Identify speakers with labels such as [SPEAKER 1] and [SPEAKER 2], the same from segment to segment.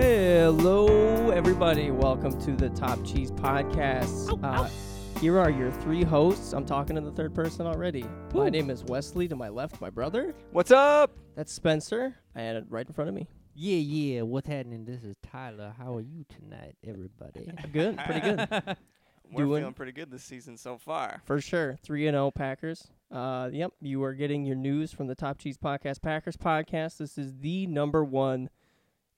[SPEAKER 1] Hello, everybody. Welcome to the Top Cheese Podcast. Uh, here are your three hosts. I'm talking to the third person already. My name is Wesley. To my left, my brother.
[SPEAKER 2] What's up?
[SPEAKER 1] That's Spencer. I had it right in front of me.
[SPEAKER 3] Yeah, yeah. What's happening? This is Tyler. How are you tonight, everybody?
[SPEAKER 1] Good, pretty good
[SPEAKER 2] We're
[SPEAKER 1] Doing-
[SPEAKER 2] feeling pretty good this season so far.
[SPEAKER 1] for sure. Three and zero Packers. Uh, yep, you are getting your news from the Top Cheese Podcast, Packers podcast. This is the number one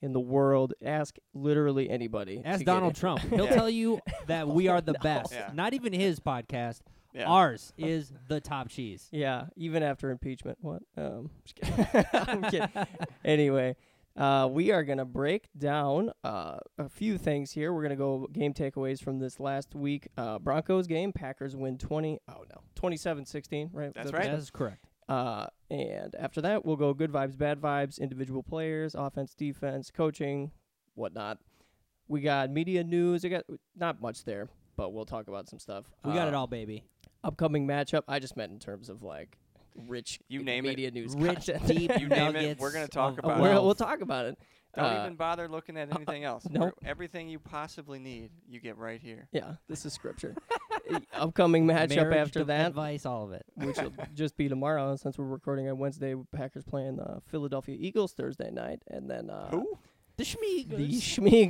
[SPEAKER 1] in the world. Ask literally anybody. to
[SPEAKER 3] Ask
[SPEAKER 1] get
[SPEAKER 3] Donald
[SPEAKER 1] it.
[SPEAKER 3] Trump. He'll
[SPEAKER 2] Yeah.
[SPEAKER 3] tell you that we
[SPEAKER 1] Oh,
[SPEAKER 3] are the best.
[SPEAKER 2] Yeah.
[SPEAKER 3] Not even his podcast.
[SPEAKER 2] Yeah.
[SPEAKER 3] Ours is the top cheese.
[SPEAKER 1] Yeah, even after impeachment. What? Um, just kidding. I'm kidding. Anyway, uh, we are going to break down uh, a few things here. We're going to go game takeaways from this last week. Uh, Broncos game, Packers win 20. Oh, no. 27 16, right?
[SPEAKER 2] That's
[SPEAKER 1] Is that
[SPEAKER 2] right.
[SPEAKER 1] the-
[SPEAKER 3] That is correct.
[SPEAKER 1] Uh, and after that, we'll go good vibes, bad vibes, individual players, offense, defense, coaching, whatnot. We got media news. I got not much there, but we'll talk about some stuff.
[SPEAKER 3] We got
[SPEAKER 1] Uh,
[SPEAKER 3] it all, baby.
[SPEAKER 1] upcoming matchup. I just meant in terms of like rich
[SPEAKER 2] You name it.
[SPEAKER 1] media news
[SPEAKER 3] Rich,
[SPEAKER 1] content.
[SPEAKER 3] deep
[SPEAKER 2] You name it, we're
[SPEAKER 3] nuggets
[SPEAKER 2] gonna talk
[SPEAKER 3] of
[SPEAKER 2] about it.
[SPEAKER 1] We're- we'll
[SPEAKER 3] wealth.
[SPEAKER 1] talk about it.
[SPEAKER 2] Don't
[SPEAKER 1] Uh,
[SPEAKER 2] even bother looking at anything else.
[SPEAKER 1] no.
[SPEAKER 2] We're- Everything you possibly need, you get right here.
[SPEAKER 1] Yeah, this is scripture. E, upcoming matchup
[SPEAKER 3] Marriage
[SPEAKER 1] after
[SPEAKER 3] to
[SPEAKER 1] that,
[SPEAKER 3] Advice, all of it.
[SPEAKER 1] which will just be tomorrow since we're recording on Wednesday. Packers playing the Philadelphia Eagles Thursday night, and then uh,
[SPEAKER 2] Who?
[SPEAKER 1] the
[SPEAKER 3] The Schmeagles.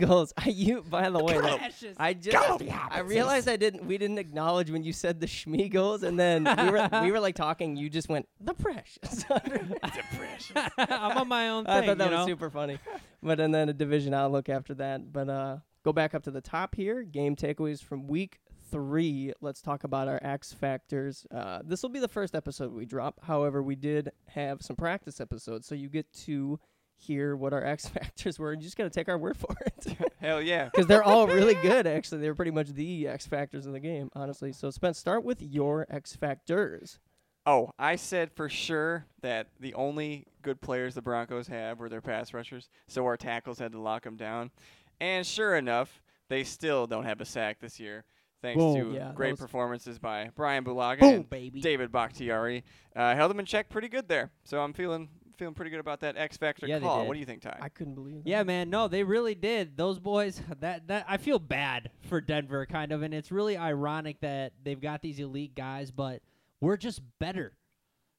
[SPEAKER 1] Schmeagles. I you by the way. though,
[SPEAKER 3] Ashes.
[SPEAKER 1] I just I realized I didn't we didn't acknowledge when you said the Schmeagles and then we were we were like talking you just went the precious
[SPEAKER 2] Depression.
[SPEAKER 3] I'm on my own thing.
[SPEAKER 1] I thought that
[SPEAKER 3] you
[SPEAKER 1] was
[SPEAKER 3] know?
[SPEAKER 1] super funny. But and then a division outlook after that. But uh, go back up to the top here. Game takeaways from week three. Let's talk about our X factors. Uh, this will be the first episode we drop. However, we did have some practice episodes, so you get to hear what our X factors were. You just got to take our word for it
[SPEAKER 2] Hell yeah.
[SPEAKER 1] because they're all really good. Actually, they're pretty much the X factors in the game, honestly. So Spence, start with your X factors.
[SPEAKER 2] Oh, I said for sure that the only good players the Broncos have were their pass rushers, so our tackles had to lock them down. And sure enough, they still don't have a sack this year, thanks
[SPEAKER 1] Boom.
[SPEAKER 2] to
[SPEAKER 1] Yeah, that
[SPEAKER 2] great
[SPEAKER 1] was-
[SPEAKER 2] performances by Brian Bulaga
[SPEAKER 3] Boom,
[SPEAKER 2] and
[SPEAKER 3] baby.
[SPEAKER 2] David Bakhtiari. Uh, held them in check pretty good there, so I'm feeling feeling pretty good about that X Factor
[SPEAKER 3] Yeah, they
[SPEAKER 2] call.
[SPEAKER 3] did.
[SPEAKER 2] What do you think, Ty?
[SPEAKER 1] I couldn't believe. That.
[SPEAKER 3] Yeah, man. No, they really did. Those boys. That that I feel bad for Denver, kind of, and it's really ironic that they've got these elite guys, but we're just better,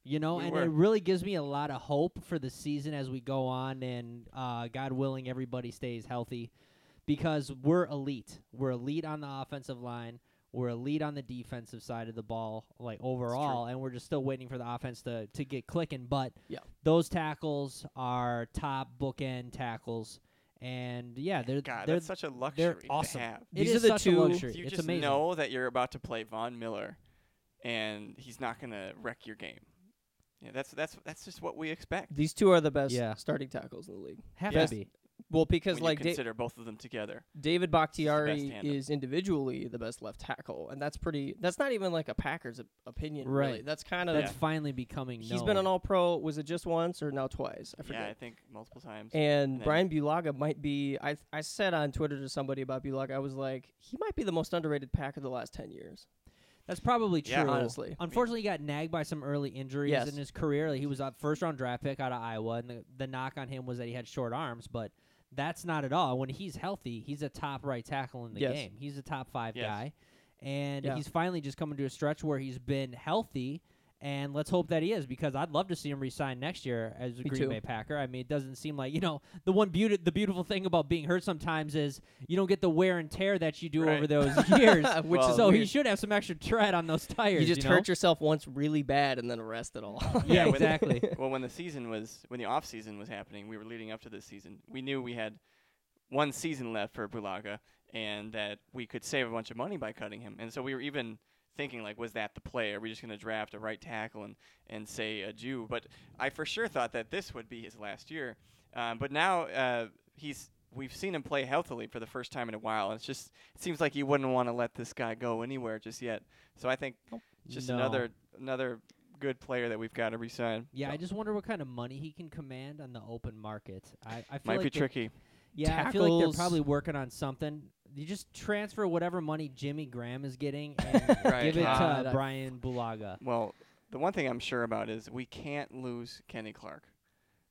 [SPEAKER 3] you know.
[SPEAKER 2] We
[SPEAKER 3] and
[SPEAKER 2] were.
[SPEAKER 3] it really gives me a lot of hope for the season as we go on, and uh, God willing, everybody stays healthy because we're elite. We're elite on the offensive line. We're elite on the defensive side of the ball, like overall, and we're just still waiting for the offense to, to get clicking. But
[SPEAKER 1] Yeah.
[SPEAKER 3] those tackles are top bookend tackles, and yeah, they're
[SPEAKER 2] God,
[SPEAKER 3] they're
[SPEAKER 2] that's such a luxury
[SPEAKER 3] awesome.
[SPEAKER 2] to have.
[SPEAKER 3] it
[SPEAKER 1] These
[SPEAKER 3] is
[SPEAKER 1] are the
[SPEAKER 3] such a
[SPEAKER 1] two-
[SPEAKER 3] luxury.
[SPEAKER 2] You
[SPEAKER 3] it's
[SPEAKER 2] just
[SPEAKER 3] amazing.
[SPEAKER 2] know that you're about to play Von Miller, and he's not gonna wreck your game. Yeah, that's that's that's just what we expect.
[SPEAKER 1] These two are the best
[SPEAKER 3] Yeah.
[SPEAKER 1] starting tackles in the league.
[SPEAKER 3] Have
[SPEAKER 2] Yeah.
[SPEAKER 3] to be.
[SPEAKER 1] Well, because
[SPEAKER 2] when
[SPEAKER 1] like
[SPEAKER 2] you
[SPEAKER 1] Da-
[SPEAKER 2] consider both of them together.
[SPEAKER 1] David
[SPEAKER 2] It's the
[SPEAKER 1] Bakhtiari
[SPEAKER 2] best tandem.
[SPEAKER 1] is individually the best left tackle, and that's pretty. That's not even like a Packers op- opinion, Really.
[SPEAKER 3] Right.
[SPEAKER 1] That's kind
[SPEAKER 2] Oh,
[SPEAKER 1] of
[SPEAKER 3] That's
[SPEAKER 1] He's
[SPEAKER 3] finally becoming. known.
[SPEAKER 1] been an All Pro. Was it just once or now twice? I
[SPEAKER 2] yeah, I
[SPEAKER 1] forget.
[SPEAKER 2] think multiple times.
[SPEAKER 1] and
[SPEAKER 2] then-
[SPEAKER 1] Brian Bulaga might be. I I said on Twitter to somebody about Bulaga. I was like, he might be the most underrated Packer the last ten years.
[SPEAKER 3] That's probably
[SPEAKER 2] Yeah,
[SPEAKER 3] true.
[SPEAKER 1] honestly.
[SPEAKER 3] Unfortunately, he got nagged by some early injuries
[SPEAKER 1] Yes.
[SPEAKER 3] in his career. Like, He was a first round draft pick out of Iowa, and the, the knock on him was that he had short arms, but that's not at all. When he's healthy, he's a top right tackle in the
[SPEAKER 1] Yes.
[SPEAKER 3] game. He's a top five
[SPEAKER 2] Yes.
[SPEAKER 3] guy. And
[SPEAKER 1] Yeah.
[SPEAKER 3] he's finally just coming to a stretch where he's been healthy. And let's hope that he is because I'd love to see him resign next year as a
[SPEAKER 1] Me
[SPEAKER 3] Green
[SPEAKER 1] too.
[SPEAKER 3] Bay Packer. I mean, it doesn't seem like you know the one beauty, the beautiful thing about being hurt sometimes is you don't get the wear and tear that you do
[SPEAKER 2] Right.
[SPEAKER 3] over those years.
[SPEAKER 1] Which
[SPEAKER 2] Well,
[SPEAKER 1] is
[SPEAKER 3] So he
[SPEAKER 1] weird.
[SPEAKER 3] should have some extra tread on those tires.
[SPEAKER 1] you Oh, just
[SPEAKER 3] know?
[SPEAKER 1] hurt yourself once really bad and then arrest it all.
[SPEAKER 3] Yeah,
[SPEAKER 2] Yeah, when-
[SPEAKER 3] exactly.
[SPEAKER 2] well, when the season was, when the off season was happening, we were leading up to this season. We knew we had one season left for Bulaga, and that we could save a bunch of money by cutting him. And so we were even thinking, like, was that the play? Are we just going to draft a right tackle and and say a Jew? But I for sure thought that this would be his last year. Um, but now uh, he's. We've seen him play healthily for the first time in a while. and It's just it seems like you wouldn't want to let this guy go anywhere just yet. So I think just
[SPEAKER 3] No.
[SPEAKER 2] another another good player that we've got to resign.
[SPEAKER 3] yeah, I just wonder what kind of money he can command on the open market. I, I feel
[SPEAKER 2] Might
[SPEAKER 3] like
[SPEAKER 2] be
[SPEAKER 3] they-
[SPEAKER 2] tricky.
[SPEAKER 3] Yeah, I feel like
[SPEAKER 1] Tackles.
[SPEAKER 3] they're probably working on something. You just transfer whatever money Jimmy Graham is getting and
[SPEAKER 2] Right. Uh,
[SPEAKER 3] give it
[SPEAKER 1] God,
[SPEAKER 3] to
[SPEAKER 1] I-
[SPEAKER 3] Brian Bulaga.
[SPEAKER 2] Well, the one thing I'm sure about is we can't lose Kenny Clark.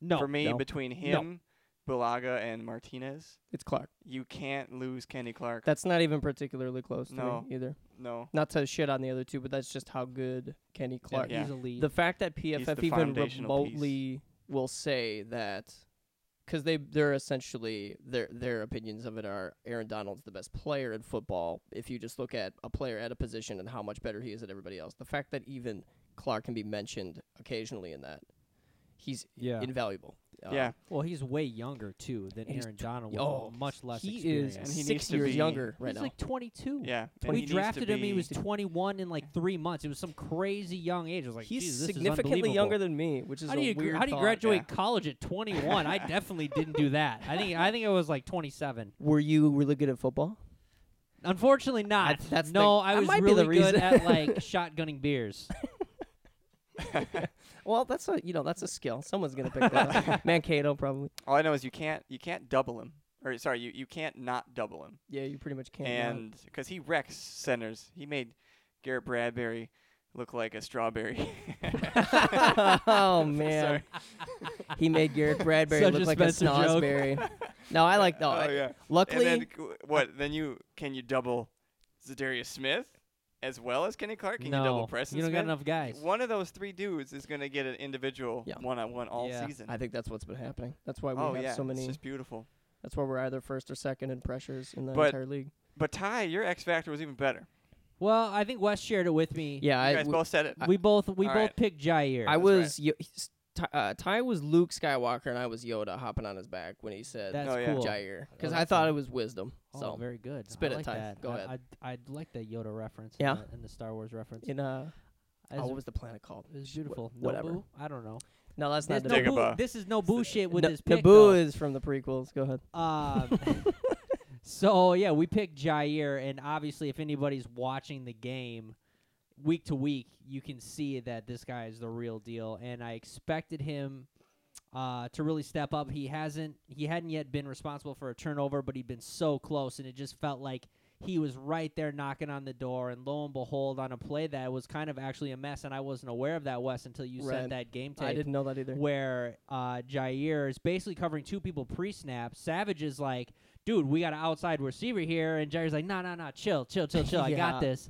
[SPEAKER 3] No,
[SPEAKER 2] For me,
[SPEAKER 3] no.
[SPEAKER 2] between him, Bulaga and Martinez.
[SPEAKER 1] It's Clark.
[SPEAKER 2] You can't lose Kenny Clark.
[SPEAKER 1] That's not even particularly close to
[SPEAKER 2] No.
[SPEAKER 1] me either.
[SPEAKER 2] no.
[SPEAKER 1] Not to shit on the other two, but that's just how good Kenny Clark
[SPEAKER 2] Yeah.
[SPEAKER 3] He's elite.
[SPEAKER 1] The fact that PFF
[SPEAKER 2] the
[SPEAKER 1] even
[SPEAKER 2] foundational piece.
[SPEAKER 1] remotely will say that, because they they're essentially their their opinions of it are Aaron Donald's the best player in football. If you just look at a player at a position and how much better he is at everybody else, the fact that even Clark can be mentioned occasionally in that, he's
[SPEAKER 4] Yeah.
[SPEAKER 1] invaluable. Uh,
[SPEAKER 2] yeah.
[SPEAKER 3] well, he's way younger too than
[SPEAKER 1] And he's
[SPEAKER 3] Aaron Donald. with
[SPEAKER 1] oh,
[SPEAKER 3] much less.
[SPEAKER 1] he
[SPEAKER 3] experience.
[SPEAKER 1] is
[SPEAKER 2] And he needs
[SPEAKER 1] six
[SPEAKER 2] to
[SPEAKER 1] years
[SPEAKER 2] be-
[SPEAKER 1] younger right
[SPEAKER 3] he's
[SPEAKER 1] now.
[SPEAKER 3] like 22.
[SPEAKER 2] Yeah. and
[SPEAKER 3] We
[SPEAKER 2] he needs to
[SPEAKER 3] drafted him. He
[SPEAKER 2] be-
[SPEAKER 3] was 21 in like three months. It was some crazy young age. I was like,
[SPEAKER 1] he's
[SPEAKER 3] "Jeez, this is
[SPEAKER 1] significantly
[SPEAKER 3] unbelievable."
[SPEAKER 1] younger than me, which is
[SPEAKER 3] How do
[SPEAKER 1] a
[SPEAKER 3] you
[SPEAKER 1] weird
[SPEAKER 3] gra- how do you
[SPEAKER 1] thought.
[SPEAKER 3] graduate college at 21? I definitely didn't do that. I think I think it was like 27.
[SPEAKER 1] Were you really good at football?
[SPEAKER 3] Unfortunately, not.
[SPEAKER 1] That's- that's the-
[SPEAKER 3] no. I
[SPEAKER 1] that
[SPEAKER 3] was
[SPEAKER 1] might be
[SPEAKER 3] really
[SPEAKER 1] the reason.
[SPEAKER 3] good at like shotgunning beers.
[SPEAKER 1] Well, that's a you know that's a skill. Someone's gonna pick that up. Mankato probably.
[SPEAKER 2] All I know is you can't you can't double him. Or sorry, you, you can't not double him.
[SPEAKER 1] Yeah, you pretty much can't. not.
[SPEAKER 2] and because he wrecks centers, he made Garrett Bradbury look like a strawberry.
[SPEAKER 1] oh man, he made Garrett Bradbury
[SPEAKER 3] Such a
[SPEAKER 1] look like a
[SPEAKER 3] Spencer joke.
[SPEAKER 1] snosberry. no, I like no.
[SPEAKER 2] oh
[SPEAKER 1] I-
[SPEAKER 2] yeah.
[SPEAKER 1] Luckily,
[SPEAKER 2] And then c- what? Then you can you double Zadarius Smith as well as Kenny Clark? Can
[SPEAKER 3] no,
[SPEAKER 2] you double Preston?
[SPEAKER 3] you don't got
[SPEAKER 2] Smith?
[SPEAKER 3] enough guys.
[SPEAKER 2] One of those three dudes is gonna get an individual
[SPEAKER 1] Yeah.
[SPEAKER 2] one-on-one all
[SPEAKER 3] Yeah.
[SPEAKER 2] season.
[SPEAKER 1] I think that's what's been happening. That's why we
[SPEAKER 2] oh
[SPEAKER 1] have
[SPEAKER 2] yeah,
[SPEAKER 1] so many.
[SPEAKER 2] it's just beautiful.
[SPEAKER 1] That's why we're either first or second in pressures in the
[SPEAKER 2] But-
[SPEAKER 1] entire league.
[SPEAKER 2] But Ty, your X factor was even better.
[SPEAKER 3] Well, I think Wes shared it with me.
[SPEAKER 1] Yeah,
[SPEAKER 2] You
[SPEAKER 1] I
[SPEAKER 2] guys
[SPEAKER 1] w-
[SPEAKER 2] both said it.
[SPEAKER 3] we both we both
[SPEAKER 2] All right.
[SPEAKER 3] picked Jair.
[SPEAKER 1] I
[SPEAKER 2] That's
[SPEAKER 1] was Yo- he's- Ty, uh, Ty was Luke Skywalker and I was Yoda hopping on his back when he said
[SPEAKER 3] That's
[SPEAKER 2] Oh, yeah.
[SPEAKER 3] cool.
[SPEAKER 1] Jair because
[SPEAKER 3] Oh,
[SPEAKER 1] I
[SPEAKER 3] that's
[SPEAKER 1] thought
[SPEAKER 3] fun.
[SPEAKER 1] it was wisdom.
[SPEAKER 3] Oh,
[SPEAKER 1] so
[SPEAKER 3] very good.
[SPEAKER 1] spit
[SPEAKER 3] I
[SPEAKER 1] it,
[SPEAKER 3] like
[SPEAKER 1] Ty.
[SPEAKER 3] That.
[SPEAKER 1] Go
[SPEAKER 3] I,
[SPEAKER 1] ahead.
[SPEAKER 3] I would like that Yoda reference.
[SPEAKER 1] Yeah.
[SPEAKER 3] And the, and the Star Wars reference.
[SPEAKER 1] in uh,
[SPEAKER 3] As-
[SPEAKER 1] oh, what was the planet called?
[SPEAKER 3] it was
[SPEAKER 1] Sh- wh-
[SPEAKER 3] beautiful.
[SPEAKER 1] whatever.
[SPEAKER 3] Nobu? I don't know.
[SPEAKER 1] No, that's not
[SPEAKER 3] There's
[SPEAKER 2] Dig
[SPEAKER 1] Naboo.
[SPEAKER 2] Naboo.
[SPEAKER 3] Nobu,
[SPEAKER 2] Abba.
[SPEAKER 3] this is Nobu shit with
[SPEAKER 1] Na-
[SPEAKER 3] this pick.
[SPEAKER 1] Naboo
[SPEAKER 3] though.
[SPEAKER 1] is from the prequels. Go ahead.
[SPEAKER 3] Um, so yeah, we picked Jair, and obviously, if anybody's watching the game week to week, you can see that this guy is the real deal. And I expected him uh, to really step up. He hasn't. He hadn't yet been responsible for a turnover, but he'd been so close, and it just felt like he was right there knocking on the door. And lo and behold, on a play that was kind of actually a mess, and I wasn't aware of that, Wes, until you
[SPEAKER 1] Right.
[SPEAKER 3] sent that game tape
[SPEAKER 1] I didn't know that either.
[SPEAKER 3] where uh, Jair is basically covering two people pre-snap. Savage is like, "Dude, we got an outside receiver here," and Jair's like, "No, no, no, chill, chill, chill, chill. I
[SPEAKER 1] Yeah.
[SPEAKER 3] got this."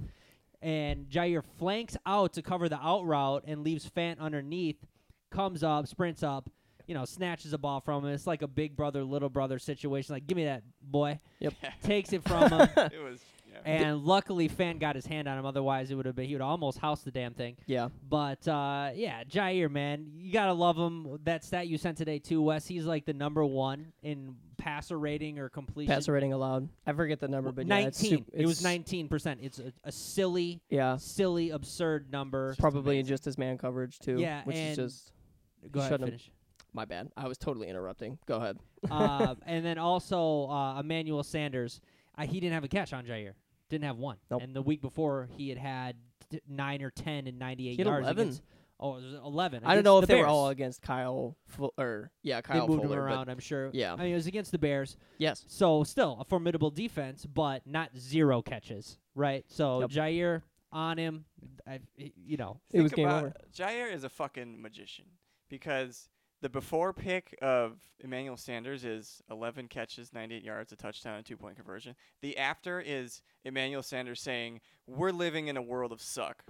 [SPEAKER 3] And Jair flanks out to cover the out route and leaves Fant underneath. Comes up, sprints up, you know, snatches a ball from him. It's like a big brother, little brother situation. Like, give me that boy.
[SPEAKER 1] Yep.
[SPEAKER 3] Takes it from him,
[SPEAKER 2] it was. Yeah.
[SPEAKER 3] and luckily Fant got his hand on him. Otherwise, it would have been he would almost house the damn thing.
[SPEAKER 1] Yeah.
[SPEAKER 3] But uh, yeah, Jair, man, you gotta love him. That stat you sent today too, Wes. He's like the number one in passer rating or completion.
[SPEAKER 1] Passer rating allowed. I forget the number, but yeah, it's
[SPEAKER 3] nineteen.
[SPEAKER 1] sup-
[SPEAKER 3] it was
[SPEAKER 1] it's-
[SPEAKER 3] nineteen percent. It's a, a silly,
[SPEAKER 1] Yeah,
[SPEAKER 3] silly, absurd number.
[SPEAKER 2] Just
[SPEAKER 1] probably
[SPEAKER 2] amazing.
[SPEAKER 1] just as man coverage too.
[SPEAKER 3] Yeah,
[SPEAKER 1] which
[SPEAKER 3] and-
[SPEAKER 1] is just
[SPEAKER 3] Go ahead,
[SPEAKER 1] shut him.
[SPEAKER 3] finish.
[SPEAKER 1] my bad. I was totally interrupting. Go ahead.
[SPEAKER 3] uh, and then also uh, Emmanuel Sanders. Uh, he didn't have a catch on Jair. Didn't have one.
[SPEAKER 1] Nope.
[SPEAKER 3] And the week before, he had had t- nine or ten and ninety-eight
[SPEAKER 1] He had
[SPEAKER 3] yards.
[SPEAKER 1] 11.
[SPEAKER 3] Against, oh, it was eleven.
[SPEAKER 1] I don't
[SPEAKER 3] against
[SPEAKER 1] know
[SPEAKER 3] the
[SPEAKER 1] if they were
[SPEAKER 3] Bears.
[SPEAKER 1] all against Kyle Full or yeah,
[SPEAKER 3] They
[SPEAKER 1] Kyle
[SPEAKER 3] moved
[SPEAKER 1] Fuller.
[SPEAKER 3] him
[SPEAKER 1] but
[SPEAKER 3] around. I'm sure.
[SPEAKER 1] yeah.
[SPEAKER 3] I mean, it was against the Bears.
[SPEAKER 1] yes,
[SPEAKER 3] So still a formidable defense, but not zero catches, right? So
[SPEAKER 1] Yep.
[SPEAKER 3] Jair on him, I, you know,
[SPEAKER 1] it
[SPEAKER 2] Think
[SPEAKER 1] was game
[SPEAKER 2] about-
[SPEAKER 1] over.
[SPEAKER 2] Jair is a fucking magician because the before pick of Emmanuel Sanders is 11 catches, 98 yards, a touchdown, and two point conversion. The after is Emmanuel Sanders saying, "We're living in a world of suck."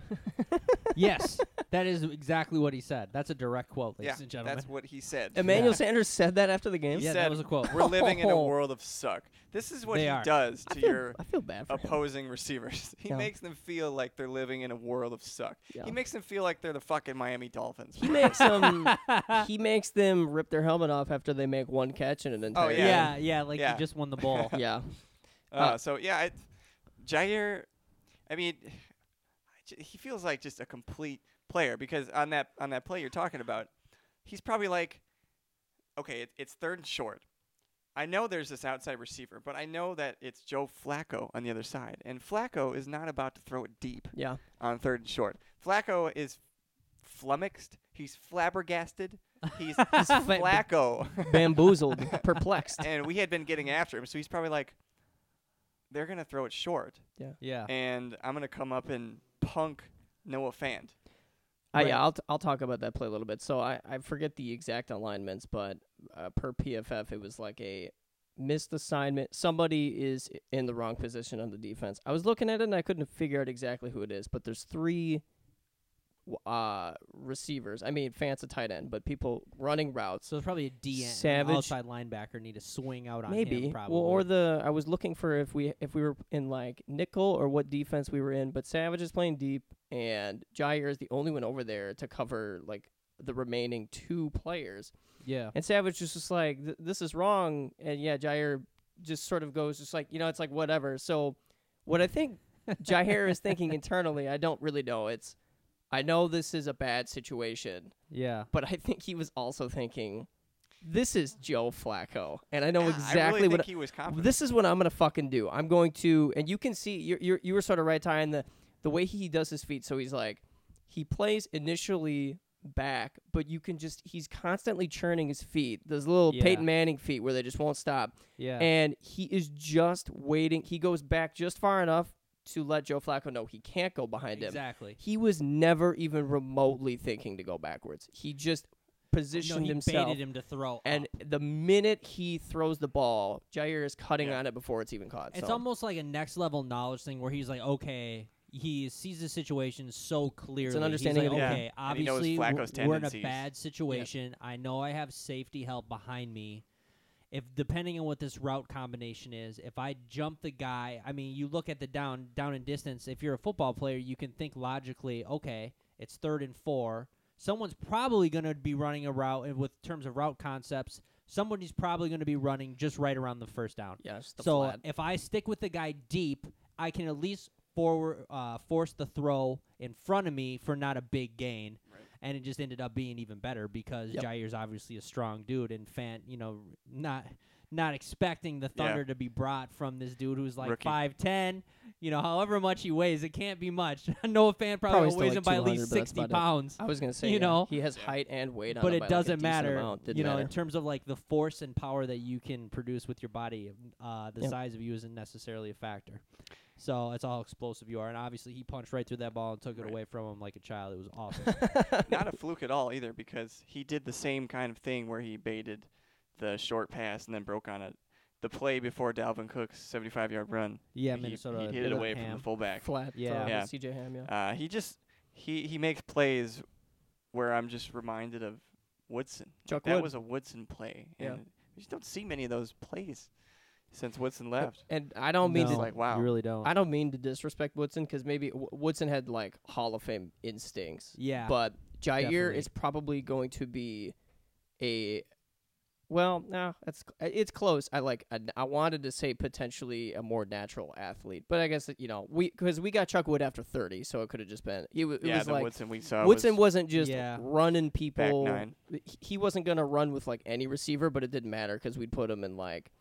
[SPEAKER 3] yes, that is exactly what he said. That's a direct quote, ladies
[SPEAKER 2] yeah,
[SPEAKER 3] and gentlemen.
[SPEAKER 2] that's what he said.
[SPEAKER 1] Emmanuel
[SPEAKER 3] Yeah.
[SPEAKER 1] Sanders said that after the game.
[SPEAKER 3] yeah, that
[SPEAKER 2] said-
[SPEAKER 3] was a quote.
[SPEAKER 2] We're living in a
[SPEAKER 1] Oh.
[SPEAKER 2] world of suck. This is what
[SPEAKER 3] They
[SPEAKER 2] he
[SPEAKER 3] are.
[SPEAKER 2] does
[SPEAKER 1] I
[SPEAKER 2] to
[SPEAKER 1] feel,
[SPEAKER 2] your
[SPEAKER 1] I feel bad for him.
[SPEAKER 2] opposing receivers. He
[SPEAKER 1] Yeah.
[SPEAKER 2] makes them feel like they're living in a world of suck.
[SPEAKER 1] Yeah.
[SPEAKER 2] He makes them feel like they're the fucking Miami Dolphins.
[SPEAKER 1] He makes them. he makes them rip their helmet off after they make one catch in an entire.
[SPEAKER 2] Oh, yeah.
[SPEAKER 3] yeah, yeah, like
[SPEAKER 2] Yeah.
[SPEAKER 3] he just won the bowl.
[SPEAKER 1] game. yeah.
[SPEAKER 2] Uh,
[SPEAKER 1] Uh,
[SPEAKER 2] so yeah, I, Jair. I mean, j- he feels like just a complete player because on that on that play you're talking about, he's probably like, okay, it, it's third and short. I know there's this outside receiver, but I know that it's Joe Flacco on the other side, and Flacco is not about to throw it deep
[SPEAKER 1] Yeah.
[SPEAKER 2] on third and short. Flacco is flummoxed. He's flabbergasted. He's Flacco.
[SPEAKER 1] Bamboozled, perplexed.
[SPEAKER 2] and we had been getting after him, so he's probably like, they're gonna throw it short,
[SPEAKER 3] yeah,
[SPEAKER 2] and I'm gonna come up and punk Noah Fant.
[SPEAKER 1] I,
[SPEAKER 3] Right.
[SPEAKER 1] yeah, I'll, t- I'll talk about that play a little bit. So I, I forget the exact alignments, but uh, per PFF, it was like a missed assignment. Somebody is in the wrong position on the defense. I was looking at it and I couldn't figure out exactly who it is, but there's three w- uh, receivers. I mean, Fant's a tight end, but people running routes.
[SPEAKER 3] So it's probably a DN, an
[SPEAKER 1] Savage-
[SPEAKER 3] outside linebacker, need to swing out on
[SPEAKER 1] Maybe.
[SPEAKER 3] him. Probably.
[SPEAKER 1] Well, or the I was looking for if we if we were in like nickel or what defense we were in, but Savage is playing deep and Jair is the only one over there to cover like the remaining two players.
[SPEAKER 3] yeah,
[SPEAKER 1] And Savage is just like "Th- this is wrong and yeah, Jair just sort of goes just like, you know, it's like whatever. So what I think Jair is thinking internally, I don't really know. It's I know this is a bad situation
[SPEAKER 3] yeah.
[SPEAKER 1] but I think he was also thinking, "This is Joe Flacco, and I know
[SPEAKER 2] Yeah, I
[SPEAKER 1] exactly
[SPEAKER 2] really
[SPEAKER 1] what
[SPEAKER 2] think he was confident.
[SPEAKER 1] this is. What I'm gonna fucking do. I'm going to." And you can see you you you were sort of right, Ty, in the the way he does his feet. So he's like, he plays initially back, but you can just he's constantly churning his feet. Those little
[SPEAKER 3] Yeah.
[SPEAKER 1] Peyton Manning feet where they just won't stop,
[SPEAKER 3] Yeah.
[SPEAKER 1] and he is just waiting. He goes back just far enough to let Joe Flacco know he can't go behind him.
[SPEAKER 3] exactly.
[SPEAKER 1] He was never even remotely thinking to go backwards. He just positioned
[SPEAKER 3] no, he
[SPEAKER 1] himself.
[SPEAKER 3] baited him to throw.
[SPEAKER 1] And
[SPEAKER 3] up.
[SPEAKER 1] the minute he throws the ball, Jair is cutting
[SPEAKER 2] Yeah.
[SPEAKER 1] on it before it's even caught.
[SPEAKER 3] it's
[SPEAKER 1] so.
[SPEAKER 3] almost like a next level knowledge thing where he's like, okay, he sees the situation so clearly. He's
[SPEAKER 1] understanding
[SPEAKER 3] like,
[SPEAKER 1] of the
[SPEAKER 2] game.
[SPEAKER 3] okay,
[SPEAKER 2] And he knows
[SPEAKER 3] obviously
[SPEAKER 2] Flacco's
[SPEAKER 3] w- we're in a
[SPEAKER 2] tendencies.
[SPEAKER 3] bad situation. I know I have safety help behind me. If depending on what this route combination is, if I jump the guy, I mean, you look at the down down and distance. If you're a football player, you can think logically. Okay, it's third and four. Someone's probably going to be running a route, and with terms of route concepts, somebody's probably going to be running just right around the first down
[SPEAKER 1] yeah, it's the
[SPEAKER 3] so
[SPEAKER 1] flat.
[SPEAKER 3] if I stick with the guy deep, I can at least forward uh, force the throw in front of me for not a big gain.
[SPEAKER 2] Right.
[SPEAKER 3] And it just ended up being even better because
[SPEAKER 1] Yep.
[SPEAKER 3] Jair's obviously a strong dude, and Fant, you know, not not expecting the
[SPEAKER 2] Yeah.
[SPEAKER 3] thunder to be brought from this dude who's like
[SPEAKER 2] Rookie.
[SPEAKER 3] five ten, you know, however much he weighs, it can't be much. Noah Fant
[SPEAKER 1] Probably
[SPEAKER 3] probably,
[SPEAKER 1] still
[SPEAKER 3] weighs
[SPEAKER 1] like
[SPEAKER 3] him by at
[SPEAKER 1] 200,
[SPEAKER 3] least
[SPEAKER 1] but that's
[SPEAKER 3] sixty
[SPEAKER 1] about it.
[SPEAKER 3] pounds
[SPEAKER 1] I was gonna say,
[SPEAKER 3] you
[SPEAKER 1] yeah,
[SPEAKER 3] know,
[SPEAKER 1] he has
[SPEAKER 2] Yeah.
[SPEAKER 1] height and weight on
[SPEAKER 3] but
[SPEAKER 1] him
[SPEAKER 3] it
[SPEAKER 1] by, like, a
[SPEAKER 3] doesn't
[SPEAKER 1] decent
[SPEAKER 3] matter,
[SPEAKER 1] amount. Didn't
[SPEAKER 3] you know,
[SPEAKER 1] matter.
[SPEAKER 3] in terms of like the force and power that you can produce with your body. Uh, the
[SPEAKER 1] Yeah.
[SPEAKER 3] size of you isn't necessarily a factor. So it's all explosive you are, and obviously he punched right through that ball and took it
[SPEAKER 2] Right.
[SPEAKER 3] away from him like a child. It was awesome.
[SPEAKER 2] not a fluke at all either because he did the same kind of thing where he baited the short pass and then broke on it. The play before Dalvin Cook's 75 yard run.
[SPEAKER 3] yeah,
[SPEAKER 2] he,
[SPEAKER 3] Minnesota.
[SPEAKER 2] He hit it
[SPEAKER 3] with
[SPEAKER 2] away from
[SPEAKER 3] Ham.
[SPEAKER 2] the fullback.
[SPEAKER 1] flat.
[SPEAKER 3] Yeah.
[SPEAKER 1] throw to
[SPEAKER 2] Yeah.
[SPEAKER 1] CJ Ham. Yeah.
[SPEAKER 2] Uh, he just he he makes plays where I'm just reminded of Woodson. Like,
[SPEAKER 1] Chuck
[SPEAKER 2] that
[SPEAKER 1] Wood.
[SPEAKER 2] was a Woodson play,
[SPEAKER 1] Yeah.
[SPEAKER 2] and we just don't see many of those plays since Woodson left.
[SPEAKER 1] And I don't mean
[SPEAKER 3] No,
[SPEAKER 1] to
[SPEAKER 2] It's like wow.
[SPEAKER 3] You really don't.
[SPEAKER 1] I don't mean to disrespect Woodson because maybe w- Woodson had like Hall of Fame instincts.
[SPEAKER 3] yeah,
[SPEAKER 1] but Jair
[SPEAKER 3] definitely.
[SPEAKER 1] is probably going to be a well, no, that's uh, it's close. I like I, I wanted to say potentially a more natural athlete, but I guess that, you know we because we got Chuck Wood after thirty, so it could have just been it, wa- it
[SPEAKER 2] yeah,
[SPEAKER 1] was
[SPEAKER 2] the
[SPEAKER 1] like
[SPEAKER 2] Woodson we saw
[SPEAKER 1] Woodson
[SPEAKER 2] was
[SPEAKER 1] was not just
[SPEAKER 3] Yeah.
[SPEAKER 1] running
[SPEAKER 2] back
[SPEAKER 1] people.
[SPEAKER 2] nine.
[SPEAKER 1] He- He wasn't gonna run with like any receiver, but it didn't matter because we'd put him in like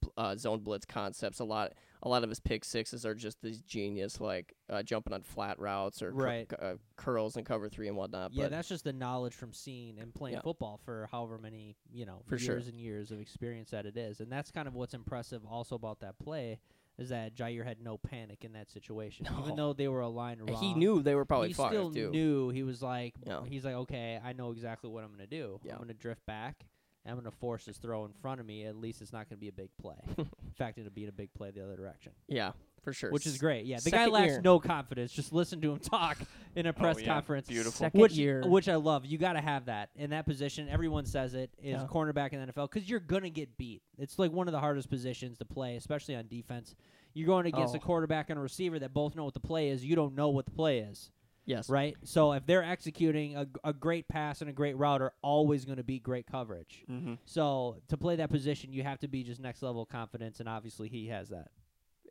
[SPEAKER 1] bl- uh, zone blitz concepts. A lot, a lot of his pick sixes are just these genius like uh, jumping on flat routes or cur-
[SPEAKER 3] Right.
[SPEAKER 1] cu- uh, curls and cover three and whatnot.
[SPEAKER 3] yeah,
[SPEAKER 1] but
[SPEAKER 3] that's just the knowledge from seeing and playing
[SPEAKER 1] Yeah.
[SPEAKER 3] football for however many you know
[SPEAKER 1] For
[SPEAKER 3] years
[SPEAKER 1] sure.
[SPEAKER 3] and years of experience that it is, and that's kind of what's impressive also about that play is that Jair had no panic in that situation, even
[SPEAKER 1] No.
[SPEAKER 3] though they were aligned
[SPEAKER 1] And
[SPEAKER 3] wrong.
[SPEAKER 1] He knew they were probably
[SPEAKER 3] he
[SPEAKER 1] fucked
[SPEAKER 3] still
[SPEAKER 1] too.
[SPEAKER 3] knew he was like
[SPEAKER 1] Yeah.
[SPEAKER 3] he's like okay i know exactly what i'm gonna do
[SPEAKER 1] Yeah.
[SPEAKER 3] i'm gonna drift back and i'm gonna force this throw in front of me at least it's not gonna be a big play in fact it'll be a big play the other direction
[SPEAKER 1] Yeah, for sure.
[SPEAKER 3] which is
[SPEAKER 1] S-
[SPEAKER 3] great yeah the guy
[SPEAKER 1] second
[SPEAKER 3] lacks
[SPEAKER 1] year.
[SPEAKER 3] no confidence just listen to him talk in a press
[SPEAKER 2] Oh, yeah.
[SPEAKER 3] conference
[SPEAKER 2] Beautiful.
[SPEAKER 1] Second
[SPEAKER 3] which,
[SPEAKER 1] year.
[SPEAKER 3] which i love you gotta have that in that position everyone says it is
[SPEAKER 1] Yeah.
[SPEAKER 3] cornerback in the nfl because you're gonna get beat it's like one of the hardest positions to play especially on defense you're going against a
[SPEAKER 1] Oh.
[SPEAKER 3] quarterback and a receiver that both know what the play is you don't know what the play is
[SPEAKER 1] Yes.
[SPEAKER 3] right? So if they're executing a, a great pass and a great route are always going to be great coverage.
[SPEAKER 2] Mm-hmm.
[SPEAKER 3] So to play that position, you have to be just next level confidence, and obviously he has that.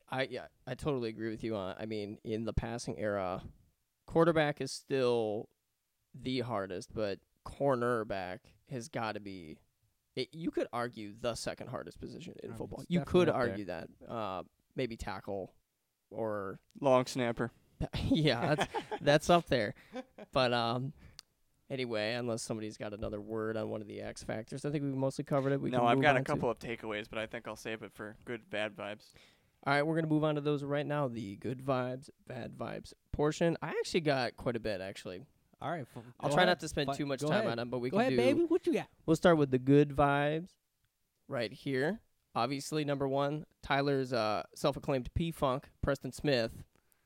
[SPEAKER 1] I yeah, I totally agree with you on. I mean, in the passing era, quarterback is still the hardest, but cornerback has got to be. It, you could argue the second hardest position
[SPEAKER 3] I
[SPEAKER 1] in
[SPEAKER 2] Um,
[SPEAKER 3] mean,
[SPEAKER 1] football.
[SPEAKER 3] it's
[SPEAKER 1] You
[SPEAKER 3] definitely
[SPEAKER 1] could
[SPEAKER 3] up there.
[SPEAKER 1] argue that. Uh, maybe tackle, or
[SPEAKER 2] Long snapper.
[SPEAKER 1] yeah, that's that's up there. But um, anyway, unless somebody's got another word on one of the X factors, I think we've mostly covered it. We
[SPEAKER 2] no,
[SPEAKER 1] can
[SPEAKER 2] I've
[SPEAKER 1] move
[SPEAKER 2] got
[SPEAKER 1] on
[SPEAKER 2] a
[SPEAKER 1] to-
[SPEAKER 2] couple of takeaways, but I think I'll save it for good bad vibes.
[SPEAKER 1] All right, we're gonna move on to those right now. The good vibes, bad vibes portion. I actually got quite a bit actually.
[SPEAKER 3] All right. f-
[SPEAKER 1] I'll
[SPEAKER 3] go
[SPEAKER 1] try
[SPEAKER 3] ahead.
[SPEAKER 1] not to spend
[SPEAKER 3] Fi-
[SPEAKER 1] too much
[SPEAKER 3] go
[SPEAKER 1] time
[SPEAKER 3] ahead.
[SPEAKER 1] on them, but we
[SPEAKER 3] go
[SPEAKER 1] can
[SPEAKER 3] ahead,
[SPEAKER 1] do.
[SPEAKER 3] baby. What you got?
[SPEAKER 1] We'll start with the good vibes, right here. Obviously, number one, Tyler's uh, self-acclaimed P Funk, Preston Smith,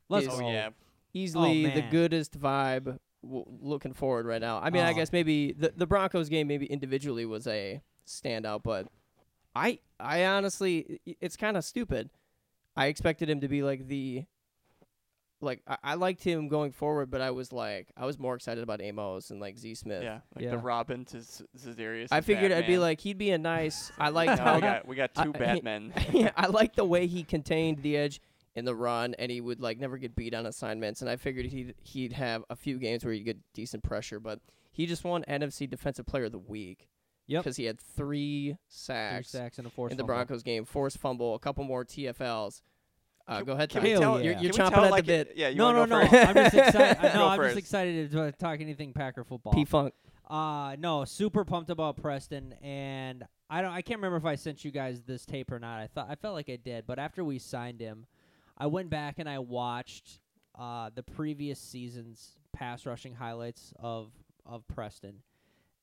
[SPEAKER 3] Let's
[SPEAKER 1] is-
[SPEAKER 2] oh
[SPEAKER 3] go.
[SPEAKER 2] yeah, Oh,
[SPEAKER 1] easily the
[SPEAKER 3] man.
[SPEAKER 1] goodest vibe. W- looking forward right now. I mean, I
[SPEAKER 3] Oh.
[SPEAKER 1] guess maybe the the Broncos game maybe individually was a standout, but I I honestly i- it's kind of stupid. I expected him to be like the like I, I liked him going forward, but I was like I was more excited about Amos and like Z Smith.
[SPEAKER 2] yeah, like
[SPEAKER 3] Yeah.
[SPEAKER 2] the Robin to Z- Zedarius.
[SPEAKER 1] I
[SPEAKER 2] is
[SPEAKER 1] figured I'd be
[SPEAKER 2] Batman.
[SPEAKER 1] like he'd be a nice. I liked
[SPEAKER 2] no,
[SPEAKER 1] how
[SPEAKER 2] we got we got
[SPEAKER 1] I-
[SPEAKER 2] two
[SPEAKER 1] I-
[SPEAKER 2] Batmen.
[SPEAKER 1] yeah, I like the way he contained the edge in the run, and he would like never get beat on assignments. And I figured he'd he'd have a few games where he'd get decent pressure, but he just won NFC Defensive Player of the Week.
[SPEAKER 3] Yep.
[SPEAKER 1] because he had three
[SPEAKER 3] Three
[SPEAKER 1] sacks,
[SPEAKER 3] sacks and a force.
[SPEAKER 1] in the Broncos game, forced fumble, a couple more TFLs. Uh,
[SPEAKER 2] Can-
[SPEAKER 1] go ahead,
[SPEAKER 2] Can
[SPEAKER 1] Tom.
[SPEAKER 2] we
[SPEAKER 3] Hell
[SPEAKER 2] tell?
[SPEAKER 3] yeah.
[SPEAKER 1] You're,
[SPEAKER 2] can
[SPEAKER 1] you're
[SPEAKER 2] we
[SPEAKER 1] chomping
[SPEAKER 2] tell,
[SPEAKER 1] at
[SPEAKER 2] like,
[SPEAKER 1] the
[SPEAKER 2] it-
[SPEAKER 1] bit.
[SPEAKER 2] Yeah, you
[SPEAKER 3] No, no,
[SPEAKER 2] wanna
[SPEAKER 3] no.
[SPEAKER 2] go first?
[SPEAKER 3] I'm just excited. I-
[SPEAKER 2] Go
[SPEAKER 3] No, I'm just
[SPEAKER 2] first.
[SPEAKER 3] excited to talk anything Packer football.
[SPEAKER 1] P Funk.
[SPEAKER 3] Uh no, super pumped about Preston and I don't I can't remember if I sent you guys this tape or not. I thought I felt like I did, but after we signed him, I went back and I watched uh the previous season's pass rushing highlights of of Preston.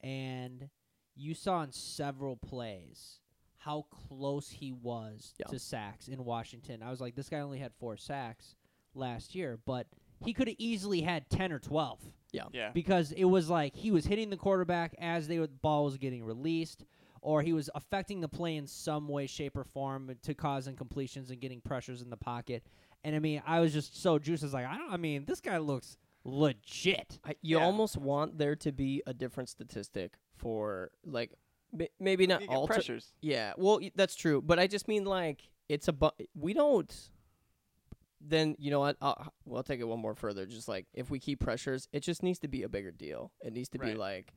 [SPEAKER 3] And you saw in several plays how close he was
[SPEAKER 1] Yeah.
[SPEAKER 3] to sacks in Washington. I was like this guy only had 4 sacks last year, but he could have easily had 10 or 12
[SPEAKER 2] Yeah,
[SPEAKER 3] because it was like he was hitting the quarterback as they were, the ball was getting released, or he was affecting the play in some way, shape, or form to cause incompletions and getting pressures in the pocket. And I mean, I was just so juiced. I was like, I don't. I mean, this guy looks legit.
[SPEAKER 1] I, you
[SPEAKER 2] Yeah.
[SPEAKER 1] almost want there to be a different statistic for like m- maybe not
[SPEAKER 2] You get
[SPEAKER 1] all.
[SPEAKER 2] pressures.
[SPEAKER 1] Yeah, well, y- that's true, but I just mean like it's a bu- we don't. Then you know what? I'll, we'll take it one more further. Just like if we keep pressures, it just needs to be a bigger deal. It needs to be
[SPEAKER 2] Right.
[SPEAKER 1] like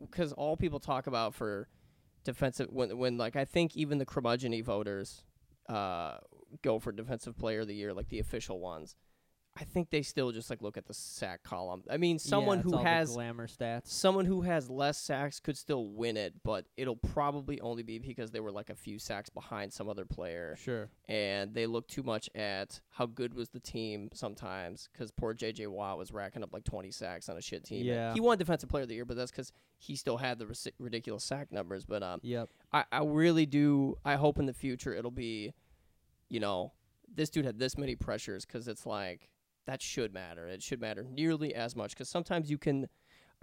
[SPEAKER 1] because all people talk about for defensive when when like I think even the curmudgeony voters uh, go for defensive player of the year, like the official ones. I think they still just like look at the sack column. I mean, someone
[SPEAKER 3] Yeah, it's
[SPEAKER 1] who
[SPEAKER 3] all the
[SPEAKER 1] has
[SPEAKER 3] glamour stats.
[SPEAKER 1] someone who has less sacks could still win it, but it'll probably only be because they were like a few sacks behind some other player,
[SPEAKER 3] Sure.
[SPEAKER 1] and they look too much at how good was the team sometimes. Because poor J.J. Watt was racking up like 20 sacks on a shit team.
[SPEAKER 3] Yeah.
[SPEAKER 1] he won Defensive Player of the Year, but that's because he still had the resi- ridiculous sack numbers. But um,
[SPEAKER 3] Yep.
[SPEAKER 1] I, I really do. I hope in the future it'll be, you know, this dude had this many pressures because it's like that should matter. It should matter nearly as much because sometimes you can.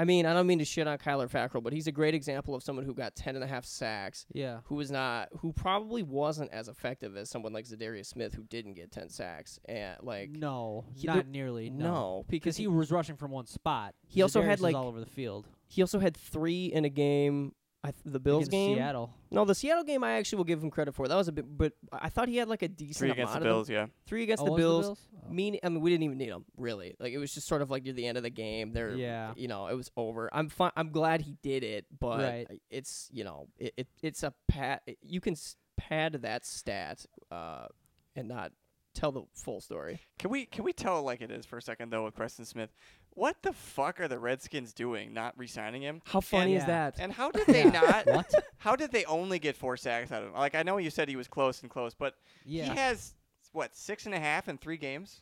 [SPEAKER 1] I mean, I don't mean to shit on Kyler Fackrell, but he's a great example of someone who got ten and a half sacks,
[SPEAKER 3] Yeah.
[SPEAKER 1] who was not, who probably wasn't as effective as someone like Zadarius Smith, who didn't get ten sacks. And like,
[SPEAKER 3] no,
[SPEAKER 1] he-
[SPEAKER 3] not
[SPEAKER 1] there-
[SPEAKER 3] nearly. No,
[SPEAKER 1] no,
[SPEAKER 3] because
[SPEAKER 1] because
[SPEAKER 3] he was rushing from one spot.
[SPEAKER 1] He also had,
[SPEAKER 3] Za'Darius was
[SPEAKER 1] like,
[SPEAKER 3] all over the field.
[SPEAKER 1] he also had three in a game. I th- the Bills
[SPEAKER 3] Against
[SPEAKER 1] game.
[SPEAKER 3] Seattle.
[SPEAKER 1] No, the Seattle game I actually will give him credit for. That was a bit, but I thought he had like a decent
[SPEAKER 2] Three against
[SPEAKER 1] amount
[SPEAKER 2] the
[SPEAKER 1] of them.
[SPEAKER 2] Bills. Yeah,
[SPEAKER 1] Three against
[SPEAKER 3] Oh,
[SPEAKER 1] the
[SPEAKER 3] was it
[SPEAKER 1] Bills.
[SPEAKER 3] Oh.
[SPEAKER 1] Mean, I mean, we didn't even need him really. Like it was just sort of like near the end of the game. There,
[SPEAKER 3] Yeah.
[SPEAKER 1] you know, it was over. I'm fine. I'm glad he did it, but
[SPEAKER 3] Right.
[SPEAKER 1] it's you know, it, it it's a pat. You can s- pad that stat, uh, and not tell the full story.
[SPEAKER 2] can we can we tell like it is for a second though with Preston Smith? What the fuck are the Redskins doing? Not re-signing him?
[SPEAKER 1] How funny is
[SPEAKER 3] yeah.
[SPEAKER 1] that?
[SPEAKER 2] And how did they
[SPEAKER 3] Yeah.
[SPEAKER 2] not?
[SPEAKER 3] What?
[SPEAKER 2] How did they only get four sacks out of him? Like I know you said he was close and close, but
[SPEAKER 3] Yeah.
[SPEAKER 2] he has what six and a half in three games.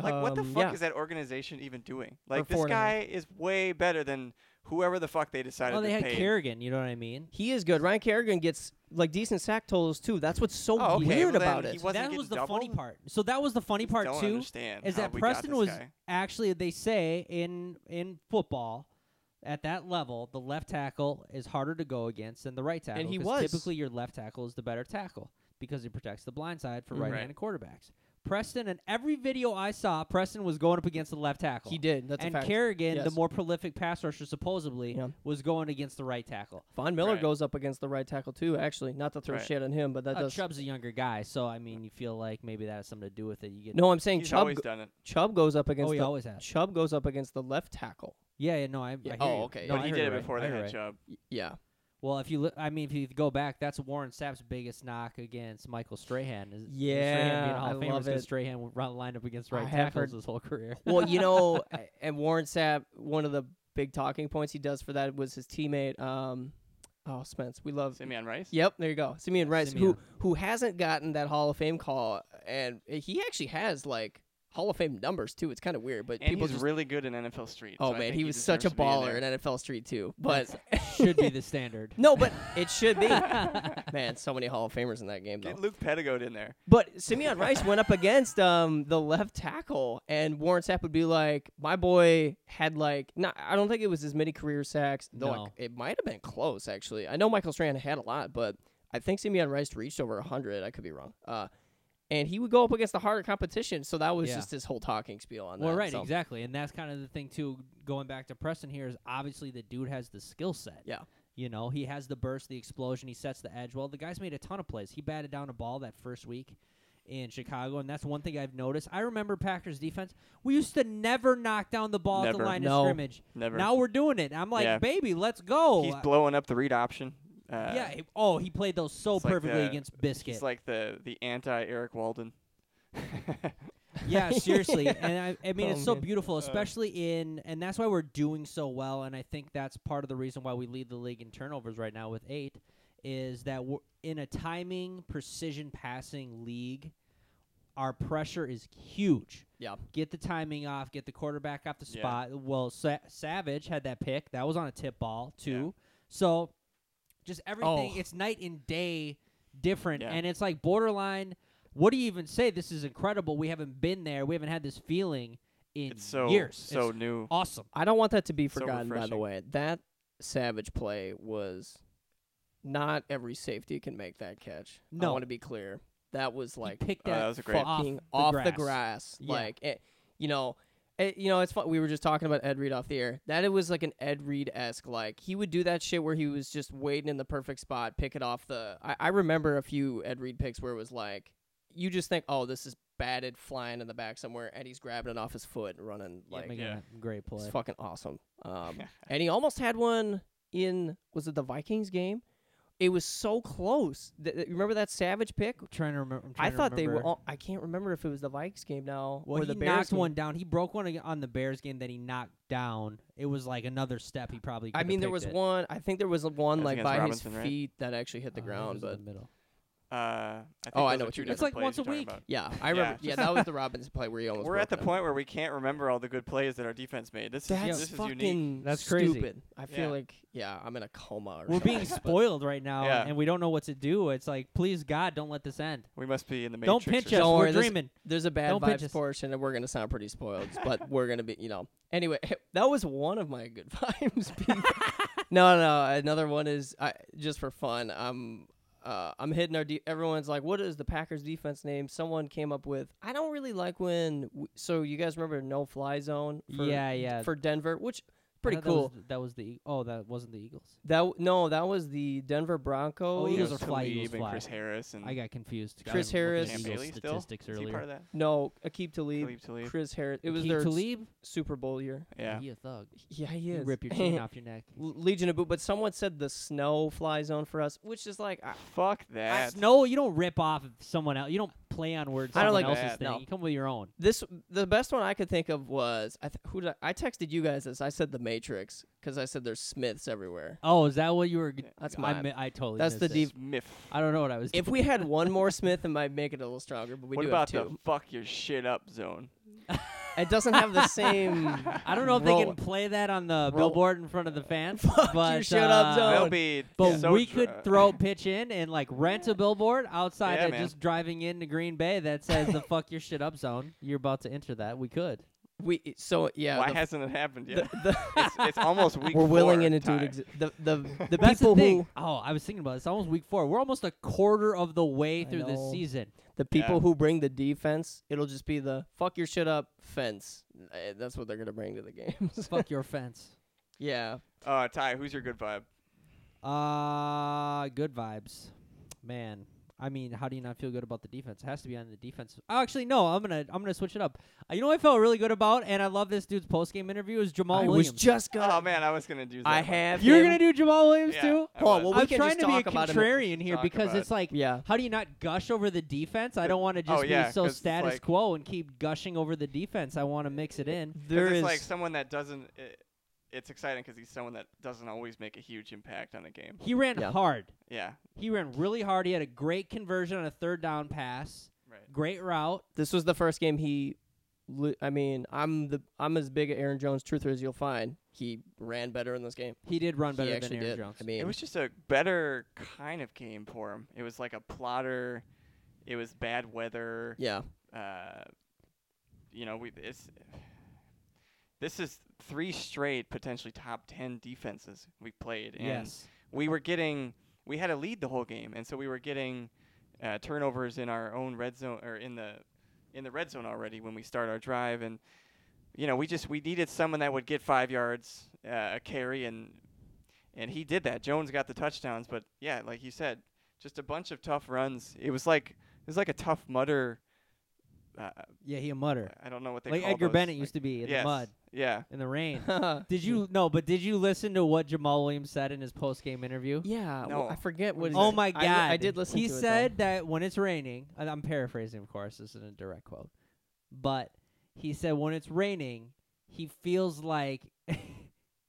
[SPEAKER 2] Like what the
[SPEAKER 1] Um,
[SPEAKER 2] fuck
[SPEAKER 1] yeah.
[SPEAKER 2] is that organization even doing?
[SPEAKER 1] four
[SPEAKER 2] Like this
[SPEAKER 1] and a half.
[SPEAKER 2] guy is way better than whoever the fuck they decided.
[SPEAKER 3] Well, they
[SPEAKER 2] to
[SPEAKER 3] had
[SPEAKER 2] pay.
[SPEAKER 3] Kerrigan. You know what I mean?
[SPEAKER 1] He is good. Ryan Kerrigan gets like decent sack totals too. That's what's so
[SPEAKER 2] Oh, okay.
[SPEAKER 1] weird
[SPEAKER 2] Well, then
[SPEAKER 1] about
[SPEAKER 2] he
[SPEAKER 1] it.
[SPEAKER 2] wasn't
[SPEAKER 3] that
[SPEAKER 2] getting
[SPEAKER 3] was the funny
[SPEAKER 2] doubled?
[SPEAKER 3] part. So that was the funny part
[SPEAKER 2] Don't
[SPEAKER 3] too.
[SPEAKER 2] understand
[SPEAKER 3] is
[SPEAKER 2] how
[SPEAKER 3] that
[SPEAKER 2] we got
[SPEAKER 3] Preston
[SPEAKER 2] this
[SPEAKER 3] was
[SPEAKER 2] guy.
[SPEAKER 3] actually they say in in football at that level the left tackle is harder to go against than the right tackle.
[SPEAKER 1] he
[SPEAKER 3] 'cause
[SPEAKER 1] was.
[SPEAKER 3] typically your left tackle is the better tackle because he protects the blind side for
[SPEAKER 1] Mhm. Right.
[SPEAKER 3] right-handed quarterbacks. Preston in every video I saw, Preston was going up against the left tackle.
[SPEAKER 1] He did. That's
[SPEAKER 3] and
[SPEAKER 1] a fact.
[SPEAKER 3] Kerrigan, the
[SPEAKER 1] Yes.
[SPEAKER 3] more prolific pass rusher supposedly,
[SPEAKER 1] Yeah.
[SPEAKER 3] was going against the right tackle.
[SPEAKER 1] Von Miller
[SPEAKER 2] Right.
[SPEAKER 1] goes up against the right tackle too. Actually, not to throw
[SPEAKER 2] Right.
[SPEAKER 1] shit on him, but that
[SPEAKER 3] Uh,
[SPEAKER 1] does.
[SPEAKER 3] Chubb's a younger guy, so I mean, you feel like maybe that has something to do with it. You get
[SPEAKER 1] No, I'm saying
[SPEAKER 2] He's
[SPEAKER 1] Chubb.
[SPEAKER 2] always done it.
[SPEAKER 1] Chubb goes up against
[SPEAKER 3] oh, he
[SPEAKER 1] the
[SPEAKER 3] always has.
[SPEAKER 1] Chubb goes up against the left tackle.
[SPEAKER 3] Yeah, yeah, no, I. I
[SPEAKER 1] Yeah.
[SPEAKER 3] hear
[SPEAKER 1] Oh,
[SPEAKER 3] you.
[SPEAKER 1] okay.
[SPEAKER 3] No,
[SPEAKER 2] but
[SPEAKER 3] I
[SPEAKER 2] he
[SPEAKER 3] heard
[SPEAKER 2] did
[SPEAKER 3] you
[SPEAKER 2] it
[SPEAKER 3] right.
[SPEAKER 2] before
[SPEAKER 3] I
[SPEAKER 2] they
[SPEAKER 3] heard you
[SPEAKER 2] had
[SPEAKER 3] right.
[SPEAKER 2] Chubb.
[SPEAKER 1] Y- yeah.
[SPEAKER 3] Well, if you, look, I mean, if you go back, that's Warren Sapp's biggest knock against Michael Strahan. Is is Strahan being
[SPEAKER 1] Yeah,
[SPEAKER 3] a Hall
[SPEAKER 1] I
[SPEAKER 3] of Famer
[SPEAKER 1] love
[SPEAKER 3] is 'cause
[SPEAKER 1] it.
[SPEAKER 3] Strahan would run- lined up against
[SPEAKER 1] I
[SPEAKER 3] right
[SPEAKER 1] have
[SPEAKER 3] tackles
[SPEAKER 1] heard-
[SPEAKER 3] his whole career.
[SPEAKER 1] Well, you know, a- and Warren Sapp, one of the big talking points he does for that was his teammate. Um, oh, Spence, we love.
[SPEAKER 2] Simeon Rice.
[SPEAKER 1] Yep, there you go, Simeon Rice,
[SPEAKER 3] Simeon.
[SPEAKER 1] who who hasn't gotten that Hall of Fame call, and he actually has like Hall of Fame numbers too. It's kind of weird, but
[SPEAKER 2] And
[SPEAKER 1] people
[SPEAKER 2] he's
[SPEAKER 1] just
[SPEAKER 2] really good in NFL Street.
[SPEAKER 1] oh
[SPEAKER 2] so I
[SPEAKER 1] man,
[SPEAKER 2] think
[SPEAKER 1] he was such a
[SPEAKER 2] deserves to be in
[SPEAKER 1] baller
[SPEAKER 2] there.
[SPEAKER 1] in NFL Street too. But
[SPEAKER 3] should be the standard.
[SPEAKER 1] no, but it should be. man, so many Hall of Famers in that game though.
[SPEAKER 2] Get Luke Pettigoat in there.
[SPEAKER 1] But Simeon Rice went up against um the left tackle, and Warren Sapp would be like, "My boy had like, not, I don't think it was as many career sacks. Though
[SPEAKER 3] No.
[SPEAKER 1] like, it might have been close actually. I know Michael Strahan had a lot, but I think Simeon Rice reached over hundred. I could be wrong. Uh, and he would go up against the harder competition, so that was
[SPEAKER 3] Yeah.
[SPEAKER 1] just his whole talking spiel on
[SPEAKER 3] Well,
[SPEAKER 1] that.
[SPEAKER 3] right,
[SPEAKER 1] so-
[SPEAKER 3] exactly, and that's kind of the thing too. Going back to Preston here is obviously the dude has the skill set.
[SPEAKER 1] Yeah.
[SPEAKER 3] you know he has the burst, the explosion, he sets the edge. Well, the guy's made a ton of plays. He batted down a ball that first week in Chicago, and that's one thing I've noticed. I remember Packers defense. We used to never knock down the ball at the
[SPEAKER 2] Never.
[SPEAKER 3] line
[SPEAKER 1] No.
[SPEAKER 3] of scrimmage.
[SPEAKER 2] Never.
[SPEAKER 3] Now we're doing it. I'm like,
[SPEAKER 2] Yeah.
[SPEAKER 3] baby, let's go.
[SPEAKER 2] he's
[SPEAKER 3] Uh,
[SPEAKER 2] blowing up the read option. Uh,
[SPEAKER 3] yeah. he- Oh, he played those so
[SPEAKER 2] it's like
[SPEAKER 3] perfectly
[SPEAKER 2] the-
[SPEAKER 3] against Biscuit.
[SPEAKER 2] He's like the the anti Eric Walden.
[SPEAKER 3] yeah, seriously. And I, I mean,
[SPEAKER 1] Oh,
[SPEAKER 3] it's so
[SPEAKER 1] man.
[SPEAKER 3] beautiful, especially in, and that's why we're doing so well. And I think that's part of the reason why we lead the league in turnovers right now with eight, is that we're in a timing, precision passing league. Our pressure is huge.
[SPEAKER 1] Yeah.
[SPEAKER 3] Get the timing off, get the quarterback off the
[SPEAKER 2] Yeah.
[SPEAKER 3] spot. Well, Sa- Savage had that pick. That was on a tip ball, too. So just everything,
[SPEAKER 1] Oh.
[SPEAKER 3] it's night and day different.
[SPEAKER 2] Yeah.
[SPEAKER 3] And it's like borderline what do you even say? This is incredible. We haven't been there. We haven't had this feeling in
[SPEAKER 2] It's so
[SPEAKER 3] years.
[SPEAKER 2] so
[SPEAKER 3] it's
[SPEAKER 2] new.
[SPEAKER 3] awesome.
[SPEAKER 1] I don't want that to be
[SPEAKER 2] So
[SPEAKER 1] forgotten, by the
[SPEAKER 2] refreshing.
[SPEAKER 1] way. That savage play was not every safety can make that catch. I
[SPEAKER 3] No. want
[SPEAKER 1] want to be clear. That was like
[SPEAKER 3] he picked
[SPEAKER 2] Oh, that
[SPEAKER 3] that.
[SPEAKER 2] was a great.
[SPEAKER 3] Off
[SPEAKER 1] fucking
[SPEAKER 3] the
[SPEAKER 1] off, the
[SPEAKER 3] grass.
[SPEAKER 1] grass.
[SPEAKER 3] Yeah.
[SPEAKER 1] Like, it, you know, it, you know, it's fun. We were just talking about Ed Reed off the air. That it was like an Ed Reed esque. Like he would do that shit where he was just waiting in the perfect spot, pick it off the. I, I remember a few Ed Reed picks where it was like, you just think, oh, this is batted flying in the back somewhere, and he's grabbing it off his foot and running
[SPEAKER 3] yeah,
[SPEAKER 1] like
[SPEAKER 3] making
[SPEAKER 2] Yeah.
[SPEAKER 3] a great play.
[SPEAKER 1] it's fucking awesome. Um, and he almost had one in was it the Vikings game? It was so close. Th- th- remember that Savage pick?
[SPEAKER 3] trying to remember. I'm
[SPEAKER 1] I
[SPEAKER 3] trying to
[SPEAKER 1] thought they were.
[SPEAKER 3] remember.
[SPEAKER 1] All, I can't remember if it was the Vikings game now
[SPEAKER 3] Well,
[SPEAKER 1] or
[SPEAKER 3] he
[SPEAKER 1] the Bears.
[SPEAKER 3] knocked
[SPEAKER 1] game.
[SPEAKER 3] one down. He broke one ag- on the Bears game that he knocked down. It was like another step. He probably.
[SPEAKER 1] I
[SPEAKER 3] coulda
[SPEAKER 1] mean, there
[SPEAKER 3] picked
[SPEAKER 1] was
[SPEAKER 3] it.
[SPEAKER 1] one. I think there was one
[SPEAKER 2] That's
[SPEAKER 1] like
[SPEAKER 2] against
[SPEAKER 1] by
[SPEAKER 2] Robinson,
[SPEAKER 1] his
[SPEAKER 2] right?
[SPEAKER 1] feet that actually hit the
[SPEAKER 3] Uh, it
[SPEAKER 1] ground.
[SPEAKER 3] was
[SPEAKER 1] But
[SPEAKER 3] in the middle.
[SPEAKER 2] Uh, I think
[SPEAKER 1] Oh, I
[SPEAKER 2] those
[SPEAKER 1] know
[SPEAKER 2] are
[SPEAKER 1] what
[SPEAKER 2] two
[SPEAKER 1] you mean. It's
[SPEAKER 2] different
[SPEAKER 3] like
[SPEAKER 2] plays
[SPEAKER 3] once a
[SPEAKER 2] you're talking
[SPEAKER 3] week.
[SPEAKER 2] about.
[SPEAKER 1] yeah, I remember.
[SPEAKER 2] just-
[SPEAKER 1] Yeah, that was the Robinson play where he almost.
[SPEAKER 2] We're at the
[SPEAKER 1] broke that.
[SPEAKER 2] point where we can't remember all the good plays that our defense made. This
[SPEAKER 1] That's
[SPEAKER 2] is this is
[SPEAKER 1] fucking
[SPEAKER 2] unique.
[SPEAKER 3] That's crazy.
[SPEAKER 1] stupid. I feel
[SPEAKER 2] Yeah.
[SPEAKER 1] like yeah, I'm in a coma. Or
[SPEAKER 3] We're being
[SPEAKER 1] something, but-
[SPEAKER 3] spoiled right now,
[SPEAKER 2] Yeah.
[SPEAKER 3] and we don't know what to do. It's like, please God, don't let this end.
[SPEAKER 2] We must be in the
[SPEAKER 3] Don't
[SPEAKER 2] matrix. or
[SPEAKER 3] pinch us.
[SPEAKER 2] something.
[SPEAKER 1] Don't
[SPEAKER 3] We're
[SPEAKER 1] worry, this-
[SPEAKER 3] dreaming.
[SPEAKER 1] There's a bad
[SPEAKER 3] Don't pitch
[SPEAKER 1] vibes
[SPEAKER 3] us.
[SPEAKER 1] portion, and we're gonna sound pretty spoiled, but we're gonna be, you know. Anyway, that was one of my good vibes. people. no, no, another one is I, just for fun. I'm, uh, I'm hitting our. De- everyone's like, "What is the Packers defense name?" Someone came up with. I don't really like when. W- so you guys remember no fly zone? For,
[SPEAKER 3] yeah, yeah.
[SPEAKER 1] For Denver, which
[SPEAKER 3] I
[SPEAKER 1] pretty
[SPEAKER 3] thought that was
[SPEAKER 1] cool.
[SPEAKER 3] th- That was, the, E- Oh, that wasn't the Eagles.
[SPEAKER 1] That w- no, that was the Denver Broncos.
[SPEAKER 3] Oh,
[SPEAKER 2] You know,
[SPEAKER 3] Eagles are fly,
[SPEAKER 2] Talib
[SPEAKER 3] Eagles
[SPEAKER 2] and
[SPEAKER 3] fly.
[SPEAKER 2] Chris Harris and
[SPEAKER 3] I got confused.
[SPEAKER 1] Chris
[SPEAKER 3] I was
[SPEAKER 1] Harris-
[SPEAKER 3] looking
[SPEAKER 2] Cam
[SPEAKER 3] at Eagles
[SPEAKER 2] Bailey still?
[SPEAKER 3] statistics
[SPEAKER 2] Is he
[SPEAKER 3] earlier.
[SPEAKER 2] part of that?
[SPEAKER 1] No, Akib Talib,
[SPEAKER 2] Talib Talib.
[SPEAKER 1] Chris Harris. It was
[SPEAKER 3] Akeem
[SPEAKER 1] their s-
[SPEAKER 3] Talib.
[SPEAKER 1] Super Bowl year.
[SPEAKER 2] Yeah.
[SPEAKER 3] He a thug.
[SPEAKER 1] Yeah, he
[SPEAKER 3] You
[SPEAKER 1] is.
[SPEAKER 3] rip your chain off your neck.
[SPEAKER 1] L- Legion of Boot, but someone said the snow fly zone for us, which is like I,
[SPEAKER 2] Fuck that.
[SPEAKER 3] No, you don't rip off of someone else. You don't play on words.
[SPEAKER 1] I don't
[SPEAKER 3] someone
[SPEAKER 2] like
[SPEAKER 3] else's
[SPEAKER 2] that,
[SPEAKER 3] thing.
[SPEAKER 1] no.
[SPEAKER 3] You come with your own.
[SPEAKER 1] this. The best one I could think of was I th- who did I, I texted you guys this. I said the Matrix because I said there's Smiths everywhere.
[SPEAKER 3] Oh, is that what you were? g-
[SPEAKER 1] That's
[SPEAKER 3] I,
[SPEAKER 1] mine.
[SPEAKER 3] mi- I totally.
[SPEAKER 1] That's
[SPEAKER 3] missed
[SPEAKER 1] the
[SPEAKER 3] it.
[SPEAKER 1] deep-
[SPEAKER 2] Miff.
[SPEAKER 3] I don't know what I was.
[SPEAKER 1] if
[SPEAKER 3] doing.
[SPEAKER 1] we had one more Smith, it might make it a little stronger. But we
[SPEAKER 2] what
[SPEAKER 1] do
[SPEAKER 2] about
[SPEAKER 1] have
[SPEAKER 2] the
[SPEAKER 1] two.
[SPEAKER 2] fuck your shit up zone?
[SPEAKER 1] It doesn't have the same.
[SPEAKER 3] I don't know if they
[SPEAKER 1] roll-
[SPEAKER 3] can play that on the
[SPEAKER 1] roll-
[SPEAKER 3] billboard in front of the fans.
[SPEAKER 1] Fuck
[SPEAKER 3] but,
[SPEAKER 1] you, shut up,
[SPEAKER 3] uh,
[SPEAKER 1] zone.
[SPEAKER 2] That'll
[SPEAKER 1] Oh,
[SPEAKER 2] be
[SPEAKER 3] But
[SPEAKER 2] so
[SPEAKER 3] we
[SPEAKER 2] dr-
[SPEAKER 3] could throw pitch in and like rent a billboard outside
[SPEAKER 2] Yeah,
[SPEAKER 3] of
[SPEAKER 2] man.
[SPEAKER 3] just driving into Green Bay that says the fuck your shit up zone. You're about to enter that. We could.
[SPEAKER 1] We so yeah.
[SPEAKER 2] Why
[SPEAKER 1] the,
[SPEAKER 2] hasn't it happened
[SPEAKER 1] the,
[SPEAKER 2] yet?
[SPEAKER 1] the-
[SPEAKER 2] it's, it's almost week.
[SPEAKER 1] we're willing
[SPEAKER 2] four
[SPEAKER 1] in it, dude.
[SPEAKER 2] time.
[SPEAKER 1] Exi- the the the
[SPEAKER 3] That's
[SPEAKER 1] people
[SPEAKER 3] the thing.
[SPEAKER 1] who
[SPEAKER 3] Oh, I was thinking about this. Almost week four. We're almost a quarter of the way
[SPEAKER 1] I
[SPEAKER 3] through this
[SPEAKER 1] know.
[SPEAKER 3] season.
[SPEAKER 1] the people
[SPEAKER 2] Yeah.
[SPEAKER 1] who bring the defense. It'll just be the fuck your shit up fence. Eh, That's what they're gonna bring to the games.
[SPEAKER 3] fuck your fence.
[SPEAKER 1] yeah,
[SPEAKER 2] Uh, Ty, who's your good vibe?
[SPEAKER 3] Uh good vibes. Man, I mean, how do you not feel good about the defense? It has to be on the defense. Oh, actually, no. I'm gonna I'm gonna switch it up. Uh, you know, what I felt really good about, and I love this dude's post game interview is Jamal
[SPEAKER 1] I was
[SPEAKER 3] Williams.
[SPEAKER 1] just gonna.
[SPEAKER 2] Oh man, I was gonna do that.
[SPEAKER 1] I
[SPEAKER 2] one.
[SPEAKER 1] have.
[SPEAKER 3] You're
[SPEAKER 1] him.
[SPEAKER 3] gonna do Jamal Williams
[SPEAKER 2] Yeah,
[SPEAKER 3] too?
[SPEAKER 2] I was.
[SPEAKER 1] well, we
[SPEAKER 3] I'm
[SPEAKER 1] can
[SPEAKER 3] trying
[SPEAKER 1] just
[SPEAKER 3] to be a
[SPEAKER 1] talk about him.
[SPEAKER 3] contrarian here
[SPEAKER 2] Talk
[SPEAKER 3] because
[SPEAKER 2] about
[SPEAKER 3] it's like,
[SPEAKER 1] Yeah.
[SPEAKER 3] how do you not gush over the defense? I don't want to just
[SPEAKER 2] Oh, yeah,
[SPEAKER 3] be so
[SPEAKER 2] 'cause it's
[SPEAKER 3] status
[SPEAKER 2] like-
[SPEAKER 3] quo and keep gushing over the defense. I want to mix it in.
[SPEAKER 2] 'Cause
[SPEAKER 1] There
[SPEAKER 2] it's
[SPEAKER 1] is
[SPEAKER 2] like someone that doesn't. It, it's exciting because he's someone that doesn't always make a huge impact on a game.
[SPEAKER 3] He ran
[SPEAKER 1] Yeah.
[SPEAKER 3] hard.
[SPEAKER 2] Yeah.
[SPEAKER 3] He ran really hard. He had a great conversion on a third down pass.
[SPEAKER 2] Right.
[SPEAKER 3] Great route.
[SPEAKER 1] this was the first game he li- I mean, I'm the I'm as big a Aaron Jones truther as you'll find. He ran better in this game.
[SPEAKER 3] He did run better
[SPEAKER 1] he
[SPEAKER 3] than
[SPEAKER 1] actually
[SPEAKER 3] Aaron
[SPEAKER 1] did.
[SPEAKER 3] Jones.
[SPEAKER 1] I mean,
[SPEAKER 2] It was just a better kind of game for him. It was like a plotter. It was bad weather.
[SPEAKER 1] yeah,
[SPEAKER 2] Uh, you know, we it's this is three straight potentially top ten defenses we played, and
[SPEAKER 3] yes.
[SPEAKER 2] we were getting we had a lead the whole game, and so we were getting uh, turnovers in our own red zone or in the in the red zone already when we start our drive, and you know we just we needed someone that would get five yards uh, a carry, and and he did that. Jones got the touchdowns, but yeah, like you said, just a bunch of tough runs. It was like it was like a tough mutter. Uh,
[SPEAKER 3] Yeah, he a mutter.
[SPEAKER 2] I don't know what they
[SPEAKER 3] Like
[SPEAKER 2] call
[SPEAKER 3] Edgar
[SPEAKER 2] those,
[SPEAKER 3] Bennett
[SPEAKER 2] like-
[SPEAKER 3] used to be in
[SPEAKER 2] Yes,
[SPEAKER 3] the mud,
[SPEAKER 2] Yeah,
[SPEAKER 3] in the rain.
[SPEAKER 1] yeah.
[SPEAKER 3] Did you no? But did you listen to what Jamal Williams said in his post game interview?
[SPEAKER 1] well, I
[SPEAKER 2] No.
[SPEAKER 1] forget what.
[SPEAKER 2] What
[SPEAKER 1] his-
[SPEAKER 2] is
[SPEAKER 3] Oh
[SPEAKER 2] it?
[SPEAKER 3] my
[SPEAKER 1] I
[SPEAKER 3] god!
[SPEAKER 1] li- I, did listen.
[SPEAKER 3] He
[SPEAKER 1] to it, though.
[SPEAKER 3] said that when it's raining, and I'm paraphrasing, of course. This isn't a direct quote, but he said when it's raining, he feels like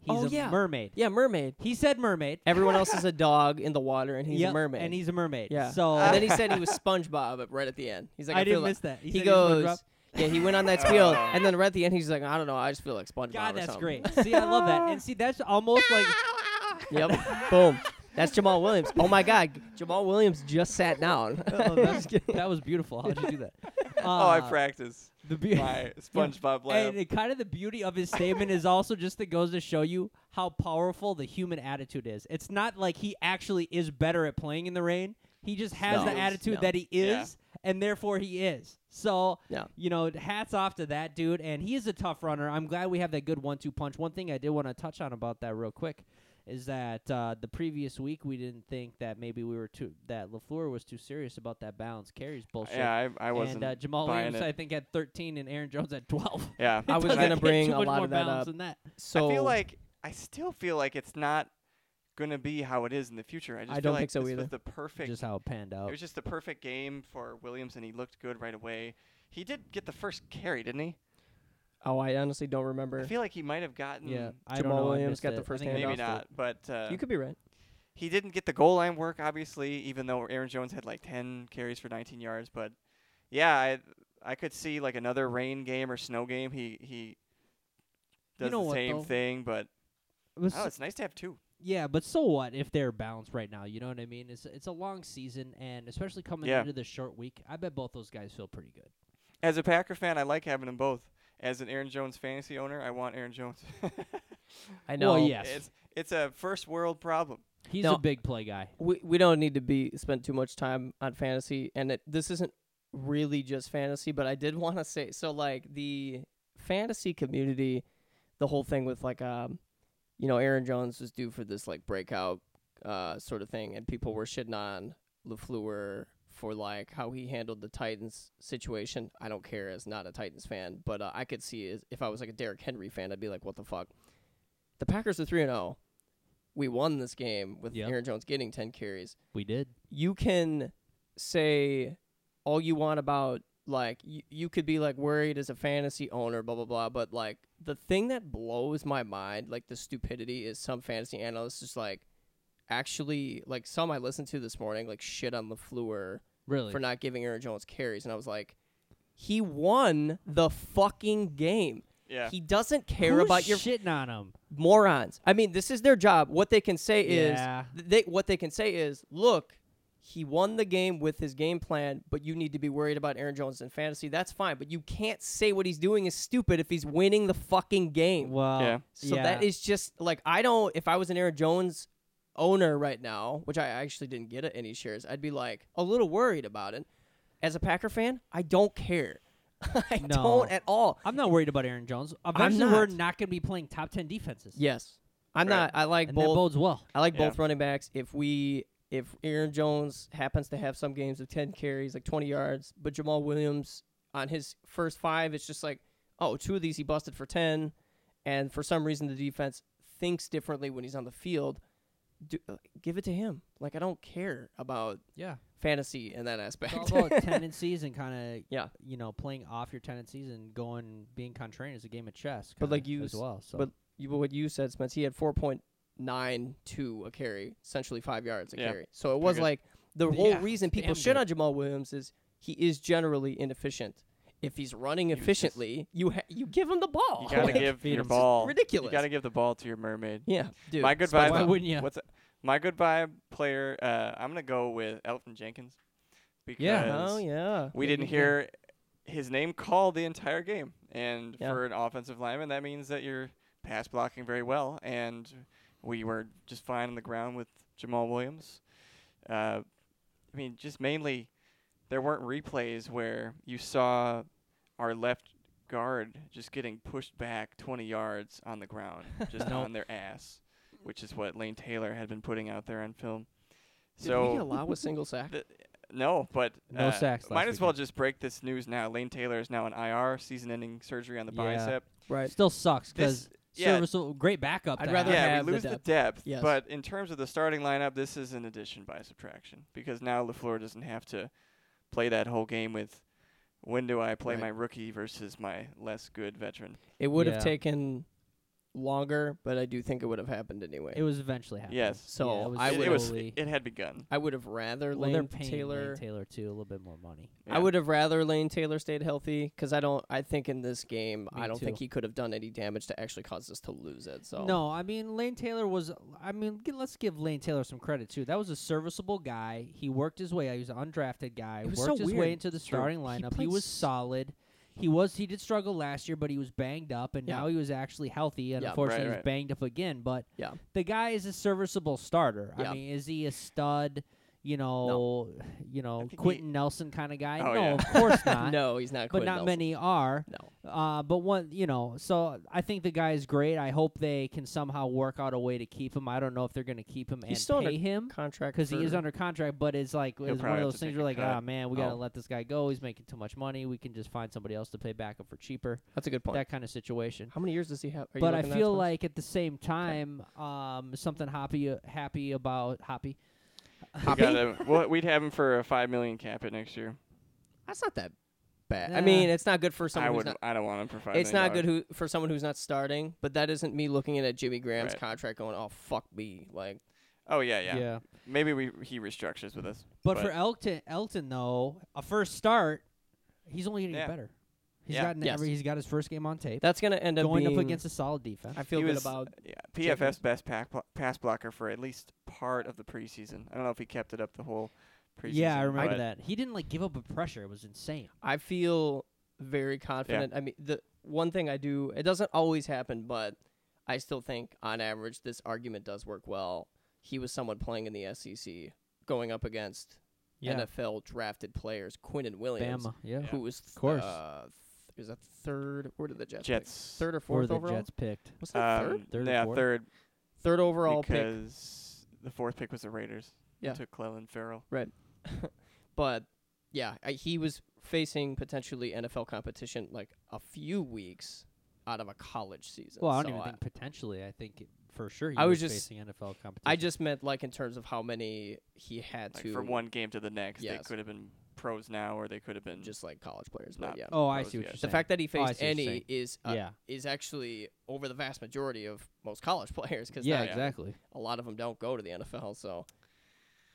[SPEAKER 3] he's
[SPEAKER 1] Oh,
[SPEAKER 3] a
[SPEAKER 1] yeah.
[SPEAKER 3] mermaid.
[SPEAKER 1] "Yeah, mermaid."
[SPEAKER 3] He said mermaid.
[SPEAKER 1] Everyone else is a dog in the water, and he's
[SPEAKER 3] Yep,
[SPEAKER 1] a mermaid.
[SPEAKER 3] and he's a mermaid.
[SPEAKER 1] Yeah.
[SPEAKER 3] So
[SPEAKER 1] And then he said he was SpongeBob right at the end. He's like, I,
[SPEAKER 3] I
[SPEAKER 1] feel
[SPEAKER 3] didn't
[SPEAKER 1] like,
[SPEAKER 3] miss that.
[SPEAKER 1] He,
[SPEAKER 3] said was
[SPEAKER 1] goes,
[SPEAKER 3] SpongeBob.
[SPEAKER 1] yeah, he went on that spiel,
[SPEAKER 2] Oh.
[SPEAKER 1] and then right at the end, he's like, I don't know, I just feel like SpongeBob.
[SPEAKER 3] God,
[SPEAKER 1] or
[SPEAKER 3] that's
[SPEAKER 1] something."
[SPEAKER 3] great. See, I love that. And see, that's almost like
[SPEAKER 1] Yep. Boom. That's Jamal Williams. Oh my God, Jamal Williams just sat down.
[SPEAKER 3] oh, that's, that was beautiful. How'd you do that?
[SPEAKER 2] oh, I
[SPEAKER 3] Uh,
[SPEAKER 2] practice
[SPEAKER 3] The be-
[SPEAKER 2] my SpongeBob
[SPEAKER 3] and
[SPEAKER 2] layup.
[SPEAKER 3] it- kind of the beauty of his statement is also just that goes to show you how powerful the human attitude is. It's not like he actually is better at playing in the rain. He just has
[SPEAKER 1] No.
[SPEAKER 3] the attitude
[SPEAKER 1] No.
[SPEAKER 3] that he
[SPEAKER 2] Yeah.
[SPEAKER 3] is, and therefore he is. So,
[SPEAKER 1] Yeah.
[SPEAKER 3] you know, hats off to that dude. And he is a tough runner. I'm glad we have that good one two punch. One thing I did want to touch on about that real quick is that uh, the previous week we didn't think that maybe we were too, that LaFleur was too serious about that balance carries bullshit.
[SPEAKER 2] Yeah, I, I wasn't.
[SPEAKER 3] and uh, Jamal
[SPEAKER 2] buying
[SPEAKER 3] Williams,
[SPEAKER 2] it.
[SPEAKER 3] I think, had 13 and Aaron Jones had 12.
[SPEAKER 2] yeah,
[SPEAKER 1] I was
[SPEAKER 3] Doesn't
[SPEAKER 1] gonna
[SPEAKER 3] get
[SPEAKER 1] bring
[SPEAKER 3] too
[SPEAKER 1] a
[SPEAKER 3] much
[SPEAKER 1] lot
[SPEAKER 3] more
[SPEAKER 1] of that
[SPEAKER 3] balance
[SPEAKER 1] up.
[SPEAKER 3] than that.
[SPEAKER 1] So
[SPEAKER 2] I feel like I still feel like it's not gonna be how it is in the future. I just
[SPEAKER 1] I
[SPEAKER 2] feel
[SPEAKER 1] don't
[SPEAKER 2] like
[SPEAKER 1] think so
[SPEAKER 2] this
[SPEAKER 1] either.
[SPEAKER 2] was the perfect.
[SPEAKER 3] Just how it panned
[SPEAKER 2] it
[SPEAKER 3] out.
[SPEAKER 2] was just the perfect game for Williams, and he looked good right away. He did get the first carry, didn't he?
[SPEAKER 1] oh, I honestly don't remember.
[SPEAKER 2] I feel like he might have gotten.
[SPEAKER 3] Yeah,
[SPEAKER 1] Jamal
[SPEAKER 3] I don't know, I
[SPEAKER 1] Williams
[SPEAKER 3] missed
[SPEAKER 1] got the
[SPEAKER 3] it. I
[SPEAKER 1] first
[SPEAKER 3] think
[SPEAKER 1] hand
[SPEAKER 3] I
[SPEAKER 2] Maybe
[SPEAKER 1] off
[SPEAKER 3] missed
[SPEAKER 2] not, but uh,
[SPEAKER 1] you could be right.
[SPEAKER 2] he didn't get the goal line work, obviously. Even though Aaron Jones had like 10 carries for 19 yards, but yeah, I I could see like another rain game or snow game. He he does
[SPEAKER 3] know
[SPEAKER 2] the
[SPEAKER 3] what,
[SPEAKER 2] same
[SPEAKER 3] though?
[SPEAKER 2] thing, but
[SPEAKER 3] it. It was-
[SPEAKER 2] oh, it's nice to have two.
[SPEAKER 3] yeah, but so what if they're balanced right now? You know what I mean? It's it's a long season, and especially coming
[SPEAKER 2] Yeah.
[SPEAKER 3] into the short week, I bet both those guys feel pretty good.
[SPEAKER 2] As a Packer fan, I like having them both. As an Aaron Jones fantasy owner, I want Aaron Jones.
[SPEAKER 1] I know.
[SPEAKER 3] Well, yes,
[SPEAKER 2] It's it's a first world problem.
[SPEAKER 3] he's
[SPEAKER 1] No.
[SPEAKER 3] a big play guy.
[SPEAKER 1] we we don't need to be spend too much time on fantasy, and it, this isn't really just fantasy. But I did want to say so, like the fantasy community, the whole thing with like um, you know, Aaron Jones was due for this like breakout uh sort of thing, and people were shitting on Lafleur for like how he handled the Titans situation. I don't care as not a Titans fan, but uh, I could see as, if I was like a Derrick Henry fan, I'd be like, what the fuck. The Packers are three and zero. We won this game with
[SPEAKER 3] Yep.
[SPEAKER 1] Aaron Jones getting ten carries
[SPEAKER 3] We did.
[SPEAKER 1] you can say all you want about like you, you could be like worried as a fantasy owner blah blah blah but like the thing that blows my mind like the stupidity is some fantasy analysts just like actually like some i listened to this morning like shit on LaFleur
[SPEAKER 3] Really?
[SPEAKER 1] for not giving Aaron Jones carries and i was like he won the fucking game
[SPEAKER 2] Yeah.
[SPEAKER 1] he doesn't care
[SPEAKER 3] Who's
[SPEAKER 1] about your
[SPEAKER 3] shitting on him?
[SPEAKER 1] morons. I mean, this is their job. What they can say
[SPEAKER 3] Yeah.
[SPEAKER 1] is th- they what they can say is, look, he won the game with his game plan, but you need to be worried about Aaron Jones in fantasy. That's fine, but you can't say what he's doing is stupid if he's winning the fucking game.
[SPEAKER 3] Well,
[SPEAKER 2] Yeah.
[SPEAKER 1] so that is just like I don't if I was an Aaron Jones owner right now, which I actually didn't get any shares, I'd be like a little worried about it. As a Packer fan, I don't care. I
[SPEAKER 3] No.
[SPEAKER 1] don't at all.
[SPEAKER 3] I'm not worried about Aaron Jones. Eventually,
[SPEAKER 1] not.
[SPEAKER 3] we're not going to be playing top ten defenses.
[SPEAKER 1] Yes. I'm
[SPEAKER 2] Right.
[SPEAKER 1] not I like
[SPEAKER 3] and
[SPEAKER 1] both
[SPEAKER 3] that bodes well.
[SPEAKER 1] I like
[SPEAKER 2] Yeah.
[SPEAKER 1] both running backs. If we if Aaron Jones happens to have some games of ten carries, like twenty yards, but Jamal Williams on his first five, it's just like, oh, two of these he busted for ten, and for some reason the defense thinks differently when he's on the field. Do, uh, give it to him. Like I don't care about
[SPEAKER 3] Yeah.
[SPEAKER 1] fantasy in that
[SPEAKER 3] It's
[SPEAKER 1] aspect.
[SPEAKER 3] all about tendencies and kind of
[SPEAKER 1] Yeah.
[SPEAKER 3] you know playing off your tendencies and going being contrarian is a game of chess.
[SPEAKER 1] But,
[SPEAKER 3] kinda,
[SPEAKER 1] like, you
[SPEAKER 3] as
[SPEAKER 1] s-
[SPEAKER 3] well, so
[SPEAKER 1] but you, what you said, Spence, he had four point nine two a carry, essentially five yards a
[SPEAKER 2] Yeah.
[SPEAKER 1] carry. So it was
[SPEAKER 2] good.
[SPEAKER 1] like the whole
[SPEAKER 3] Yeah,
[SPEAKER 1] reason people
[SPEAKER 3] damn
[SPEAKER 1] shit
[SPEAKER 3] good.
[SPEAKER 1] on Jamal Williams is he is generally inefficient. if he's running
[SPEAKER 2] You just-
[SPEAKER 1] efficiently, you ha- you give him the ball.
[SPEAKER 2] You gotta
[SPEAKER 1] Like,
[SPEAKER 2] give
[SPEAKER 3] feed
[SPEAKER 2] your
[SPEAKER 3] him.
[SPEAKER 2] ball. You
[SPEAKER 1] ridiculous.
[SPEAKER 2] gotta give the ball to your mermaid.
[SPEAKER 1] yeah, dude.
[SPEAKER 2] my good
[SPEAKER 1] spice
[SPEAKER 2] vibe.
[SPEAKER 1] it
[SPEAKER 3] Why
[SPEAKER 1] up.
[SPEAKER 3] wouldn't you?
[SPEAKER 2] What's my good vibe player? Uh, I'm gonna go with Elton Jenkins because
[SPEAKER 3] Yeah.
[SPEAKER 1] Oh yeah.
[SPEAKER 2] we didn't hear his name called the entire game, and
[SPEAKER 1] Yeah.
[SPEAKER 2] for an offensive lineman, that means that you're pass blocking very well, and we were just fine on the ground with Jamal Williams. Uh, I mean, just mainly there weren't replays where you saw our left guard just getting pushed back 20 yards on the ground, just
[SPEAKER 3] Nope.
[SPEAKER 2] on their ass, which is what Lane Taylor had been putting out there on film.
[SPEAKER 1] Did we
[SPEAKER 2] so
[SPEAKER 1] allow a single sack?
[SPEAKER 2] th- no, but
[SPEAKER 3] No
[SPEAKER 2] uh,
[SPEAKER 3] sacks last
[SPEAKER 2] might as well
[SPEAKER 3] weekend.
[SPEAKER 2] just break this news now. Lane Taylor is now an IR, season-ending surgery on the
[SPEAKER 3] Yeah.
[SPEAKER 2] bicep.
[SPEAKER 1] Right.
[SPEAKER 3] Still sucks because
[SPEAKER 2] This- yeah.
[SPEAKER 3] serviceable, great backup.
[SPEAKER 1] I'd
[SPEAKER 3] to
[SPEAKER 1] rather
[SPEAKER 3] have.
[SPEAKER 2] yeah,
[SPEAKER 1] have the
[SPEAKER 2] we lose the
[SPEAKER 1] depth.
[SPEAKER 2] depth.
[SPEAKER 1] Yes.
[SPEAKER 2] But in terms of the starting lineup, this is an addition by subtraction because now Lafleur doesn't have to play that whole game with when do I play
[SPEAKER 1] Right.
[SPEAKER 2] my rookie versus my less good veteran.
[SPEAKER 1] It would
[SPEAKER 3] Yeah.
[SPEAKER 1] have taken longer, but I do think it would have happened anyway.
[SPEAKER 3] it was eventually happening.
[SPEAKER 2] Yes,
[SPEAKER 1] so
[SPEAKER 3] it was
[SPEAKER 1] I
[SPEAKER 2] it,
[SPEAKER 1] would
[SPEAKER 2] it was
[SPEAKER 3] totally-
[SPEAKER 2] it had begun.
[SPEAKER 1] I would have rather
[SPEAKER 3] Well, they're
[SPEAKER 1] Lane
[SPEAKER 3] paying
[SPEAKER 1] Taylor.
[SPEAKER 3] Lane Taylor too a little bit more money.
[SPEAKER 1] I
[SPEAKER 2] Yeah.
[SPEAKER 1] would have rather Lane Taylor stayed healthy because I don't. I think in this game,
[SPEAKER 3] Me
[SPEAKER 1] I don't think
[SPEAKER 3] too.
[SPEAKER 1] he could have done any damage to actually cause us to lose it. So
[SPEAKER 3] No, I mean Lane Taylor was. I mean, g- let's give Lane Taylor some credit too. That was a serviceable guy. He worked his way. out. He was an undrafted guy.
[SPEAKER 1] It was so
[SPEAKER 3] worked his
[SPEAKER 1] weird.
[SPEAKER 3] way into the
[SPEAKER 1] It's true.
[SPEAKER 3] starting
[SPEAKER 1] He
[SPEAKER 3] lineup. He,
[SPEAKER 1] played
[SPEAKER 3] was
[SPEAKER 1] s-
[SPEAKER 3] solid. He was. He did struggle last year, but he was banged up, and
[SPEAKER 1] Yeah.
[SPEAKER 3] now he was actually healthy. And
[SPEAKER 1] Yeah, right,
[SPEAKER 3] unfortunately, he's
[SPEAKER 2] right.
[SPEAKER 3] banged up again. But
[SPEAKER 1] Yeah.
[SPEAKER 3] the guy is a serviceable starter.
[SPEAKER 1] Yeah.
[SPEAKER 3] I mean, is he a stud? You know, you know,
[SPEAKER 2] think he-
[SPEAKER 3] Quentin Nelson kind of guy.
[SPEAKER 2] Oh,
[SPEAKER 3] no,
[SPEAKER 2] yeah.
[SPEAKER 3] of course not.
[SPEAKER 1] no, he's not.
[SPEAKER 3] but
[SPEAKER 1] Quinn
[SPEAKER 3] not
[SPEAKER 1] Nelson.
[SPEAKER 3] many are.
[SPEAKER 1] No,
[SPEAKER 3] Uh, but one, you know, so I think the guy is great. I hope they can somehow work out a way to keep him. I don't know if they're going to keep him
[SPEAKER 1] He's
[SPEAKER 3] and
[SPEAKER 1] still under
[SPEAKER 3] pay him
[SPEAKER 1] contract
[SPEAKER 3] because he is
[SPEAKER 1] for-
[SPEAKER 3] under contract. But it's like
[SPEAKER 2] He'll
[SPEAKER 3] it's one of
[SPEAKER 2] probably have
[SPEAKER 3] those
[SPEAKER 2] to
[SPEAKER 3] things.
[SPEAKER 2] take
[SPEAKER 3] You're
[SPEAKER 2] a
[SPEAKER 3] like,
[SPEAKER 2] cut.
[SPEAKER 3] ah, man, we got to
[SPEAKER 1] Oh.
[SPEAKER 3] let this guy go. He's making too much money. We can just find somebody else to pay back him for cheaper.
[SPEAKER 1] That's a good point.
[SPEAKER 3] That kind of situation
[SPEAKER 1] How many years does he have? Are you
[SPEAKER 3] but I
[SPEAKER 1] looking that
[SPEAKER 3] feel
[SPEAKER 1] up?
[SPEAKER 3] like at the same time, um, something happy happy about happy.
[SPEAKER 2] We gotta, well, we'd have him for a five million cap it next year.
[SPEAKER 1] that's not that bad.
[SPEAKER 3] Nah.
[SPEAKER 1] I mean, it's not good for someone.
[SPEAKER 2] I
[SPEAKER 1] who's
[SPEAKER 2] would.
[SPEAKER 1] not-
[SPEAKER 2] I don't want him for five.
[SPEAKER 1] it's
[SPEAKER 2] million
[SPEAKER 1] not good
[SPEAKER 2] dollars.
[SPEAKER 1] who for someone who's not starting. But that isn't me looking at Jimmy Graham's
[SPEAKER 2] Right.
[SPEAKER 1] contract going, "Oh fuck me!" Like
[SPEAKER 2] Oh yeah, yeah, Maybe we he restructures with us.
[SPEAKER 3] But,
[SPEAKER 2] But-
[SPEAKER 3] for Elton, Elton though, a first start, he's only going to
[SPEAKER 2] Yeah.
[SPEAKER 3] get better. He's
[SPEAKER 2] Yeah.
[SPEAKER 3] gotten
[SPEAKER 1] Yes.
[SPEAKER 3] every, he's got his first game on tape.
[SPEAKER 1] that's gonna end up
[SPEAKER 3] going
[SPEAKER 1] being,
[SPEAKER 3] up against a solid defense.
[SPEAKER 1] I feel
[SPEAKER 2] He
[SPEAKER 1] good
[SPEAKER 2] was-
[SPEAKER 1] about.
[SPEAKER 2] Yeah, PFF's best pack blo- pass blocker for at least part of the preseason. I don't know if he kept it up the whole preseason.
[SPEAKER 3] yeah, I remember
[SPEAKER 2] but
[SPEAKER 3] that. He didn't like give up a pressure. It was insane.
[SPEAKER 1] I feel very confident. I mean, the one thing I do, it doesn't always happen, but I still think on average this argument does work well. He was someone playing in the SEC going up against NFL drafted players, Quinn and Williams,
[SPEAKER 3] Bama. Yeah.
[SPEAKER 1] who was th-
[SPEAKER 3] course.
[SPEAKER 1] uh, th- is that third? Where did the Jets? pick?
[SPEAKER 2] Jets.
[SPEAKER 1] third or
[SPEAKER 3] Or
[SPEAKER 1] fourth
[SPEAKER 3] the
[SPEAKER 1] overall?
[SPEAKER 3] Jets picked.
[SPEAKER 1] Was that
[SPEAKER 2] Um,
[SPEAKER 1] third?
[SPEAKER 3] Third or
[SPEAKER 2] yeah,
[SPEAKER 3] fourth?
[SPEAKER 2] third
[SPEAKER 1] Third overall pick.
[SPEAKER 2] because the fourth pick was the Raiders.
[SPEAKER 1] Yeah.
[SPEAKER 2] took Cleland Farrell.
[SPEAKER 1] But yeah, I, he was facing potentially NFL competition like a few weeks out of a college season.
[SPEAKER 3] Well, I don't
[SPEAKER 1] So
[SPEAKER 3] even think potentially. I think for sure he
[SPEAKER 1] I
[SPEAKER 3] was,
[SPEAKER 1] was just-
[SPEAKER 3] facing NFL competition.
[SPEAKER 1] I just meant like in terms of how many he had
[SPEAKER 2] Like
[SPEAKER 1] to
[SPEAKER 2] from one game to the next,
[SPEAKER 1] Yes.
[SPEAKER 2] they could have been pros now, or they could have been
[SPEAKER 1] just like college players,
[SPEAKER 2] Not
[SPEAKER 1] but yeah.
[SPEAKER 3] Oh, I
[SPEAKER 2] those
[SPEAKER 3] see what
[SPEAKER 2] guys.
[SPEAKER 3] you're
[SPEAKER 1] the
[SPEAKER 3] saying.
[SPEAKER 1] fact that he
[SPEAKER 3] Oh, I
[SPEAKER 1] faced
[SPEAKER 3] see what
[SPEAKER 1] any
[SPEAKER 3] you're saying.
[SPEAKER 1] is uh,
[SPEAKER 3] yeah.
[SPEAKER 1] is actually over the vast majority of most college players because
[SPEAKER 3] Yeah.
[SPEAKER 2] that-
[SPEAKER 3] Exactly.
[SPEAKER 1] a lot of them don't go to the NFL. So,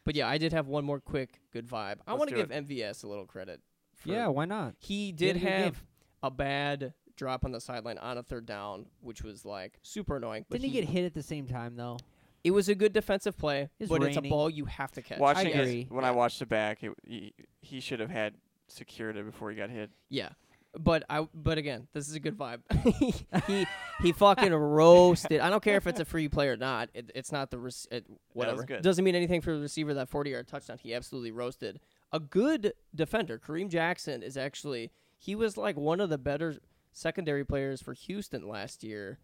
[SPEAKER 1] but yeah, I did have one more quick good vibe. I
[SPEAKER 2] Let's
[SPEAKER 1] want to
[SPEAKER 2] do
[SPEAKER 1] give MVS a little credit. For,
[SPEAKER 3] Yeah. Why not?
[SPEAKER 1] he
[SPEAKER 3] He had
[SPEAKER 1] did
[SPEAKER 3] a good game.
[SPEAKER 1] have a bad drop on the sideline on a third down, which was like super annoying. But
[SPEAKER 3] Didn't he, get hit at the same time though?
[SPEAKER 1] It was a good defensive play,
[SPEAKER 3] It's
[SPEAKER 1] but it's a
[SPEAKER 3] raining.
[SPEAKER 1] ball you have to catch.
[SPEAKER 2] watching
[SPEAKER 3] I
[SPEAKER 2] it-
[SPEAKER 3] agree.
[SPEAKER 2] when I watched it back, it, he he should have had secured it before he got hit.
[SPEAKER 1] Yeah. But I but again, this is a good vibe. he he fucking roasted. I don't care if it's a free play or not. It, it's not the rec- it, whatever.
[SPEAKER 2] good.
[SPEAKER 1] Doesn't mean anything for the receiver that 40-yard touchdown. He absolutely roasted. A good defender, Kareem Jackson is actually he was like one of the better secondary players for Houston last year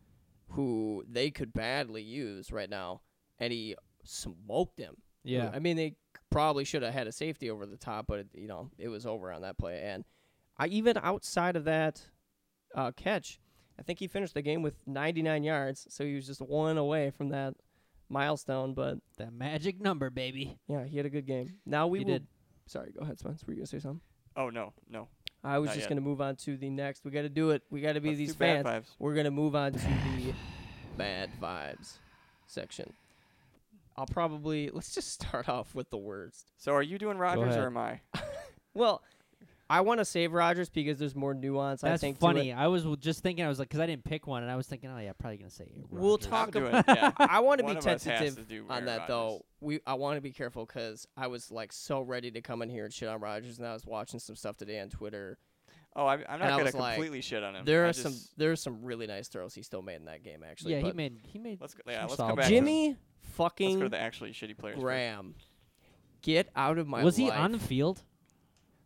[SPEAKER 1] who they could badly use right now and he smoked him. I mean, they probably should have had a safety over the top, but it, you know, it was over on that play. And I even outside of that uh, catch, I think he finished the game with 99 yards, so he was just one away from that milestone. But
[SPEAKER 3] That magic number, baby.
[SPEAKER 1] yeah, he had a good game. Now we
[SPEAKER 3] He
[SPEAKER 1] will-
[SPEAKER 3] did.
[SPEAKER 1] Sorry, go ahead, Spence. Were you gonna say something?
[SPEAKER 2] Oh no, no.
[SPEAKER 1] I was
[SPEAKER 2] Not
[SPEAKER 1] just
[SPEAKER 2] yet.
[SPEAKER 1] gonna move on to the next. We got to do it. We got to be
[SPEAKER 2] Let's
[SPEAKER 1] these
[SPEAKER 2] do bad
[SPEAKER 1] fans.
[SPEAKER 2] vibes.
[SPEAKER 1] We're gonna move on to the bad vibes section. I'll probably let's just start off with the worst.
[SPEAKER 2] So are you doing Rodgers
[SPEAKER 3] ahead.
[SPEAKER 2] or am I?
[SPEAKER 1] Well, I want to save Rogers because there's more nuance. I
[SPEAKER 3] That's
[SPEAKER 1] think to it.
[SPEAKER 3] funny. I was w- just thinking. I was like, because I didn't pick one, and I was thinking, oh yeah, probably gonna say.
[SPEAKER 1] We'll
[SPEAKER 3] Rodgers.
[SPEAKER 1] talk
[SPEAKER 2] I'm doing
[SPEAKER 1] about-
[SPEAKER 2] it, yeah.
[SPEAKER 1] I want to
[SPEAKER 2] One
[SPEAKER 1] be
[SPEAKER 2] of us has
[SPEAKER 1] tentative
[SPEAKER 2] to do
[SPEAKER 1] on
[SPEAKER 2] Aaron
[SPEAKER 1] that
[SPEAKER 2] Rodgers.
[SPEAKER 1] though. We I want to be careful because I was like so ready to come in here and shit on Rogers, and I was watching some stuff today on Twitter.
[SPEAKER 2] Oh, I, I'm
[SPEAKER 1] I
[SPEAKER 2] not gonna
[SPEAKER 1] was like,
[SPEAKER 2] completely shit on him.
[SPEAKER 1] There
[SPEAKER 2] Um, I
[SPEAKER 1] are some
[SPEAKER 2] just-
[SPEAKER 1] there are some really nice throws he still made in that game actually.
[SPEAKER 3] Yeah, he
[SPEAKER 1] but
[SPEAKER 3] made. He made.
[SPEAKER 2] Let's go- yeah,
[SPEAKER 3] some
[SPEAKER 2] let's go
[SPEAKER 3] solid
[SPEAKER 2] back to-
[SPEAKER 3] plays.
[SPEAKER 1] Jimmy
[SPEAKER 2] Let's go to
[SPEAKER 1] fucking
[SPEAKER 2] the actually shitty players. first.
[SPEAKER 1] Graham. Get out of my
[SPEAKER 3] was he
[SPEAKER 1] life.
[SPEAKER 3] on the field?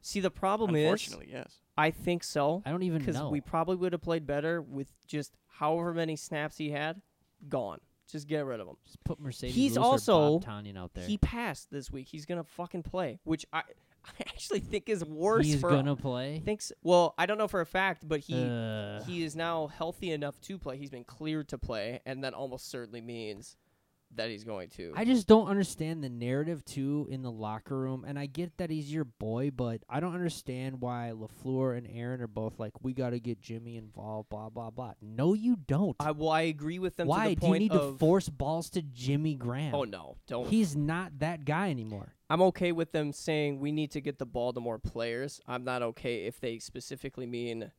[SPEAKER 1] See, the problem is,
[SPEAKER 2] Unfortunately, yes.
[SPEAKER 1] I think so.
[SPEAKER 3] I don't even
[SPEAKER 1] because
[SPEAKER 3] know.
[SPEAKER 1] we probably would have played better with just however many snaps he had gone. Just get rid of him.
[SPEAKER 3] Just put Mercedes.
[SPEAKER 1] He's
[SPEAKER 3] Lewis or Bob
[SPEAKER 1] also-
[SPEAKER 3] Tanyan out there.
[SPEAKER 1] He passed this week. He's gonna fucking play, which I, I actually think is worse
[SPEAKER 3] He's
[SPEAKER 1] for.
[SPEAKER 3] gonna play.
[SPEAKER 1] thinks well, I don't know for a fact, but he
[SPEAKER 3] Ugh.
[SPEAKER 1] he is now healthy enough to play. He's been cleared to play, and that almost certainly means that he's going to.
[SPEAKER 3] I just don't understand the narrative too in the locker room, and I get that he's your boy, but I don't understand why Lafleur and Aaron are both like, "We got to get Jimmy involved," blah blah blah. No, you don't.
[SPEAKER 1] I, well, I agree with them. to
[SPEAKER 3] why
[SPEAKER 1] the
[SPEAKER 3] do you
[SPEAKER 1] point
[SPEAKER 3] need
[SPEAKER 1] of,
[SPEAKER 3] to force balls to Jimmy Graham?
[SPEAKER 1] Oh no, don't.
[SPEAKER 3] He's not that guy anymore.
[SPEAKER 1] I'm okay with them saying we need to get the ball to more players. I'm not okay if they specifically mean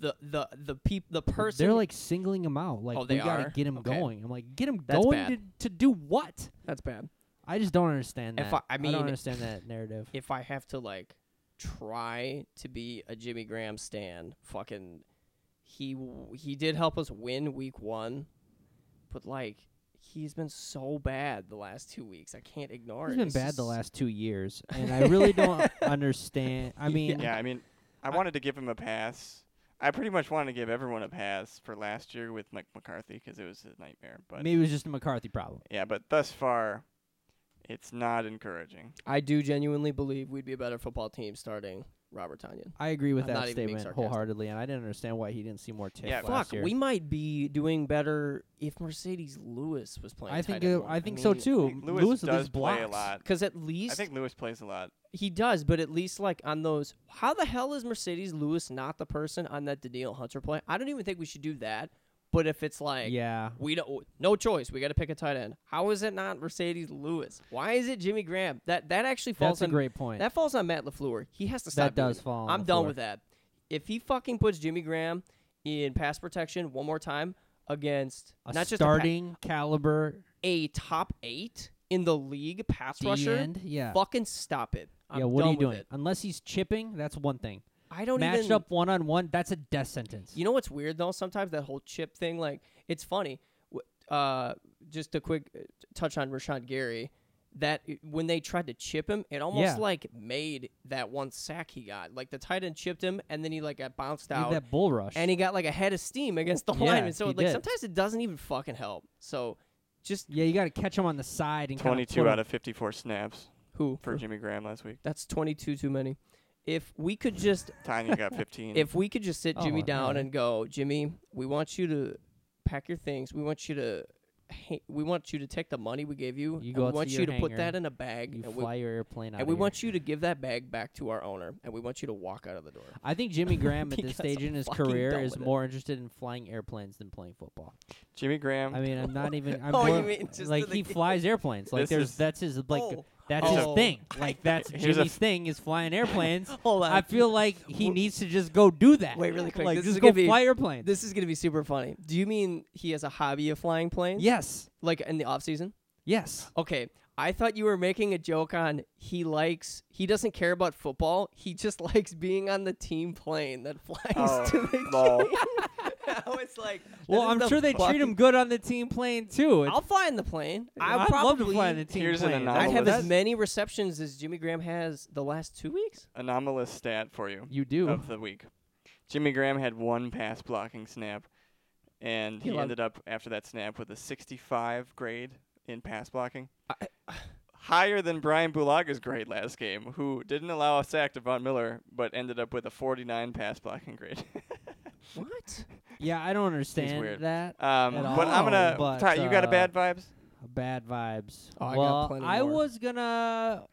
[SPEAKER 1] the the the peop the person.
[SPEAKER 3] They're like singling him out. Like
[SPEAKER 1] Oh,
[SPEAKER 3] we
[SPEAKER 1] they
[SPEAKER 3] gotta
[SPEAKER 1] are?
[SPEAKER 3] get him
[SPEAKER 1] Okay.
[SPEAKER 3] going. I'm like, get him
[SPEAKER 1] That's
[SPEAKER 3] going
[SPEAKER 1] bad.
[SPEAKER 3] to, to do what?
[SPEAKER 1] that's bad.
[SPEAKER 3] I just don't understand that.
[SPEAKER 1] If I- I mean-
[SPEAKER 3] don't understand that narrative.
[SPEAKER 1] If I have to like try to be a Jimmy Graham stan, fucking, he w- he did help us win week one, but like he's been so bad the last two weeks. I can't ignore
[SPEAKER 3] He's
[SPEAKER 1] it.
[SPEAKER 3] been
[SPEAKER 1] It's
[SPEAKER 3] bad
[SPEAKER 1] just-
[SPEAKER 3] the last two years, and I really don't understand. I mean,
[SPEAKER 2] Yeah, I mean, I wanted to give him a pass. I pretty much wanted to give everyone a pass for last year with Mike McCarthy because it was a nightmare. But
[SPEAKER 3] maybe it was just a McCarthy problem.
[SPEAKER 2] yeah, but thus far, it's not encouraging.
[SPEAKER 1] I do genuinely believe we'd be a better football team starting Robert Tanyan.
[SPEAKER 3] I agree with
[SPEAKER 1] I'm
[SPEAKER 3] that
[SPEAKER 1] not even being
[SPEAKER 3] statement
[SPEAKER 1] sarcastic.
[SPEAKER 3] wholeheartedly, and I didn't understand why he didn't see more tape
[SPEAKER 2] Yeah,
[SPEAKER 3] last
[SPEAKER 1] Fuck,
[SPEAKER 3] year.
[SPEAKER 1] we might be doing better if Mercedes Lewis was playing.
[SPEAKER 3] I think
[SPEAKER 1] tight end
[SPEAKER 3] it-
[SPEAKER 1] one.
[SPEAKER 3] I think so
[SPEAKER 1] mean,
[SPEAKER 2] I
[SPEAKER 3] too.
[SPEAKER 2] think
[SPEAKER 3] Lewis, at
[SPEAKER 2] does
[SPEAKER 3] least
[SPEAKER 2] play a
[SPEAKER 3] blocks.
[SPEAKER 2] lot.
[SPEAKER 1] Because at
[SPEAKER 2] I
[SPEAKER 1] least
[SPEAKER 2] think Lewis plays a lot.
[SPEAKER 1] he does, but at least like on those, how the hell is Mercedes Lewis not the person on that Daniel Hunter play? I don't even think we should do that. But if it's like,
[SPEAKER 3] Yeah,
[SPEAKER 1] we don't, no choice, we got to pick a tight end. How is it not Mercedes Lewis? Why is it Jimmy Graham? That that actually falls
[SPEAKER 3] that's a
[SPEAKER 1] on
[SPEAKER 3] great point.
[SPEAKER 1] that falls on Matt Lafleur. He has to stop.
[SPEAKER 3] That
[SPEAKER 1] doing
[SPEAKER 3] does
[SPEAKER 1] it.
[SPEAKER 3] fall on
[SPEAKER 1] I'm done
[SPEAKER 3] LaFleur.
[SPEAKER 1] with that. If he fucking puts Jimmy Graham in pass protection one more time against
[SPEAKER 3] a
[SPEAKER 1] not just a pa-
[SPEAKER 3] starting caliber
[SPEAKER 1] a top eight in the league pass
[SPEAKER 3] D
[SPEAKER 1] rusher,
[SPEAKER 3] end. Yeah,
[SPEAKER 1] fucking stop it. I'm
[SPEAKER 3] yeah. What
[SPEAKER 1] done
[SPEAKER 3] are you doing?
[SPEAKER 1] With it.
[SPEAKER 3] Unless he's chipping, that's one thing.
[SPEAKER 1] I don't
[SPEAKER 3] Matched
[SPEAKER 1] even.
[SPEAKER 3] up one on one, that's a death sentence.
[SPEAKER 1] You know what's weird though? Sometimes that whole chip thing, like it's funny. W- Uh, just a quick uh, touch on Rashawn Gary. That i- when they tried to chip him, it almost
[SPEAKER 3] Yeah.
[SPEAKER 1] like made that one sack he got. Like the tight end chipped him, and then he like got bounced
[SPEAKER 3] He had
[SPEAKER 1] out,
[SPEAKER 3] that bull rush.
[SPEAKER 1] and he got like a head of steam against the
[SPEAKER 3] Yeah,
[SPEAKER 1] lineman. So
[SPEAKER 3] he
[SPEAKER 1] like
[SPEAKER 3] did.
[SPEAKER 1] sometimes it doesn't even fucking help. So just
[SPEAKER 3] yeah, you got to catch him on the side and kinda put
[SPEAKER 2] Twenty-two
[SPEAKER 3] him-
[SPEAKER 2] out of fifty-four snaps
[SPEAKER 1] who
[SPEAKER 2] for Jimmy Graham last week.
[SPEAKER 1] that's twenty two too many. If we could just
[SPEAKER 2] Tiny got fifteen.
[SPEAKER 1] if we could just sit Jimmy
[SPEAKER 3] Mm-hmm. Oh,
[SPEAKER 1] down
[SPEAKER 3] yeah.
[SPEAKER 1] and go, Jimmy, we want you to pack your things. We want you to, ha- we want you to take the money we gave you.
[SPEAKER 3] You
[SPEAKER 1] and
[SPEAKER 3] go
[SPEAKER 1] we
[SPEAKER 3] out to
[SPEAKER 1] want you
[SPEAKER 3] your
[SPEAKER 1] to put
[SPEAKER 3] hangar,
[SPEAKER 1] that in a bag,
[SPEAKER 3] You
[SPEAKER 1] and
[SPEAKER 3] fly
[SPEAKER 1] we,
[SPEAKER 3] your airplane out.
[SPEAKER 1] and we
[SPEAKER 3] of here.
[SPEAKER 1] want you to give that bag back to our owner, and we want you to walk out of the door.
[SPEAKER 3] I think Jimmy Graham at
[SPEAKER 1] Because
[SPEAKER 3] this stage
[SPEAKER 1] I'm
[SPEAKER 3] in his
[SPEAKER 1] fucking
[SPEAKER 3] career
[SPEAKER 1] done
[SPEAKER 3] is
[SPEAKER 1] with it.
[SPEAKER 3] more interested in flying airplanes than playing football.
[SPEAKER 2] Jimmy Graham,
[SPEAKER 3] I mean, I'm not even. I'm
[SPEAKER 1] Oh, you
[SPEAKER 3] more-
[SPEAKER 1] mean just to
[SPEAKER 3] like
[SPEAKER 1] the
[SPEAKER 3] he
[SPEAKER 1] game.
[SPEAKER 3] flies airplanes. Like
[SPEAKER 2] This
[SPEAKER 3] there's
[SPEAKER 2] is-
[SPEAKER 3] that's his like
[SPEAKER 1] Oh.
[SPEAKER 3] that's
[SPEAKER 1] Oh.
[SPEAKER 3] his thing. Like that's
[SPEAKER 2] Here's
[SPEAKER 3] Jimmy's
[SPEAKER 2] a f-
[SPEAKER 3] thing is flying airplanes.
[SPEAKER 1] Hold
[SPEAKER 3] I feel like he needs to just go do that.
[SPEAKER 1] Wait, really quick,
[SPEAKER 3] Like
[SPEAKER 1] this
[SPEAKER 3] just
[SPEAKER 1] is
[SPEAKER 3] go
[SPEAKER 1] gonna be-
[SPEAKER 3] fly airplanes.
[SPEAKER 1] this is gonna be super funny. Do you mean he has a hobby of flying planes?
[SPEAKER 3] yes,
[SPEAKER 1] like in the off season.
[SPEAKER 3] yes.
[SPEAKER 1] Okay, I thought you were making a joke on he likes he doesn't care about football. He just likes being on the team plane that flies
[SPEAKER 2] Oh,
[SPEAKER 1] to the
[SPEAKER 2] lol.
[SPEAKER 1] game. I was like,
[SPEAKER 3] Well,
[SPEAKER 1] this is
[SPEAKER 3] I'm
[SPEAKER 1] the
[SPEAKER 3] sure they treat
[SPEAKER 1] fucking-
[SPEAKER 3] him good on the team plane too. It's-
[SPEAKER 1] I'll fly in the plane. I
[SPEAKER 3] I'd love
[SPEAKER 1] probably
[SPEAKER 3] to fly on the team
[SPEAKER 2] Here's an
[SPEAKER 3] plane.
[SPEAKER 1] I'd
[SPEAKER 2] anomaly.
[SPEAKER 1] have
[SPEAKER 2] Well,
[SPEAKER 1] as many receptions as Jimmy Graham has the last two weeks.
[SPEAKER 2] anomalous stat for you
[SPEAKER 3] You
[SPEAKER 1] Oh.
[SPEAKER 3] do.
[SPEAKER 2] of the week. Jimmy Graham had one pass blocking snap, and
[SPEAKER 1] He
[SPEAKER 2] he,
[SPEAKER 1] allowed-
[SPEAKER 2] ended up after that snap with a 65 grade in pass blocking. Higher than Brian Bulaga's grade last game, who didn't allow a sack to Von Miller, but ended up with a 49 pass blocking grade.
[SPEAKER 1] What?
[SPEAKER 3] Yeah, I don't
[SPEAKER 2] weird.
[SPEAKER 3] understand that.
[SPEAKER 2] um,
[SPEAKER 3] At
[SPEAKER 2] but I'm gonna.
[SPEAKER 3] all, but,
[SPEAKER 2] Ty, you got a
[SPEAKER 3] uh,
[SPEAKER 2] bad vibes?
[SPEAKER 3] Bad vibes.
[SPEAKER 1] Oh, I got
[SPEAKER 3] well,
[SPEAKER 1] plenty
[SPEAKER 3] I
[SPEAKER 1] more.
[SPEAKER 3] was gonna.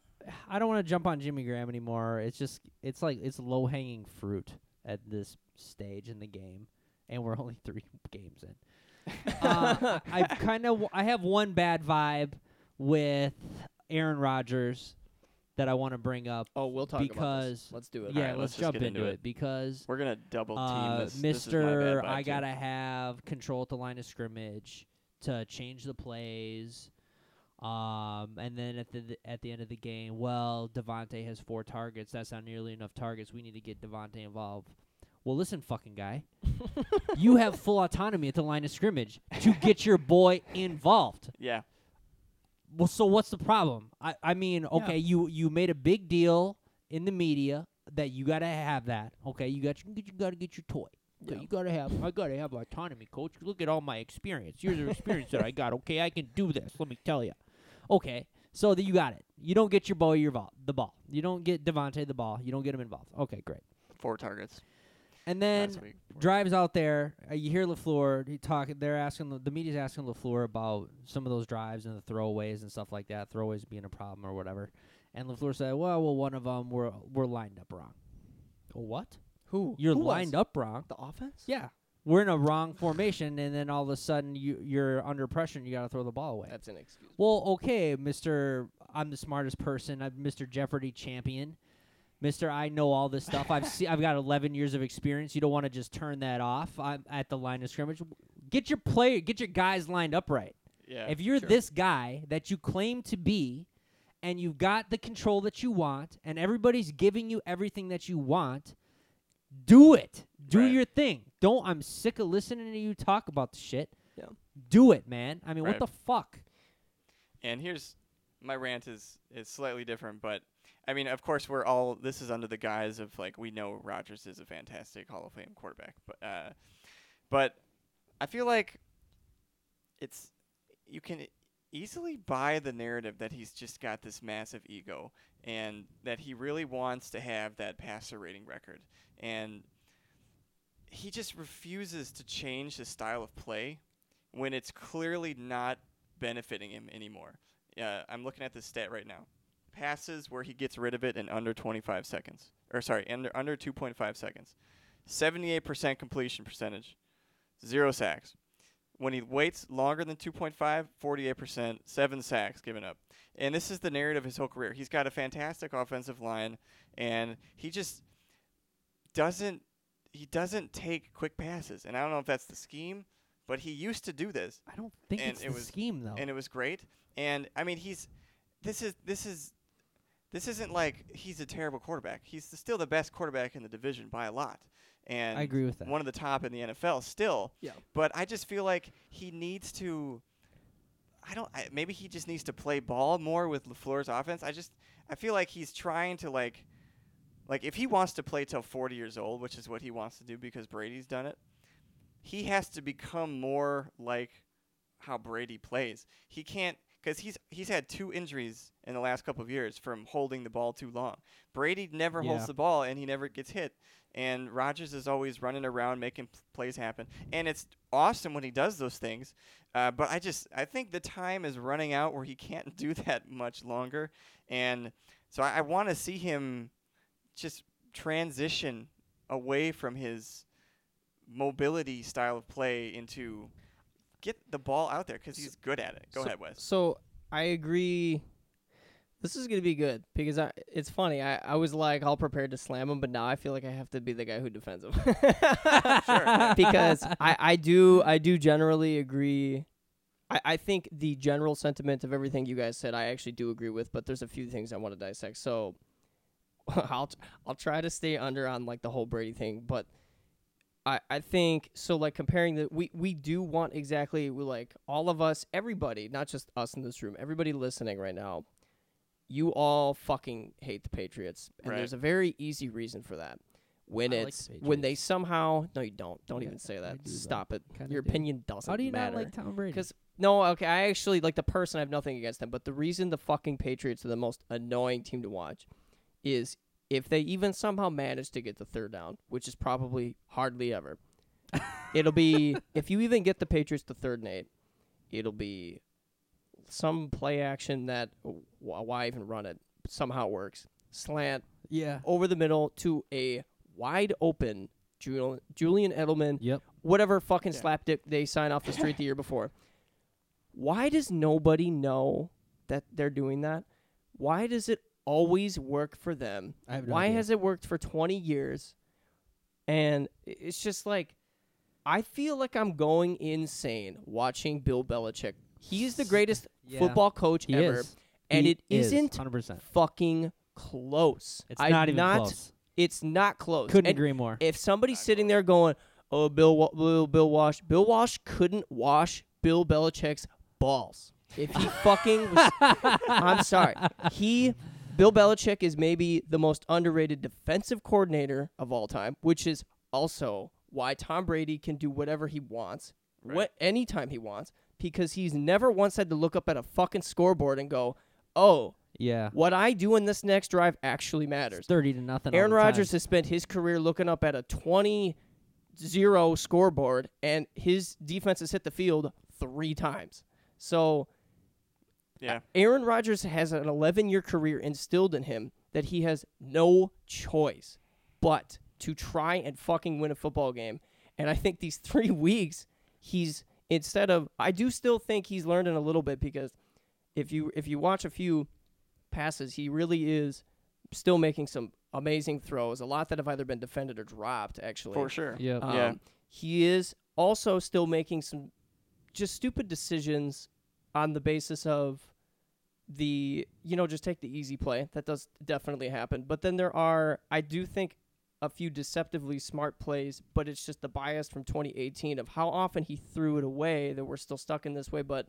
[SPEAKER 3] I don't want to jump on Jimmy Graham anymore. It's just it's like it's low hanging fruit at this stage in the game, and we're only three games in. uh, I kind of I have one bad vibe with Aaron Rodgers that I want to bring up.
[SPEAKER 1] Oh, we'll talk about this.
[SPEAKER 3] Because-
[SPEAKER 1] Let's do it.
[SPEAKER 3] yeah,
[SPEAKER 2] Alright, let's
[SPEAKER 3] let's,
[SPEAKER 2] just
[SPEAKER 3] jump
[SPEAKER 2] get into
[SPEAKER 3] into
[SPEAKER 2] it.
[SPEAKER 3] it, because
[SPEAKER 2] We're gonna double team
[SPEAKER 3] uh,
[SPEAKER 2] this. This is my bad
[SPEAKER 3] Mister,
[SPEAKER 2] vibe,
[SPEAKER 3] I
[SPEAKER 2] too.
[SPEAKER 3] gotta have control at the line of scrimmage to change the plays. Um, and then at the at the end of the game, well, Devonte has four targets. That's not nearly enough targets. We need to get Devonte involved. Well, listen, fucking guy, you have full autonomy at the line of scrimmage to get your boy involved.
[SPEAKER 2] Yeah,
[SPEAKER 3] Well, so what's the problem? I, I mean, okay, you you made a big deal in the media that you gotta have that. Okay, you got your, you gotta get your toy. Okay,
[SPEAKER 1] Yeah.
[SPEAKER 3] You gotta have I gotta have autonomy, coach. Look at all my experience. Here's the experience that I got. Okay, I can do this. Let me tell you. Okay, so that you got it. You don't get your boy your ball the ball. You don't get Devontae the ball. You don't get him involved. Okay, great.
[SPEAKER 2] four targets
[SPEAKER 3] And then
[SPEAKER 2] last week.
[SPEAKER 3] drives out there. Uh, you hear Lafleur he talking. They're asking the- the media's asking Lafleur about some of those drives and the throwaways and stuff like that. Throwaways being a problem or whatever. And Lafleur said, "Well, well, one of them we're we're lined up wrong. What?
[SPEAKER 1] Who?
[SPEAKER 3] You're lined up wrong?
[SPEAKER 1] The offense?
[SPEAKER 3] Yeah, we're in a wrong formation, and then all of a sudden you you're under pressure and you got to throw the ball away.
[SPEAKER 1] That's an excuse.
[SPEAKER 3] Well, okay, Mister, I'm the smartest person. I'm Mister Jeopardy champion. Mister, I know all this stuff. I've see, I've got 11 years of experience. You don't want to just turn that off. I'm at the line of scrimmage. Get your player, get your guys lined up right.
[SPEAKER 2] Yeah,
[SPEAKER 3] if you're
[SPEAKER 2] sure.
[SPEAKER 3] this guy that you claim to be, and you've got the control that you want, and everybody's giving you everything that you want, do it. Do
[SPEAKER 2] Right.
[SPEAKER 3] your thing. Don't. I'm sick of listening to you talk about the shit.
[SPEAKER 1] Yeah.
[SPEAKER 3] Do it, man. I mean,
[SPEAKER 2] Right.
[SPEAKER 3] what the fuck?
[SPEAKER 2] And here's my rant is is slightly different, but I mean, of course, we're all this is under the guise of like we know Rodgers is a fantastic Hall of Fame quarterback, but uh, but I feel like it's you can easily buy the narrative that he's just got this massive ego and that he really wants to have that passer rating record and he just refuses to change his style of play when it's clearly not benefiting him anymore. Uh, I'm looking at this stat right now. Passes where he gets rid of it in under 25 seconds, or sorry, under under 2.5 seconds. 78% completion percentage, zero sacks. When he waits longer than 2.5, 48%, seven sacks given up. And this is the narrative of his whole career. He's got a fantastic offensive line, and he just doesn't he doesn't take quick passes. And I don't know if that's the scheme, but he used to do this
[SPEAKER 3] I don't think
[SPEAKER 2] And
[SPEAKER 3] it's
[SPEAKER 2] it
[SPEAKER 3] the
[SPEAKER 2] was-
[SPEAKER 3] scheme though.
[SPEAKER 2] and it was great. And I mean, he's this is this is this isn't like he's a terrible quarterback. He's the- still the best quarterback in the division by a lot. And
[SPEAKER 3] I agree with that.
[SPEAKER 2] One of the top in the NFL still.
[SPEAKER 1] Yeah.
[SPEAKER 2] But I just feel like he needs to. I don't. I, maybe he just needs to play ball more with Lafleur's offense. I just. I feel like he's trying to like, like if he wants to play till 40 years old, which is what he wants to do because Brady's done it. He has to become more like how Brady plays. He can't because he's he's had two injuries in the last couple of years from holding the ball too long. Brady never holds
[SPEAKER 3] Yeah.
[SPEAKER 2] the ball and he never gets hit. And Rodgers is always running around making p- plays happen, and it's awesome when he does those things. Uh, but I just I think the time is running out where he can't do that much longer, and so I, I want to see him just transition away from his mobility style of play into get the ball out there because he's good at it. Go
[SPEAKER 1] so,
[SPEAKER 2] ahead, Wes.
[SPEAKER 1] So I agree. This is gonna be good because I. It's funny. I, I was like all prepared to slam him, but now I feel like I have to be the guy who defends him. because I I do I do generally agree. I, I think the general sentiment of everything you guys said I actually do agree with, but there's a few things I want to dissect. So I'll t- I'll try to stay under on like the whole Brady thing, but I, I think so like comparing the we, we do want exactly we like all of us everybody not just us in this room everybody listening right now you all fucking hate the patriots and
[SPEAKER 2] Right.
[SPEAKER 1] there's a very easy reason for that when
[SPEAKER 3] I like the
[SPEAKER 1] it's when they somehow no you don't don't
[SPEAKER 3] Yeah,
[SPEAKER 1] even say
[SPEAKER 3] I
[SPEAKER 1] that
[SPEAKER 3] do, though.
[SPEAKER 1] stop it
[SPEAKER 3] Kinda
[SPEAKER 1] your
[SPEAKER 3] do.
[SPEAKER 1] opinion doesn't
[SPEAKER 3] How do you
[SPEAKER 1] matter
[SPEAKER 3] not like Tom Brady?
[SPEAKER 1] because no, okay, I actually like the person. I have nothing against them, but the reason the fucking Patriots are the most annoying team to watch is if they even somehow manage to get the third down, which is probably hardly ever. it'll be if you even get the Patriots to third and eight, it'll be some play action that wh- why even run it somehow works slant
[SPEAKER 3] yeah.
[SPEAKER 1] over the middle to a wide open Jul- Julian Edelman
[SPEAKER 3] Yep.
[SPEAKER 1] whatever fucking
[SPEAKER 2] Yeah.
[SPEAKER 1] slapdick they signed off the street the year before. Why does nobody know that they're doing that? Why does it always work for them.
[SPEAKER 3] I have no
[SPEAKER 1] Why
[SPEAKER 3] idea.
[SPEAKER 1] has it worked for 20 years? And i- it's just like, I feel like I'm going insane watching Bill Belichick. He's the greatest
[SPEAKER 3] Yeah.
[SPEAKER 1] football coach
[SPEAKER 3] He
[SPEAKER 1] ever,
[SPEAKER 3] is.
[SPEAKER 1] and
[SPEAKER 3] He
[SPEAKER 1] it isn't
[SPEAKER 3] 100%.
[SPEAKER 1] fucking close.
[SPEAKER 3] It's
[SPEAKER 1] I'm
[SPEAKER 3] not even close.
[SPEAKER 1] It's not close.
[SPEAKER 3] Couldn't
[SPEAKER 1] And
[SPEAKER 3] agree more.
[SPEAKER 1] If somebody's sitting there going, "Oh, Bill, Wa- Bill, Bill Wash," Bill Wash couldn't wash Bill Belichick's balls. If he fucking, was, I'm sorry, he, Bill Belichick is maybe the most underrated defensive coordinator of all time, which is also why Tom Brady can do whatever he wants,
[SPEAKER 2] Right.
[SPEAKER 1] what anytime he wants, because he's never once had to look up at a fucking scoreboard and go, "Oh,
[SPEAKER 3] yeah.
[SPEAKER 1] what I do in this next drive actually matters."
[SPEAKER 3] It's 30 to nothing. all
[SPEAKER 1] Aaron
[SPEAKER 3] the time.
[SPEAKER 1] Rodgers has spent his career looking up at a 20 0 scoreboard, and his defense has hit the field three times. So uh,
[SPEAKER 2] Yeah.
[SPEAKER 1] Aaron Rodgers has an 11 year career instilled in him that he has no choice but to try and fucking win a football game. And I think these three weeks, he's instead of I do still think he's learned in a little bit because if you if you watch a few passes, he really is still making some amazing throws. A lot that have either been defended or dropped. Actually,
[SPEAKER 2] For sure.
[SPEAKER 3] Yep.
[SPEAKER 1] um,
[SPEAKER 2] Yeah.
[SPEAKER 1] He is also still making some just stupid decisions on the basis of the, you know, just take the easy play. That does definitely happen. But then there are, I do think, a few deceptively smart plays, but it's just the bias from 2018 of how often he threw it away that we're still stuck in this way. But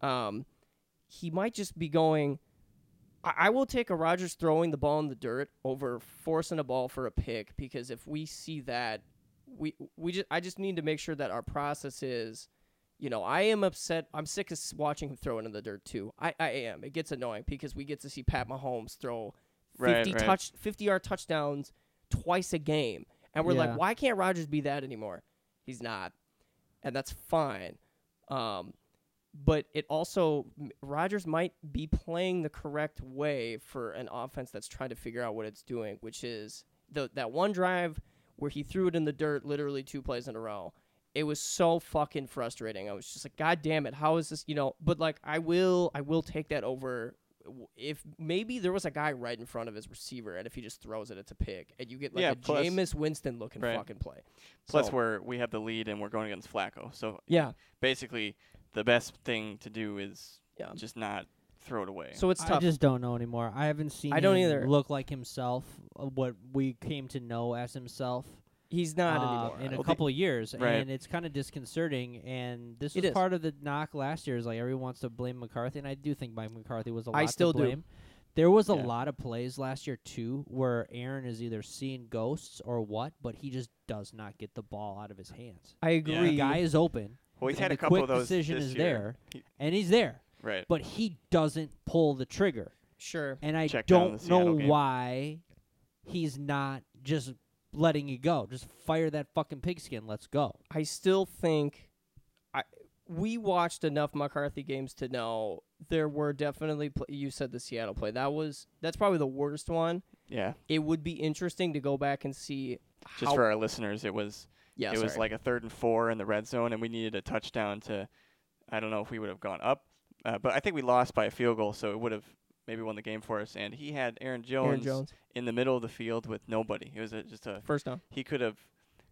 [SPEAKER 1] um, he might just be going. I, I will take a Rogers throwing the ball in the dirt over forcing a ball for a pick because if we see that, we we just I just need to make sure that our process is, you know, I am upset. I'm sick of s- watching him throw it in the dirt too. I I am. It gets annoying because we get to see Pat Mahomes throw
[SPEAKER 2] Right,
[SPEAKER 1] fifty
[SPEAKER 2] right.
[SPEAKER 1] touch fifty yard touchdowns twice a game, and we're
[SPEAKER 3] Yeah.
[SPEAKER 1] like, why can't Rogers be that anymore? He's not, and that's fine. Um, but it also Rogers might be playing the correct way for an offense that's trying to figure out what it's doing, which is the that one drive where he threw it in the dirt literally two plays in a row. It was so fucking frustrating. I was just like, God damn it, how is this? You know, but like I will, I will take that over. If maybe there was a guy right in front of his receiver, and if he just throws it, it's a pick, and you get like
[SPEAKER 2] Yeah,
[SPEAKER 1] a
[SPEAKER 2] plus-
[SPEAKER 1] Jameis Winston looking
[SPEAKER 2] Right.
[SPEAKER 1] fucking play.
[SPEAKER 2] Plus,
[SPEAKER 1] So,
[SPEAKER 2] we're we have the lead and we're going against Flacco. So
[SPEAKER 1] yeah,
[SPEAKER 2] basically, the best thing to do is
[SPEAKER 1] Yeah.
[SPEAKER 2] just not throw it away.
[SPEAKER 1] so it's
[SPEAKER 3] I
[SPEAKER 1] tough.
[SPEAKER 3] just don't know anymore. I haven't seen
[SPEAKER 1] I don't
[SPEAKER 3] him
[SPEAKER 1] either.
[SPEAKER 3] look like himself, uh, what we came to know as himself
[SPEAKER 1] He's not
[SPEAKER 3] uh,
[SPEAKER 1] anymore.
[SPEAKER 3] in a
[SPEAKER 2] Well, the-
[SPEAKER 3] couple of years.
[SPEAKER 2] Right.
[SPEAKER 3] And it's kind of disconcerting. And this
[SPEAKER 1] It
[SPEAKER 3] was
[SPEAKER 1] is.
[SPEAKER 3] part of the knock last year is like everyone wants to blame McCarthy. And I do think Mike McCarthy was a lot
[SPEAKER 1] I still
[SPEAKER 3] to
[SPEAKER 1] do.
[SPEAKER 3] blame. There was a
[SPEAKER 2] Yeah.
[SPEAKER 3] lot of plays last year, too, where Aaron is either seeing ghosts or what, but he just does not get the ball out of his hands.
[SPEAKER 1] I
[SPEAKER 2] Yeah.
[SPEAKER 1] agree.
[SPEAKER 3] The guy is open,
[SPEAKER 2] well, he's
[SPEAKER 3] and
[SPEAKER 2] had
[SPEAKER 3] the
[SPEAKER 2] a couple
[SPEAKER 3] quick
[SPEAKER 2] of those
[SPEAKER 3] decision
[SPEAKER 2] this
[SPEAKER 3] is
[SPEAKER 2] year.
[SPEAKER 3] there.
[SPEAKER 2] He-
[SPEAKER 3] and he's there,
[SPEAKER 2] right.
[SPEAKER 3] but he doesn't pull the trigger
[SPEAKER 1] Sure.
[SPEAKER 3] and I
[SPEAKER 2] Check down the
[SPEAKER 3] don't know
[SPEAKER 2] Seattle game.
[SPEAKER 3] why he's not just letting you go. Just fire that fucking pigskin. Let's go.
[SPEAKER 1] I still think I we watched enough McCarthy games to know there were definitely pl- you said the Seattle play. That was that's probably the worst one.
[SPEAKER 2] yeah.
[SPEAKER 1] It would be interesting to go back and see how
[SPEAKER 2] Just for our listeners, it was
[SPEAKER 1] yeah,
[SPEAKER 2] it was
[SPEAKER 1] sorry.
[SPEAKER 2] like a third and four in the red zone, and we needed a touchdown to. I don't know if we would have gone up, uh, but I think we lost by a field goal, so it would have maybe won the game for us. And he had Aaron Jones,
[SPEAKER 1] Aaron Jones
[SPEAKER 2] in the middle of the field with nobody. It was a, just a
[SPEAKER 1] first down.
[SPEAKER 2] he could have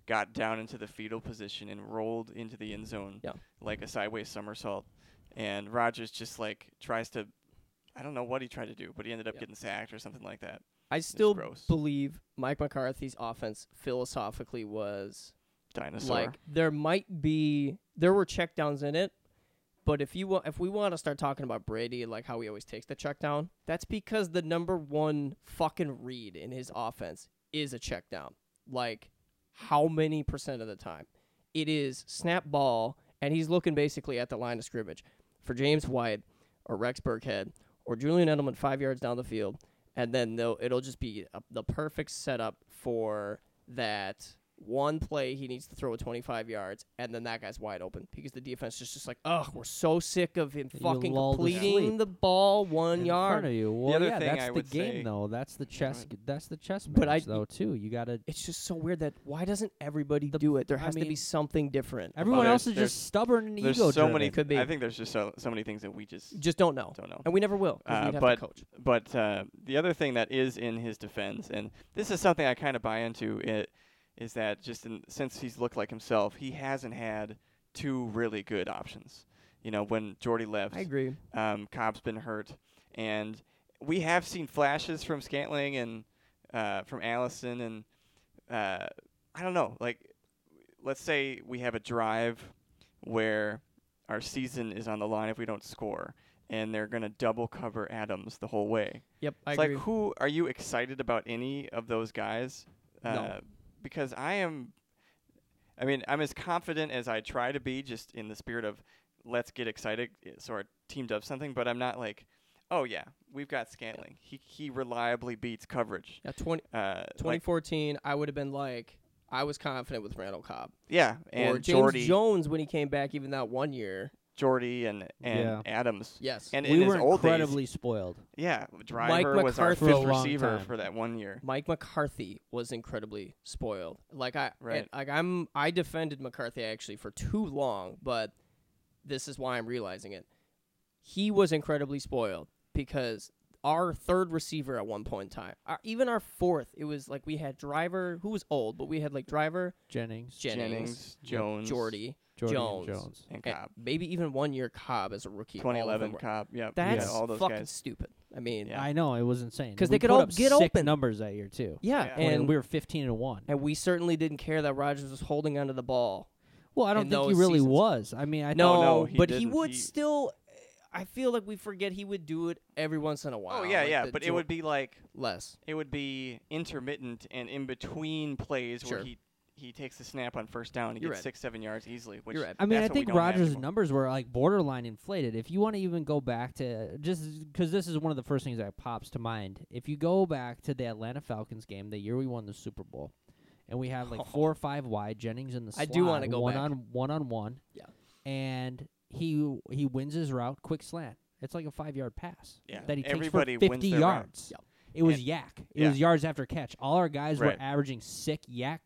[SPEAKER 2] got down into the fetal position and rolled into the end zone
[SPEAKER 1] Yeah.
[SPEAKER 2] like a sideways somersault. And Rogers just like tries to, I don't know what he tried to do, but he ended up
[SPEAKER 1] Yeah.
[SPEAKER 2] getting sacked or something like that.
[SPEAKER 1] I still
[SPEAKER 2] gross.
[SPEAKER 1] believe Mike McCarthy's offense philosophically was
[SPEAKER 2] Dinosaur.
[SPEAKER 1] like there might be there were checkdowns in it, but if you wa- if we want to start talking about Brady like how he always takes the checkdown, that's because the number one fucking read in his offense is a checkdown. Like how many percent of the time? It is snap ball and he's looking basically at the line of scrimmage for James White or Rex Burkhead or Julian Edelman 5 yards down the field and then they'll, it'll just be a, the perfect setup for that one play he needs to throw it 25 yards, and then that guy's wide open because the defense is just like, oh, we're so sick of him
[SPEAKER 3] You
[SPEAKER 1] fucking
[SPEAKER 3] lull to
[SPEAKER 1] completing
[SPEAKER 3] sleep.
[SPEAKER 1] the ball one
[SPEAKER 3] in
[SPEAKER 1] yard.
[SPEAKER 3] front of you. Well,
[SPEAKER 2] other
[SPEAKER 3] yeah,
[SPEAKER 2] thing
[SPEAKER 3] that's
[SPEAKER 2] I
[SPEAKER 3] the
[SPEAKER 2] would
[SPEAKER 3] game
[SPEAKER 2] say-
[SPEAKER 3] though. That's the chess. That's the chess match
[SPEAKER 1] But I-
[SPEAKER 3] though too. You gotta.
[SPEAKER 1] It's just so weird that why doesn't everybody
[SPEAKER 3] The-
[SPEAKER 1] do it? There
[SPEAKER 3] I
[SPEAKER 1] has to be
[SPEAKER 3] mean,
[SPEAKER 1] something different.
[SPEAKER 3] Everyone
[SPEAKER 2] there's-
[SPEAKER 3] else is
[SPEAKER 2] there's-
[SPEAKER 3] just stubborn and
[SPEAKER 2] There's
[SPEAKER 3] ego
[SPEAKER 2] so many.
[SPEAKER 1] Could be.
[SPEAKER 2] I think there's just so, so many things that we just
[SPEAKER 1] Just don't know,
[SPEAKER 2] don't know.
[SPEAKER 1] and we never will. 'cause
[SPEAKER 2] Uh,
[SPEAKER 1] we'd have
[SPEAKER 2] but-
[SPEAKER 1] to coach.
[SPEAKER 2] But uh, the other thing that is in his defense, and this is something I kind of buy into, it is that just in, since he's looked like himself, he hasn't had two really good options. You know, when Jordy left,
[SPEAKER 1] I agree.
[SPEAKER 2] um, Cobb's been hurt, and we have seen flashes from Scantling and uh, from Allison, and uh, I don't know. Like, let's say we have a drive where our season is on the line if we don't score, and they're gonna double cover Adams the whole way.
[SPEAKER 1] Yep, I
[SPEAKER 2] It's
[SPEAKER 1] agree.
[SPEAKER 2] like, who are you excited about any of those guys? Uh,
[SPEAKER 1] No.
[SPEAKER 2] Because I am, I mean, I'm as confident as I try to be, just in the spirit of let's get excited, eh, so our team does something. But I'm not like, oh yeah, we've got Scantling. He he reliably beats coverage.
[SPEAKER 1] yeah, 20,
[SPEAKER 2] Uh, like,
[SPEAKER 1] 2014, I would have been like, I was confident with Randall Cobb
[SPEAKER 2] yeah,
[SPEAKER 1] or
[SPEAKER 2] and
[SPEAKER 1] James
[SPEAKER 2] Jordy,
[SPEAKER 1] Jones when he came back, even that one year.
[SPEAKER 2] Jordy, and and
[SPEAKER 3] Yeah.
[SPEAKER 2] Adams.
[SPEAKER 1] Yes,
[SPEAKER 2] And in
[SPEAKER 3] we
[SPEAKER 2] his
[SPEAKER 3] were
[SPEAKER 2] old days,
[SPEAKER 3] incredibly spoiled.
[SPEAKER 2] yeah, driver was our
[SPEAKER 1] McCarthy-
[SPEAKER 3] For a
[SPEAKER 2] fifth
[SPEAKER 3] long
[SPEAKER 2] receiver
[SPEAKER 3] time.
[SPEAKER 2] for that one year.
[SPEAKER 1] Mike McCarthy was incredibly spoiled. Like I,
[SPEAKER 2] Right.
[SPEAKER 1] and, like I'm, I defended McCarthy actually for too long, but this is why I'm realizing it. He was incredibly spoiled because our third receiver at one point in time, our, even our fourth, it was like we had Driver, who was old, but we had like Driver,
[SPEAKER 3] Jennings,
[SPEAKER 1] Jennings,
[SPEAKER 2] Jones,
[SPEAKER 1] Jordy,
[SPEAKER 3] Jordy
[SPEAKER 1] Jones.
[SPEAKER 3] and Jones.
[SPEAKER 2] and
[SPEAKER 1] and
[SPEAKER 2] Cobb.
[SPEAKER 1] maybe even one year Cobb as a rookie. all of them
[SPEAKER 2] 2011
[SPEAKER 1] were-
[SPEAKER 2] Cobb. Yep.
[SPEAKER 1] That's
[SPEAKER 2] yeah, all those
[SPEAKER 1] fucking
[SPEAKER 2] guys.
[SPEAKER 1] stupid. I mean,
[SPEAKER 2] Yeah.
[SPEAKER 1] yeah,
[SPEAKER 3] I know it was insane
[SPEAKER 1] 'Cause
[SPEAKER 3] We
[SPEAKER 1] they could
[SPEAKER 3] put
[SPEAKER 1] all
[SPEAKER 3] up
[SPEAKER 1] get
[SPEAKER 3] sick
[SPEAKER 1] open.
[SPEAKER 3] numbers that year too.
[SPEAKER 2] Yeah.
[SPEAKER 1] and
[SPEAKER 3] and we were fifteen and one.
[SPEAKER 1] and we certainly didn't care that Rogers was holding onto the ball
[SPEAKER 3] Well, I
[SPEAKER 1] in
[SPEAKER 3] don't think he
[SPEAKER 1] those
[SPEAKER 3] really
[SPEAKER 1] seasons.
[SPEAKER 3] was. I mean, I
[SPEAKER 1] no,
[SPEAKER 2] Oh, no, he
[SPEAKER 1] but he
[SPEAKER 2] didn't.
[SPEAKER 1] would
[SPEAKER 2] He-
[SPEAKER 1] still. I feel like we forget he would do it every once in a while.
[SPEAKER 2] Oh yeah,
[SPEAKER 1] like
[SPEAKER 2] yeah,
[SPEAKER 1] the
[SPEAKER 2] but it
[SPEAKER 1] Jor-
[SPEAKER 2] would be like
[SPEAKER 1] less.
[SPEAKER 2] it would be intermittent and in between plays
[SPEAKER 1] Sure.
[SPEAKER 2] where he he takes the snap on first down and
[SPEAKER 1] You're
[SPEAKER 2] gets
[SPEAKER 1] right.
[SPEAKER 2] six seven yards easily. Which
[SPEAKER 1] You're right.
[SPEAKER 3] I mean,
[SPEAKER 2] that's
[SPEAKER 3] I
[SPEAKER 2] what we
[SPEAKER 3] think
[SPEAKER 2] don't have
[SPEAKER 3] Rogers'
[SPEAKER 2] anymore.
[SPEAKER 3] numbers were like borderline inflated. If you want to even go back to just because this is one of the first things that pops to mind. If you go back to the Atlanta Falcons game, the year we won the Super Bowl, and we have like four or five wide Jennings in the
[SPEAKER 1] I
[SPEAKER 3] slot,
[SPEAKER 1] do wanna go
[SPEAKER 3] one
[SPEAKER 1] back.
[SPEAKER 3] on one on one.
[SPEAKER 1] Yeah.
[SPEAKER 3] and he he wins his route, quick slant. It's like a five yard pass
[SPEAKER 2] Yeah.
[SPEAKER 3] that he
[SPEAKER 2] Everybody
[SPEAKER 3] takes for
[SPEAKER 2] wins
[SPEAKER 3] fifty
[SPEAKER 2] their route.
[SPEAKER 3] yards. It was
[SPEAKER 2] And-
[SPEAKER 3] yak. It
[SPEAKER 2] yeah.
[SPEAKER 3] was yards after catch. All our guys
[SPEAKER 2] Right.
[SPEAKER 3] were averaging sick yak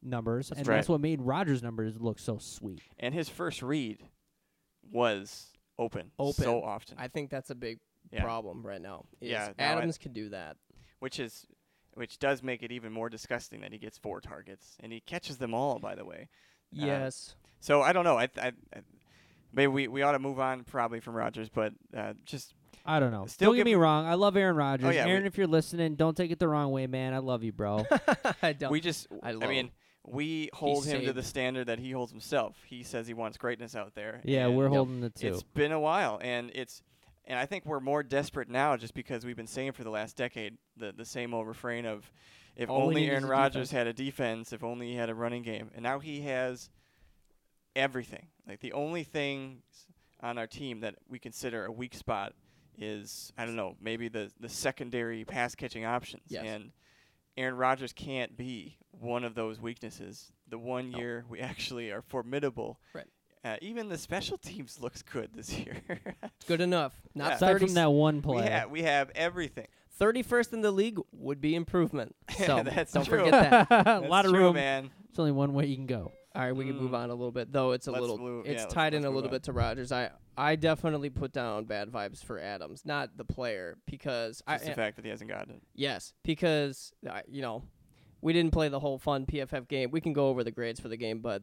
[SPEAKER 3] numbers, and
[SPEAKER 2] right.
[SPEAKER 3] that's what made Rogers' numbers look so sweet.
[SPEAKER 2] and his first read was open,
[SPEAKER 1] Open.
[SPEAKER 2] so often,
[SPEAKER 1] I think that's a big
[SPEAKER 2] Yeah.
[SPEAKER 1] problem right now. Is
[SPEAKER 2] Yeah, now I-
[SPEAKER 1] Adams can do that.
[SPEAKER 2] which is which does make it even more disgusting that he gets four targets and he catches them all. By the way, Uh,
[SPEAKER 1] Yes,
[SPEAKER 2] So I don't know. I, I, I maybe we, we ought to move on probably from Rogers, but uh, just
[SPEAKER 3] I don't know.
[SPEAKER 2] Still
[SPEAKER 3] don't get
[SPEAKER 2] give- Oh,
[SPEAKER 3] me wrong. I love Aaron Rodgers.
[SPEAKER 2] yeah,
[SPEAKER 3] Aaron,
[SPEAKER 2] we-
[SPEAKER 3] if you're listening, don't take it the wrong way, man. I love you, bro.
[SPEAKER 1] I don't.
[SPEAKER 2] we just
[SPEAKER 1] I
[SPEAKER 2] I,
[SPEAKER 1] love
[SPEAKER 2] mean
[SPEAKER 1] him.
[SPEAKER 2] we hold him to
[SPEAKER 1] saved
[SPEAKER 2] the standard that he holds himself. He says he wants greatness out there.
[SPEAKER 3] yeah,
[SPEAKER 2] and
[SPEAKER 3] we're
[SPEAKER 1] Yep.
[SPEAKER 3] holding the two.
[SPEAKER 2] It's been a while, and it's and I think we're more desperate now just because we've been saying for the last decade the the same old refrain of if
[SPEAKER 1] All we need
[SPEAKER 2] only
[SPEAKER 1] is
[SPEAKER 2] Aaron
[SPEAKER 1] a defense.
[SPEAKER 2] Rodgers had a defense, if only he had a running game, and now he has everything. Like the only thing s- on our team that we consider a weak spot is I don't know maybe the the secondary pass catching options
[SPEAKER 1] Yes.
[SPEAKER 2] and. Aaron Rodgers can't be one of those weaknesses. The one year we actually are formidable uh, even the special teams looks good this year.
[SPEAKER 1] good enough. Not
[SPEAKER 2] yeah.
[SPEAKER 3] Aside
[SPEAKER 1] thirty.
[SPEAKER 3] from that one
[SPEAKER 2] we,
[SPEAKER 3] play,
[SPEAKER 2] ha- we have everything.
[SPEAKER 1] Thirty-first in the league would be improvement. So
[SPEAKER 2] That's
[SPEAKER 1] don't
[SPEAKER 2] true.
[SPEAKER 1] forget that.
[SPEAKER 3] a
[SPEAKER 2] That's
[SPEAKER 3] lot of
[SPEAKER 2] true,
[SPEAKER 3] room.
[SPEAKER 2] man.
[SPEAKER 3] It's only one way you can go.
[SPEAKER 1] All right, we can move
[SPEAKER 2] Mm.
[SPEAKER 1] on a little bit, though. It's a
[SPEAKER 2] Let's
[SPEAKER 1] little,
[SPEAKER 2] move- yeah,
[SPEAKER 1] it's
[SPEAKER 2] let's-
[SPEAKER 1] tied in
[SPEAKER 2] let's
[SPEAKER 1] a
[SPEAKER 2] move
[SPEAKER 1] little
[SPEAKER 2] on.
[SPEAKER 1] bit to Rogers. I, I definitely put down bad vibes for Adams, not the player, because I, eh,
[SPEAKER 2] Just the fact that he hasn't gotten it.
[SPEAKER 1] Yes, because uh, you know we didn't play the whole fun PFF game. We can go over the grades for the game, but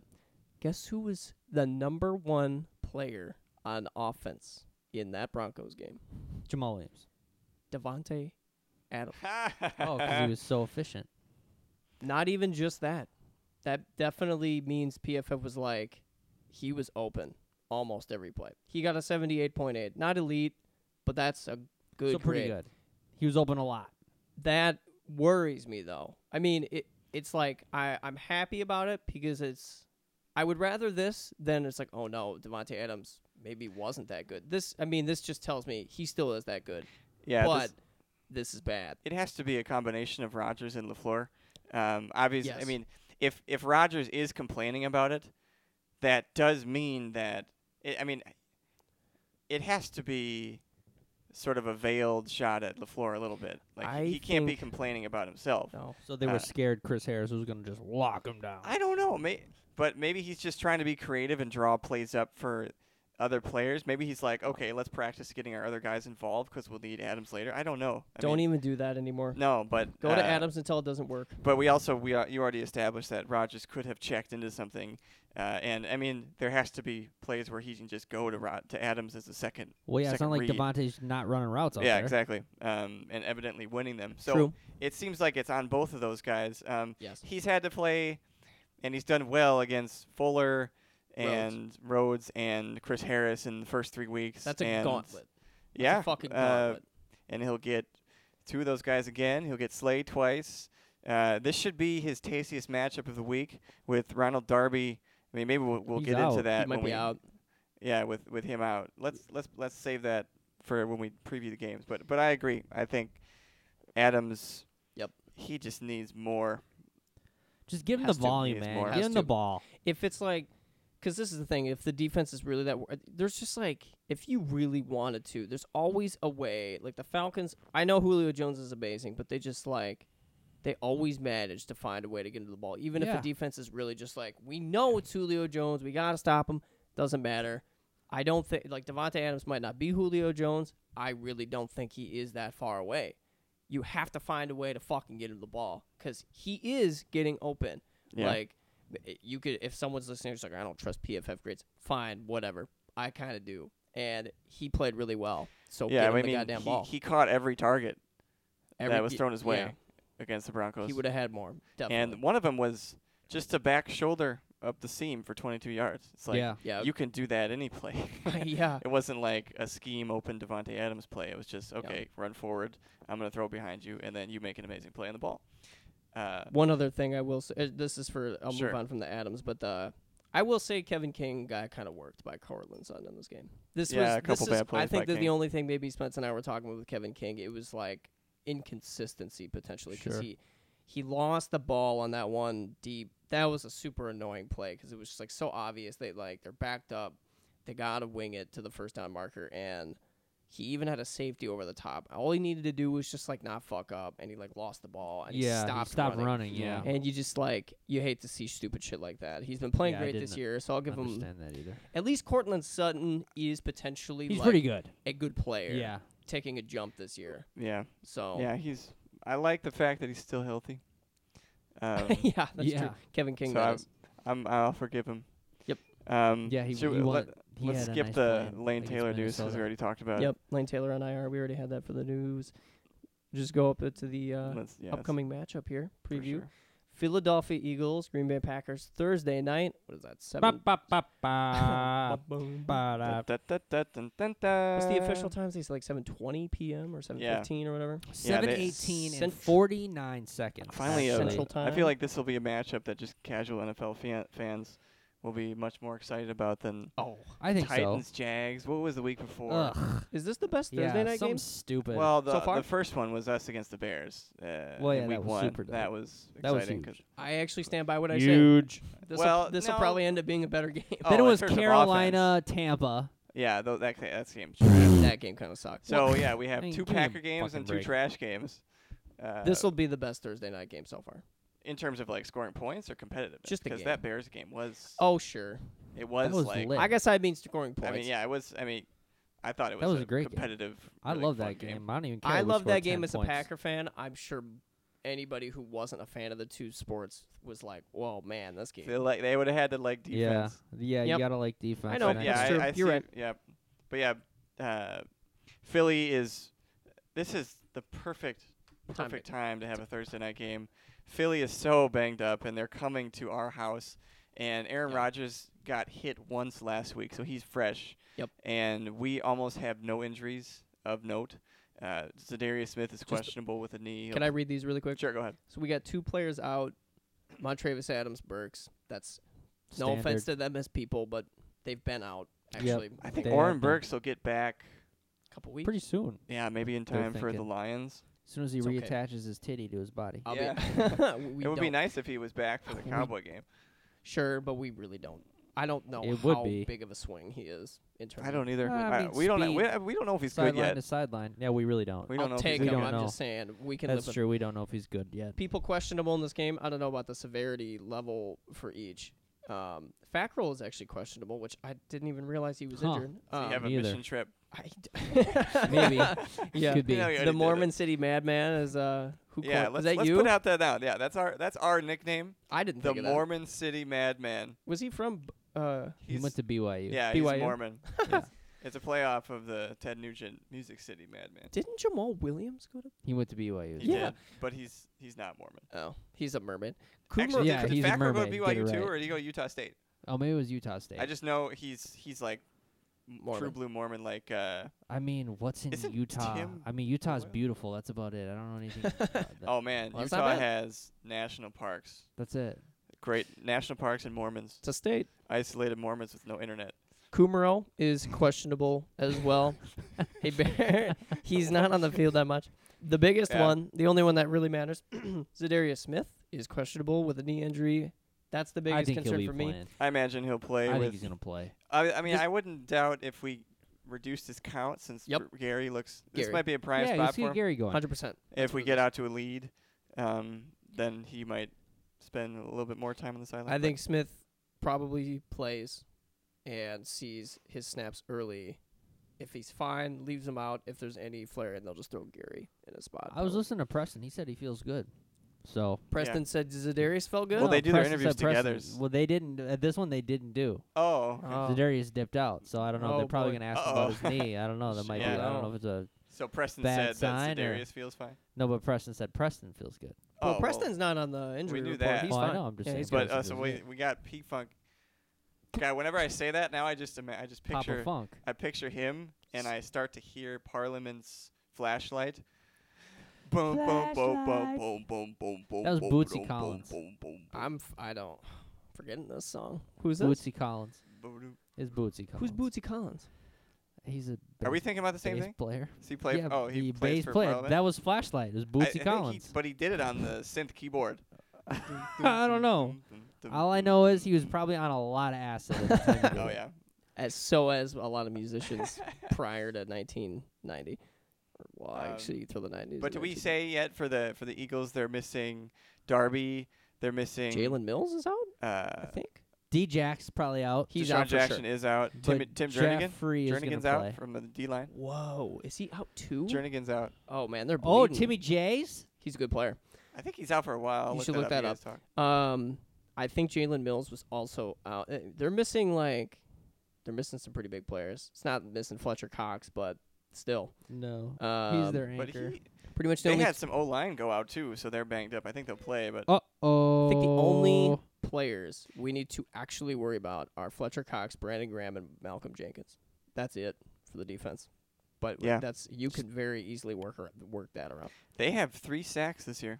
[SPEAKER 1] guess who was the number one player on offense in that Broncos game?
[SPEAKER 3] Jamal Williams.
[SPEAKER 1] Devonte Adams.
[SPEAKER 3] Oh, because he was so efficient.
[SPEAKER 1] Not even just that. That definitely means PFF was like he was open almost every play. He got a seventy-eight point eight. Not elite, but that's a good
[SPEAKER 3] so pretty
[SPEAKER 1] grade.
[SPEAKER 3] good. He was open a lot.
[SPEAKER 1] that worries me though. I mean, it it's like I I'm happy about it because it's I would rather this than it's like oh no, Devonte Adams maybe wasn't that good. This I mean, this just tells me he still is that good.
[SPEAKER 2] yeah,
[SPEAKER 1] but
[SPEAKER 2] this-
[SPEAKER 1] this, is bad.
[SPEAKER 2] it has to be a combination of Rodgers and Lafleur. Um, obviously, I
[SPEAKER 1] Yes.
[SPEAKER 2] mean, if if Rodgers is complaining about it, that does mean that i I mean, it has to be sort of a veiled shot at Lafleur a little bit. Like
[SPEAKER 1] I
[SPEAKER 2] he can't be
[SPEAKER 1] think-
[SPEAKER 2] complaining about himself.
[SPEAKER 1] No.
[SPEAKER 3] So they were
[SPEAKER 2] Uh,
[SPEAKER 3] scared Chris Harris was going to just lock him down.
[SPEAKER 2] I don't know, may, but maybe he's just trying to be creative and draw plays up for other players. Maybe he's like, okay, let's practice getting our other guys involved because we'll need Adams later. I don't know. I
[SPEAKER 1] Don't
[SPEAKER 2] mean,
[SPEAKER 1] even do that anymore.
[SPEAKER 2] No, but
[SPEAKER 1] Go to
[SPEAKER 2] uh,
[SPEAKER 1] Adams until it doesn't work.
[SPEAKER 2] But we also we are, you already established that Rogers could have checked into something, uh, and I mean there has to be plays where he can just go to Rod, to Adams as a second.
[SPEAKER 3] well, yeah, it's not
[SPEAKER 2] second
[SPEAKER 3] like
[SPEAKER 2] read.
[SPEAKER 3] Devontae's not running routes out
[SPEAKER 2] yeah,
[SPEAKER 3] there.
[SPEAKER 2] exactly. Um, and evidently winning them. So
[SPEAKER 3] True.
[SPEAKER 2] it seems like it's on both of those guys. Um,
[SPEAKER 3] Yes.
[SPEAKER 2] he's had to play, and he's done well against Fuller and Rhodes, and Chris Harris in the first three weeks.
[SPEAKER 1] That's a
[SPEAKER 2] and
[SPEAKER 1] gauntlet. That's
[SPEAKER 2] Yeah,
[SPEAKER 1] a fucking
[SPEAKER 2] uh,
[SPEAKER 1] gauntlet.
[SPEAKER 2] and he'll get two of those guys again. He'll get Slay twice. Uh, this should be his tastiest matchup of the week with Ronald Darby. I mean, maybe we'll, we'll
[SPEAKER 3] He's
[SPEAKER 2] get into
[SPEAKER 3] out.
[SPEAKER 2] that
[SPEAKER 1] he might
[SPEAKER 2] when
[SPEAKER 1] be
[SPEAKER 2] we
[SPEAKER 1] out.
[SPEAKER 2] yeah with with him out. Let's let's let's save that for when we preview the games. But but I agree. I think Adams.
[SPEAKER 1] Yep.
[SPEAKER 2] He just needs more.
[SPEAKER 3] Just give him the
[SPEAKER 2] Has to.
[SPEAKER 3] volume,
[SPEAKER 2] He needs
[SPEAKER 3] man.
[SPEAKER 2] more.
[SPEAKER 3] Give
[SPEAKER 1] Has
[SPEAKER 3] him the
[SPEAKER 1] to.
[SPEAKER 3] ball.
[SPEAKER 1] If it's like, because this is the thing, if the defense is really that, wor- there's just like, if you really wanted to, there's always a way. Like the Falcons, I know Julio Jones is amazing, but they just like, they always manage to find a way to get into the ball, even if
[SPEAKER 3] Yeah.
[SPEAKER 1] the defense is really just like, we know it's Julio Jones, we gotta stop him. Doesn't matter. I don't think like Devonte Adams might not be Julio Jones. I really don't think he is that far away. You have to find a way to fucking get him the ball because he is getting open.
[SPEAKER 2] Yeah.
[SPEAKER 1] Like i- you could, if someone's listening, it's like I don't trust PFF grades. Fine, whatever. I kind of do, and he played really well. So
[SPEAKER 2] yeah,
[SPEAKER 1] get him
[SPEAKER 2] I
[SPEAKER 1] the
[SPEAKER 2] mean,
[SPEAKER 1] goddamn
[SPEAKER 2] he,
[SPEAKER 1] ball.
[SPEAKER 2] he caught every target
[SPEAKER 1] Every-
[SPEAKER 2] that was thrown his way
[SPEAKER 1] yeah,
[SPEAKER 2] against the Broncos.
[SPEAKER 1] he would have had more. Definitely.
[SPEAKER 2] and one of them was just a back shoulder up the seam for 22 yards. It's like
[SPEAKER 3] yeah.
[SPEAKER 1] yeah,
[SPEAKER 2] you can do that any play.
[SPEAKER 1] yeah.
[SPEAKER 2] It wasn't like a scheme open Devonte Adams play. It was just okay, run forward. I'm gonna throw behind you, and then you make an amazing play on the ball. Uh,
[SPEAKER 1] One other thing I will say, uh, this is for I'll
[SPEAKER 2] Sure.
[SPEAKER 1] move on from the Adams, but uh, I will say Kevin King got kind of worked by Cortland Sutton in this game. This
[SPEAKER 2] Yeah,
[SPEAKER 1] was
[SPEAKER 2] a couple
[SPEAKER 1] this is,
[SPEAKER 2] bad plays
[SPEAKER 1] I think that
[SPEAKER 2] by
[SPEAKER 1] the
[SPEAKER 2] King.
[SPEAKER 1] only thing maybe Spence and I were talking about with Kevin King, it was like inconsistency potentially because
[SPEAKER 3] Sure.
[SPEAKER 1] he he lost the ball on that one deep. That was a super annoying play because it was just like so obvious. They like they're backed up, they gotta wing it to the first down marker and. He even had a safety over the top. All he needed to do was just like not fuck up, and he like lost the ball and
[SPEAKER 3] yeah.
[SPEAKER 1] he stopped,
[SPEAKER 3] running. Yeah.
[SPEAKER 2] Yeah.
[SPEAKER 1] and you just like you hate to see stupid shit like that. He's been playing
[SPEAKER 3] Yeah, I
[SPEAKER 1] great this
[SPEAKER 3] didn't
[SPEAKER 1] year, so I'll give him
[SPEAKER 3] understand that either.
[SPEAKER 1] at least Cortland Sutton is potentially
[SPEAKER 3] He's
[SPEAKER 1] like,
[SPEAKER 3] pretty good.
[SPEAKER 1] a good player.
[SPEAKER 3] Yeah.
[SPEAKER 1] Taking a jump this year.
[SPEAKER 2] yeah,
[SPEAKER 1] So
[SPEAKER 2] yeah, he's. I like the fact that he's still healthy. Um,
[SPEAKER 1] yeah, that's true.
[SPEAKER 3] Yeah.
[SPEAKER 1] Kevin King
[SPEAKER 2] so
[SPEAKER 1] that
[SPEAKER 2] I'm,
[SPEAKER 1] is.
[SPEAKER 2] I'm. I'll forgive him.
[SPEAKER 1] Yep.
[SPEAKER 2] Um,
[SPEAKER 3] Yeah, he-
[SPEAKER 2] should
[SPEAKER 3] he
[SPEAKER 2] we-
[SPEAKER 3] won- He
[SPEAKER 2] Let, us
[SPEAKER 3] had a
[SPEAKER 2] skip
[SPEAKER 3] nice
[SPEAKER 2] the
[SPEAKER 3] play
[SPEAKER 2] Lane
[SPEAKER 3] against
[SPEAKER 2] Taylor news because
[SPEAKER 3] Minnesota.
[SPEAKER 2] we already talked about
[SPEAKER 1] Yep. Lane Taylor on IR. We already had that for the news. Just go up to the
[SPEAKER 2] it.
[SPEAKER 1] uh,
[SPEAKER 2] Let's, yeah, that's
[SPEAKER 1] upcoming matchup here.
[SPEAKER 2] for
[SPEAKER 1] Preview.
[SPEAKER 2] sure.
[SPEAKER 1] Philadelphia Eagles, Green Bay Packers Thursday night. What is that? Seven.
[SPEAKER 3] Ba, ba, ba,
[SPEAKER 1] Ba-boom.
[SPEAKER 3] ba, da.
[SPEAKER 2] Dun, dun, dun, dun, dun, dun, dun.
[SPEAKER 1] What's the official time? Is it like 7:20 p.m. or 7:15 or whatever?
[SPEAKER 2] Yeah,
[SPEAKER 3] Seven
[SPEAKER 2] they-
[SPEAKER 3] eighteen and
[SPEAKER 1] Cent-
[SPEAKER 3] forty nine seconds.
[SPEAKER 2] Finally, a-
[SPEAKER 1] Central
[SPEAKER 2] I
[SPEAKER 3] Uh-huh.
[SPEAKER 1] time.
[SPEAKER 2] feel like this will be a matchup that just casual NFL fan, fans will be much more excited about than
[SPEAKER 3] Oh, I think
[SPEAKER 2] Titans, Jags. What was the week
[SPEAKER 3] so.
[SPEAKER 2] before?
[SPEAKER 3] Ugh.
[SPEAKER 1] Is this the best
[SPEAKER 3] Yeah,
[SPEAKER 1] Thursday night
[SPEAKER 3] something
[SPEAKER 1] game?
[SPEAKER 3] stupid.
[SPEAKER 2] Well, the,
[SPEAKER 1] far?
[SPEAKER 2] the first one was us against the Bears. Uh,
[SPEAKER 3] Well, yeah,
[SPEAKER 2] in
[SPEAKER 3] that
[SPEAKER 2] week
[SPEAKER 3] was
[SPEAKER 2] one.
[SPEAKER 3] super dope.
[SPEAKER 2] That was
[SPEAKER 3] That was
[SPEAKER 2] exciting.
[SPEAKER 3] huge.
[SPEAKER 2] 'cause-
[SPEAKER 1] I actually stand by what I said.
[SPEAKER 3] huge.
[SPEAKER 1] This
[SPEAKER 2] Well,
[SPEAKER 1] this will
[SPEAKER 2] no.
[SPEAKER 1] probably end up being a better game.
[SPEAKER 2] Oh,
[SPEAKER 3] then it
[SPEAKER 2] in
[SPEAKER 3] was
[SPEAKER 2] terms of
[SPEAKER 3] Carolina, Tampa.
[SPEAKER 2] offense. Yeah, tho- that that's game.
[SPEAKER 1] that game kind of sucked.
[SPEAKER 2] So yeah, we have
[SPEAKER 3] I mean,
[SPEAKER 2] two
[SPEAKER 3] give me a
[SPEAKER 2] Packer games and
[SPEAKER 3] fucking
[SPEAKER 2] two
[SPEAKER 3] break.
[SPEAKER 2] trash games. Uh,
[SPEAKER 1] this will be the best Thursday night game so far.
[SPEAKER 2] in terms of like scoring points or competitiveness,
[SPEAKER 1] Just the
[SPEAKER 2] because that Bears game was
[SPEAKER 1] Oh sure.
[SPEAKER 2] it was,
[SPEAKER 3] was
[SPEAKER 2] like
[SPEAKER 3] lit.
[SPEAKER 1] I guess I mean scoring points.
[SPEAKER 2] I mean yeah, it was. I mean, I thought it was,
[SPEAKER 3] That was a great game.
[SPEAKER 2] competitive.
[SPEAKER 3] I
[SPEAKER 2] really
[SPEAKER 3] love
[SPEAKER 2] fun
[SPEAKER 3] that game. I don't even care.
[SPEAKER 1] I
[SPEAKER 3] who
[SPEAKER 1] love
[SPEAKER 3] scored
[SPEAKER 1] that game
[SPEAKER 3] 10
[SPEAKER 1] as a
[SPEAKER 3] points.
[SPEAKER 1] Packer fan. I'm sure anybody who wasn't a fan of the two sports was like, "Whoa, man, this game."
[SPEAKER 2] They like they would have had to like
[SPEAKER 3] Yeah,
[SPEAKER 2] defense.
[SPEAKER 3] yeah,
[SPEAKER 1] Yep.
[SPEAKER 3] you gotta like defense.
[SPEAKER 1] I know,
[SPEAKER 3] and
[SPEAKER 2] But yeah,
[SPEAKER 1] that's
[SPEAKER 2] I,
[SPEAKER 1] true.
[SPEAKER 2] I
[SPEAKER 1] You're
[SPEAKER 2] see-
[SPEAKER 1] right.
[SPEAKER 2] Yeah, but yeah, uh, Philly is. This is the perfect,
[SPEAKER 1] Time
[SPEAKER 2] perfect time to have a Thursday night game. Philly is so banged up, and they're coming to our house. And Aaron
[SPEAKER 1] Yep.
[SPEAKER 2] Rodgers got hit once last week, so he's fresh.
[SPEAKER 1] Yep.
[SPEAKER 2] And we almost have no injuries of note. Uh, Zadarius Smith is
[SPEAKER 1] Just-
[SPEAKER 2] questionable with a knee. He'll-
[SPEAKER 1] Can I read these really quick?
[SPEAKER 2] Sure, go ahead.
[SPEAKER 1] So we got two players out. Montravis Adams, Burks. That's no
[SPEAKER 3] Standard.
[SPEAKER 1] offense to them as people, but they've been out
[SPEAKER 3] Yep.
[SPEAKER 1] actually
[SPEAKER 2] I think
[SPEAKER 3] They
[SPEAKER 2] Oren
[SPEAKER 3] have been-
[SPEAKER 2] Burks will get back.
[SPEAKER 1] a couple weeks.
[SPEAKER 3] pretty soon.
[SPEAKER 2] Yeah, maybe in
[SPEAKER 3] They're
[SPEAKER 2] time for the
[SPEAKER 3] thinking.
[SPEAKER 2] Lions.
[SPEAKER 3] As soon as he
[SPEAKER 1] It's okay.
[SPEAKER 3] reattaches his titty to his body.
[SPEAKER 4] I'll
[SPEAKER 2] yeah.
[SPEAKER 4] be,
[SPEAKER 1] we
[SPEAKER 2] it would be
[SPEAKER 1] don't-
[SPEAKER 2] nice if he was back for the
[SPEAKER 1] We-
[SPEAKER 2] Cowboy game.
[SPEAKER 1] Sure, but we really don't. I don't know
[SPEAKER 3] It would
[SPEAKER 1] how
[SPEAKER 3] be.
[SPEAKER 1] big of a swing he is in terms.
[SPEAKER 2] I don't either.
[SPEAKER 3] Uh, I
[SPEAKER 2] I-
[SPEAKER 3] mean,
[SPEAKER 2] we don't. know-
[SPEAKER 3] speed.
[SPEAKER 2] We, uh, we don't know if he's good
[SPEAKER 3] Sideline
[SPEAKER 2] yet.
[SPEAKER 3] to sideline. Yeah, we really don't.
[SPEAKER 2] We
[SPEAKER 1] I'll
[SPEAKER 2] don't know if he's
[SPEAKER 1] take
[SPEAKER 2] good
[SPEAKER 1] him.
[SPEAKER 3] don't
[SPEAKER 2] yet.
[SPEAKER 1] I'm
[SPEAKER 3] know.
[SPEAKER 1] just saying we can
[SPEAKER 3] That's
[SPEAKER 1] live
[SPEAKER 3] true. We don't know if he's good yet.
[SPEAKER 1] with people questionable in this game. I don't know about the severity level for each. Um, Fackrell is actually questionable, which I didn't even realize he was
[SPEAKER 3] Huh.
[SPEAKER 1] injured.
[SPEAKER 2] Does
[SPEAKER 1] Um,
[SPEAKER 2] he have a
[SPEAKER 3] neither.
[SPEAKER 2] mission trip.
[SPEAKER 1] I d-
[SPEAKER 3] Maybe.
[SPEAKER 1] Yeah.
[SPEAKER 3] Could be.
[SPEAKER 2] You know, he already
[SPEAKER 1] the
[SPEAKER 2] did
[SPEAKER 1] Mormon
[SPEAKER 2] it.
[SPEAKER 1] City Madman is uh who
[SPEAKER 2] Yeah,
[SPEAKER 1] coined-
[SPEAKER 2] let's,
[SPEAKER 1] is that
[SPEAKER 2] let's
[SPEAKER 1] you?
[SPEAKER 2] put out that out. Yeah, that's our that's our nickname,
[SPEAKER 1] I didn't
[SPEAKER 2] the
[SPEAKER 1] think of that.
[SPEAKER 2] Mormon City Madman.
[SPEAKER 1] Was he from b- uh
[SPEAKER 3] he
[SPEAKER 2] He's-
[SPEAKER 3] went to BYU.
[SPEAKER 2] Yeah,
[SPEAKER 1] BYU.
[SPEAKER 2] he's Mormon. It's a playoff of the Ted Nugent Music City Madman.
[SPEAKER 1] didn't Jamal Williams go to
[SPEAKER 3] He went to BYU.
[SPEAKER 2] He
[SPEAKER 1] Yeah.
[SPEAKER 2] did, but he's he's not Mormon.
[SPEAKER 1] Oh, he's a mermaid.
[SPEAKER 2] Actually,
[SPEAKER 3] Yeah,
[SPEAKER 2] did,
[SPEAKER 3] he's
[SPEAKER 2] did
[SPEAKER 3] a
[SPEAKER 2] Fackrell go
[SPEAKER 3] mermaid.
[SPEAKER 2] to
[SPEAKER 3] Get
[SPEAKER 2] BYU
[SPEAKER 3] it
[SPEAKER 2] too,
[SPEAKER 3] right.
[SPEAKER 2] or did he go to Utah State?
[SPEAKER 3] Oh, maybe it was Utah State.
[SPEAKER 2] I just know he's he's like m- true
[SPEAKER 1] Mormon.
[SPEAKER 2] blue Mormon. Like uh,
[SPEAKER 3] I mean, what's in
[SPEAKER 2] Isn't
[SPEAKER 3] Utah?
[SPEAKER 2] Tim
[SPEAKER 3] I mean, Utah's
[SPEAKER 2] Boyle?
[SPEAKER 3] beautiful. That's about it. I don't know anything. about that.
[SPEAKER 2] oh man,
[SPEAKER 1] Well, that's not bad.
[SPEAKER 2] Utah has national parks,
[SPEAKER 3] That's it.
[SPEAKER 2] great national parks and Mormons,
[SPEAKER 1] it's a state.
[SPEAKER 2] isolated Mormons with no internet.
[SPEAKER 1] Kumaro is questionable as well. hey, Bear, he's not on the field that much. The biggest
[SPEAKER 2] Yeah.
[SPEAKER 1] one, the only one that really matters, Zadarius Smith is questionable with a knee injury. That's the
[SPEAKER 3] I
[SPEAKER 1] biggest
[SPEAKER 3] think he'll
[SPEAKER 1] concern
[SPEAKER 3] be
[SPEAKER 1] for me.
[SPEAKER 3] playing.
[SPEAKER 2] I imagine he'll play
[SPEAKER 3] I think
[SPEAKER 2] with.
[SPEAKER 3] he's gonna play.
[SPEAKER 2] I, I mean,
[SPEAKER 1] Just-
[SPEAKER 2] I wouldn't doubt if we reduced his count since
[SPEAKER 1] Yep.
[SPEAKER 2] R- Gary looks. This
[SPEAKER 1] Gary.
[SPEAKER 2] might be a prime
[SPEAKER 3] yeah,
[SPEAKER 2] spot
[SPEAKER 3] let's get
[SPEAKER 2] for him.
[SPEAKER 3] Gary going.
[SPEAKER 1] Hundred percent.
[SPEAKER 2] if we get out to a lead, um, then he might spend a little bit more time on the sideline.
[SPEAKER 1] I
[SPEAKER 2] but
[SPEAKER 1] think Smith probably plays and sees his snaps early. If he's fine, leaves him out. If there's any flare, and they'll just throw Gary in a spot.
[SPEAKER 3] I was
[SPEAKER 1] probably.
[SPEAKER 3] listening to Preston. He said he feels good. So
[SPEAKER 1] Preston said Zadarius felt good.
[SPEAKER 2] Well,
[SPEAKER 3] No,
[SPEAKER 2] they do their
[SPEAKER 3] Preston
[SPEAKER 2] interviews
[SPEAKER 3] said Preston-
[SPEAKER 2] together.
[SPEAKER 3] Well, they didn't. At this one, they didn't do.
[SPEAKER 2] Oh, okay.
[SPEAKER 1] Oh.
[SPEAKER 3] Zadarius dipped out, so I don't know.
[SPEAKER 1] Oh,
[SPEAKER 3] They're probably
[SPEAKER 1] boy.
[SPEAKER 3] gonna ask him about his
[SPEAKER 2] Uh-oh.
[SPEAKER 3] knee. I don't know. That might
[SPEAKER 2] Yeah.
[SPEAKER 3] be. I don't know if it's a.
[SPEAKER 2] so Preston
[SPEAKER 3] Bad
[SPEAKER 2] said that
[SPEAKER 3] sign
[SPEAKER 1] uh,
[SPEAKER 3] or-
[SPEAKER 2] Darius feels fine.
[SPEAKER 3] No, but Preston said Preston feels good.
[SPEAKER 1] well,
[SPEAKER 2] oh,
[SPEAKER 1] Preston's not on the injury
[SPEAKER 2] knew
[SPEAKER 1] report.
[SPEAKER 2] that.
[SPEAKER 1] He's
[SPEAKER 3] well,
[SPEAKER 1] fine.
[SPEAKER 3] I know. I'm just
[SPEAKER 1] Yeah,
[SPEAKER 3] saying.
[SPEAKER 1] he's
[SPEAKER 2] But
[SPEAKER 1] good.
[SPEAKER 2] uh, so we we got P Funk. God, whenever I say that now, I just ima- I just
[SPEAKER 3] Papa
[SPEAKER 2] picture
[SPEAKER 3] Funk.
[SPEAKER 2] I picture him and I start to hear Parliament's flashlight. Boom, boom, boom, boom,
[SPEAKER 3] Flashlight.
[SPEAKER 2] boom, boom, boom, boom.
[SPEAKER 3] That was
[SPEAKER 2] boom,
[SPEAKER 3] Bootsy
[SPEAKER 2] boom, boom,
[SPEAKER 3] Collins.
[SPEAKER 2] boom, boom, boom,
[SPEAKER 1] I'm. F- I don't. Forgetting this song. Who's this?
[SPEAKER 3] Bootsy Collins.
[SPEAKER 2] boom, boom.
[SPEAKER 3] Is Bootsy
[SPEAKER 1] Who's
[SPEAKER 3] Collins?
[SPEAKER 1] Bootsy Collins?
[SPEAKER 3] He's a.
[SPEAKER 2] Are we
[SPEAKER 3] bass-
[SPEAKER 2] thinking about the same
[SPEAKER 3] bass
[SPEAKER 2] thing?
[SPEAKER 3] Player.
[SPEAKER 2] Does he play?
[SPEAKER 3] yeah,
[SPEAKER 2] oh, he
[SPEAKER 3] the
[SPEAKER 2] plays
[SPEAKER 3] bass
[SPEAKER 2] for
[SPEAKER 3] player.
[SPEAKER 2] Parliament.
[SPEAKER 3] That was Flashlight. It was
[SPEAKER 2] I- I
[SPEAKER 3] Bootsy
[SPEAKER 2] think he-
[SPEAKER 3] Collins.
[SPEAKER 2] but he did it on the synth keyboard.
[SPEAKER 3] I don't know. Oh. All I know is he was probably on a lot of acid. At the time he did
[SPEAKER 2] Oh
[SPEAKER 3] it.
[SPEAKER 2] yeah.
[SPEAKER 1] As so as a lot of musicians prior to 1990. Or, Well,
[SPEAKER 2] Um,
[SPEAKER 1] actually, till the 90s.
[SPEAKER 2] But do we
[SPEAKER 1] 1990s.
[SPEAKER 2] say yet for the for the Eagles they're missing Darby, they're missing
[SPEAKER 1] Jalen Mills is out? I
[SPEAKER 2] Uh,
[SPEAKER 1] think.
[SPEAKER 3] D Jack's probably out.
[SPEAKER 1] He's
[SPEAKER 2] Deshaun
[SPEAKER 1] out for sure.
[SPEAKER 2] Jackson is out. Tim
[SPEAKER 3] but
[SPEAKER 2] Tim Jernigan.
[SPEAKER 3] Jeffrey is gonna
[SPEAKER 2] Jernigan's out
[SPEAKER 3] play.
[SPEAKER 2] from the D line.
[SPEAKER 1] Whoa, is he out too?
[SPEAKER 2] Jernigan's out.
[SPEAKER 1] oh man, they're
[SPEAKER 3] Oh,
[SPEAKER 1] bleeding.
[SPEAKER 3] Timmy Jays.
[SPEAKER 1] He's a good player.
[SPEAKER 2] I think he's out for a while. I'll
[SPEAKER 1] You
[SPEAKER 2] look
[SPEAKER 1] should
[SPEAKER 2] that
[SPEAKER 1] look
[SPEAKER 2] up.
[SPEAKER 1] that
[SPEAKER 2] You guys talk.
[SPEAKER 1] Um, I think Jalen Mills was also out. Uh, They're missing like, they're missing some pretty big players. It's not missing Fletcher Cox, but still,
[SPEAKER 3] No,
[SPEAKER 1] um,
[SPEAKER 3] he's their
[SPEAKER 2] But
[SPEAKER 3] anchor.
[SPEAKER 2] he,
[SPEAKER 1] pretty much the
[SPEAKER 2] they
[SPEAKER 1] only
[SPEAKER 2] had some O line go out too, so they're banged up. I think they'll play, but
[SPEAKER 3] Uh oh.
[SPEAKER 1] I think the only players we need to actually worry about are Fletcher Cox, Brandon Graham, and Malcolm Jenkins. That's it for the defense. But
[SPEAKER 2] Yeah.
[SPEAKER 1] that's you could very easily work ar- work that around
[SPEAKER 2] they have three sacks this year.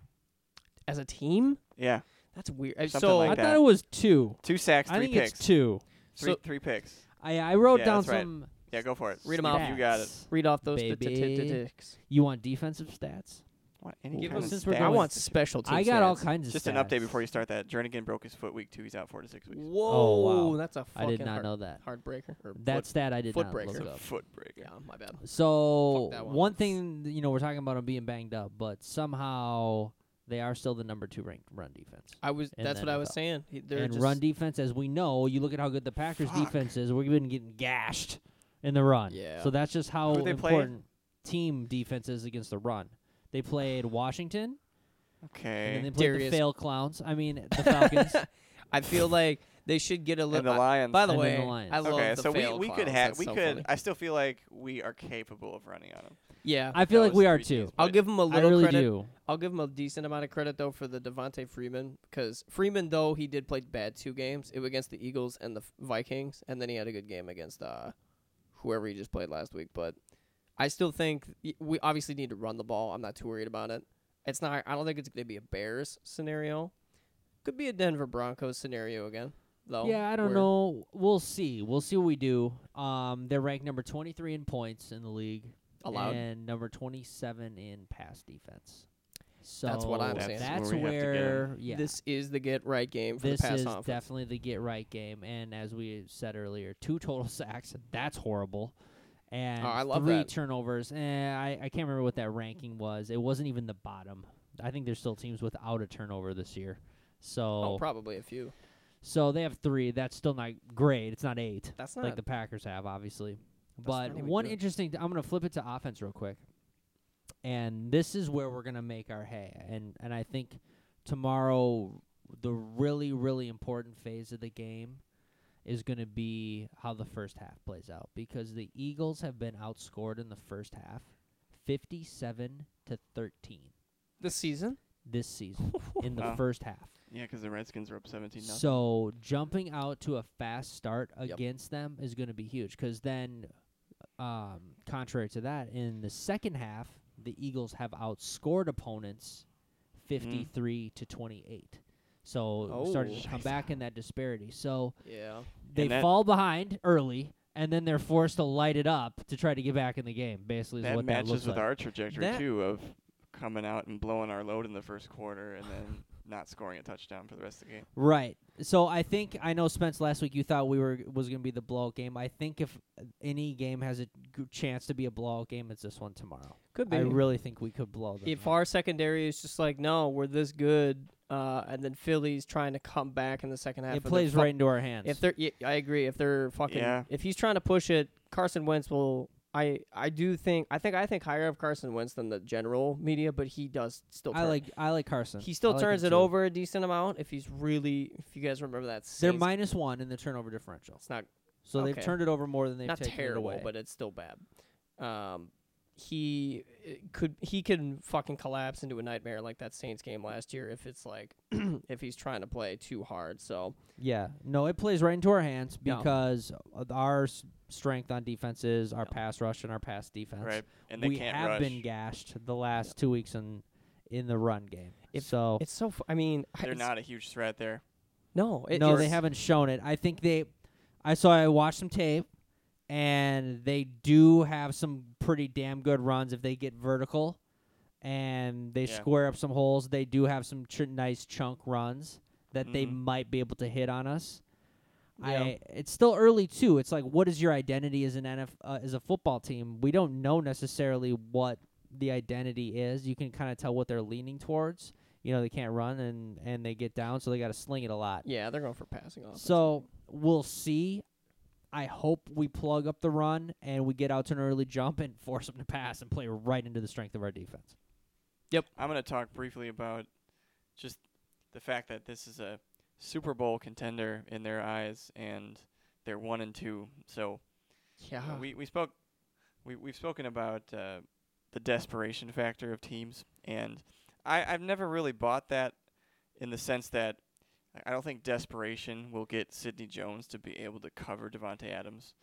[SPEAKER 1] as a team.
[SPEAKER 2] Yeah,
[SPEAKER 1] That's weird. Uh,
[SPEAKER 2] Something
[SPEAKER 1] so
[SPEAKER 2] like
[SPEAKER 3] I
[SPEAKER 2] that.
[SPEAKER 3] thought it was two.
[SPEAKER 2] two sacks,
[SPEAKER 3] I
[SPEAKER 2] three
[SPEAKER 3] think
[SPEAKER 2] picks,
[SPEAKER 3] it's two.
[SPEAKER 2] three
[SPEAKER 1] so-
[SPEAKER 2] three picks.
[SPEAKER 3] I I wrote
[SPEAKER 2] Yeah,
[SPEAKER 3] down
[SPEAKER 2] that's right.
[SPEAKER 3] some.
[SPEAKER 2] Yeah, go for it.
[SPEAKER 1] Read 'em
[SPEAKER 2] You-
[SPEAKER 1] off.
[SPEAKER 2] You got it.
[SPEAKER 3] stats.
[SPEAKER 1] read off those
[SPEAKER 3] Baby.
[SPEAKER 1] statistics.
[SPEAKER 3] You want defensive stats?
[SPEAKER 2] What, any
[SPEAKER 1] Give
[SPEAKER 2] kind
[SPEAKER 1] us-
[SPEAKER 2] of
[SPEAKER 3] since we're
[SPEAKER 2] stat?
[SPEAKER 3] going-
[SPEAKER 1] I want special team.
[SPEAKER 3] I got all
[SPEAKER 1] stats.
[SPEAKER 3] kinds of.
[SPEAKER 2] Just
[SPEAKER 3] stats.
[SPEAKER 2] an update before you start that. Jernigan broke his foot week two. He's out four to six weeks.
[SPEAKER 1] Whoa,
[SPEAKER 3] Oh, wow.
[SPEAKER 1] that's a
[SPEAKER 3] I
[SPEAKER 1] fucking
[SPEAKER 3] did not
[SPEAKER 1] heart-
[SPEAKER 3] know that.
[SPEAKER 1] heartbreaker. Or foot-
[SPEAKER 3] That stat I did
[SPEAKER 1] foot
[SPEAKER 3] not
[SPEAKER 1] breaker.
[SPEAKER 2] It's
[SPEAKER 3] look
[SPEAKER 2] a
[SPEAKER 3] up.
[SPEAKER 2] foot breaker.
[SPEAKER 1] yeah, my bad.
[SPEAKER 3] So
[SPEAKER 1] that one.
[SPEAKER 3] one thing th- you know we're talking about him being banged up, but somehow they are still the number two ranked run defense.
[SPEAKER 1] I was.
[SPEAKER 3] And
[SPEAKER 1] that's
[SPEAKER 3] then
[SPEAKER 1] what I
[SPEAKER 3] it's
[SPEAKER 1] was
[SPEAKER 3] up.
[SPEAKER 1] saying. He- They're
[SPEAKER 3] and
[SPEAKER 1] just,
[SPEAKER 3] run defense, as we know, you look at how good the Packers
[SPEAKER 2] Fuck.
[SPEAKER 3] defense is. We've been getting gashed in the run.
[SPEAKER 1] Yeah.
[SPEAKER 3] So that's just how
[SPEAKER 2] Who'd they
[SPEAKER 3] important
[SPEAKER 2] play?
[SPEAKER 3] team defense is against the run. They played Washington, and then
[SPEAKER 2] Okay.
[SPEAKER 3] they played
[SPEAKER 1] Darius.
[SPEAKER 3] the fail clowns. I mean the Falcons.
[SPEAKER 1] I feel like they should get a
[SPEAKER 2] And
[SPEAKER 1] little.
[SPEAKER 2] the Lions.
[SPEAKER 1] by the
[SPEAKER 3] And then
[SPEAKER 1] way,
[SPEAKER 3] the Lions.
[SPEAKER 1] I love
[SPEAKER 2] okay,
[SPEAKER 1] the
[SPEAKER 2] so we,
[SPEAKER 1] failed
[SPEAKER 2] we could
[SPEAKER 1] clowns.
[SPEAKER 2] have
[SPEAKER 1] That's
[SPEAKER 2] we
[SPEAKER 1] so
[SPEAKER 2] could.
[SPEAKER 1] funny.
[SPEAKER 2] I still feel like we are capable of running on him.
[SPEAKER 1] yeah,
[SPEAKER 3] I feel like
[SPEAKER 2] Those
[SPEAKER 3] we are
[SPEAKER 2] three teams,
[SPEAKER 3] too.
[SPEAKER 1] I'll
[SPEAKER 2] but-
[SPEAKER 1] give him a
[SPEAKER 3] I
[SPEAKER 1] little
[SPEAKER 3] really
[SPEAKER 1] credit.
[SPEAKER 3] do.
[SPEAKER 1] I'll give him a decent amount of credit though for the Devontae Freeman because Freeman though he did play bad two games. It was against the Eagles and the Vikings, and then he had a good game against uh, whoever he just played last week. But I still think y- we obviously need to run the ball. I'm not too worried about it. It's not. I don't think it's gonna be a Bears scenario. Could be a Denver Broncos scenario again. Though.
[SPEAKER 3] Yeah, I don't
[SPEAKER 1] where-
[SPEAKER 3] know. We'll see. We'll see what we do. Um, they're ranked number 23 in points in the league.
[SPEAKER 1] allowed.
[SPEAKER 3] and number 27 in pass defense. So
[SPEAKER 1] That's what I'm saying.
[SPEAKER 3] That's
[SPEAKER 2] That's where we have to get
[SPEAKER 3] where yeah,
[SPEAKER 1] This is the get right game for
[SPEAKER 3] this
[SPEAKER 1] the pass
[SPEAKER 3] is
[SPEAKER 1] offense.
[SPEAKER 3] definitely the get right game. And as we said earlier, two total sacks. That's horrible. And
[SPEAKER 1] Oh, I love
[SPEAKER 3] three
[SPEAKER 1] that.
[SPEAKER 3] turnovers. Eh, I, I can't remember what that ranking was. It wasn't even the bottom. I think there's still teams without a turnover this year. So
[SPEAKER 1] oh, probably a few.
[SPEAKER 3] so they have three. That's still not great. It's not eight
[SPEAKER 1] That's not
[SPEAKER 3] like the Packers have, obviously. But
[SPEAKER 1] not even
[SPEAKER 3] one
[SPEAKER 1] good.
[SPEAKER 3] interesting, I'm going to flip it to offense real quick, and this is where we're going to make our hay, and and I think tomorrow the really really important phase of the game is going to be how the first half plays out because the Eagles have been outscored in the first half, 57 to 13
[SPEAKER 1] this season.
[SPEAKER 3] this season in the
[SPEAKER 2] Wow.
[SPEAKER 3] first half.
[SPEAKER 2] Yeah, because the Redskins are up 17 nothing.
[SPEAKER 3] So jumping out to a fast start
[SPEAKER 1] Yep.
[SPEAKER 3] against them is going to be huge because then, um, contrary to that, in the second half, the Eagles have outscored opponents fifty-three to twenty-eight. So we're starting to
[SPEAKER 2] Mm. Oh.
[SPEAKER 3] come back in that disparity. So
[SPEAKER 1] Yeah.
[SPEAKER 3] they
[SPEAKER 2] that-
[SPEAKER 3] fall behind early, and then they're forced to light it up to try to get back in the game. Basically, is
[SPEAKER 2] that
[SPEAKER 3] what that
[SPEAKER 2] matches
[SPEAKER 3] looks
[SPEAKER 2] with
[SPEAKER 3] like.
[SPEAKER 2] our trajectory
[SPEAKER 1] That-
[SPEAKER 2] too of coming out and blowing our load in the first quarter and then not scoring a touchdown for the rest of the game.
[SPEAKER 3] Right. So I think I know Spence. Last week you thought we were was going to be the blowout game. I think if any game has a g- chance to be a blowout game, it's this one tomorrow.
[SPEAKER 1] Could be.
[SPEAKER 3] I really think we could blow them.
[SPEAKER 1] if
[SPEAKER 3] out.
[SPEAKER 1] our secondary is just like, no, we're this good, uh, and then Philly's trying to come back in the second half.
[SPEAKER 3] it
[SPEAKER 1] and they're
[SPEAKER 3] plays
[SPEAKER 1] fu-
[SPEAKER 3] right into our hands.
[SPEAKER 1] If they're, yeah, I agree. If they're fucking,
[SPEAKER 2] Yeah.
[SPEAKER 1] if he's trying to push it, Carson Wentz will. I I do think I think I think higher of Carson Wentz than the general media, but he does still.
[SPEAKER 3] I
[SPEAKER 1] turn-
[SPEAKER 3] like I like Carson.
[SPEAKER 1] He
[SPEAKER 3] I
[SPEAKER 1] still
[SPEAKER 3] like
[SPEAKER 1] turns
[SPEAKER 3] him
[SPEAKER 1] it
[SPEAKER 3] too.
[SPEAKER 1] over a decent amount if he's really. If you guys remember that,
[SPEAKER 3] They're
[SPEAKER 1] Saints-
[SPEAKER 3] minus one in the turnover differential,
[SPEAKER 1] It's not
[SPEAKER 3] so
[SPEAKER 1] Okay.
[SPEAKER 3] they've turned it over more than they've
[SPEAKER 1] not
[SPEAKER 3] taken
[SPEAKER 1] terrible,
[SPEAKER 3] it away.
[SPEAKER 1] but it's still bad. Um, he it could he can fucking collapse into a nightmare like that Saints game last year if it's like if he's trying to play too hard. So
[SPEAKER 3] yeah, no, it plays right into our hands
[SPEAKER 1] No.
[SPEAKER 3] because of our s- strength on defense is our
[SPEAKER 1] No.
[SPEAKER 3] pass rush and our pass defense.
[SPEAKER 2] Right. And they
[SPEAKER 3] we
[SPEAKER 2] can't
[SPEAKER 3] have
[SPEAKER 2] rush.
[SPEAKER 3] been gashed the last two weeks in in the run game.
[SPEAKER 1] If-
[SPEAKER 3] so
[SPEAKER 1] it's so. Fu- I mean, I-
[SPEAKER 2] They're
[SPEAKER 1] it's-
[SPEAKER 2] not a huge threat there.
[SPEAKER 1] No, it,
[SPEAKER 3] no,
[SPEAKER 1] it's-
[SPEAKER 3] they haven't shown it. I think they. I saw. I watched some tape, and they do have some pretty damn good runs if they get vertical, and they
[SPEAKER 2] Yeah.
[SPEAKER 3] square up some holes. They do have some ch- nice chunk runs that they
[SPEAKER 2] Mhm.
[SPEAKER 3] might be able to hit on us.
[SPEAKER 1] Yeah.
[SPEAKER 3] I. It's still early too. It's like, what is your identity as an NF uh, as a football team? We don't know necessarily what the identity is. You can kind of tell what they're leaning towards. You know, they can't run and and they get down, so they got to sling it a lot.
[SPEAKER 1] Yeah, they're going for passing
[SPEAKER 2] Oh,
[SPEAKER 1] off.
[SPEAKER 3] So we'll see. I hope we plug up the run and we get out to an early jump and force them to pass and play right into the strength of our defense.
[SPEAKER 2] I'm going to talk briefly about just the fact that this is a Super Bowl contender in their eyes, and they're one and two. So
[SPEAKER 1] yeah,
[SPEAKER 2] uh, we we spoke we we've spoken about uh, the desperation factor of teams, and I I've never really bought that in the sense that I- I don't think desperation will get Sidney Jones to be able to cover Devonte Adams,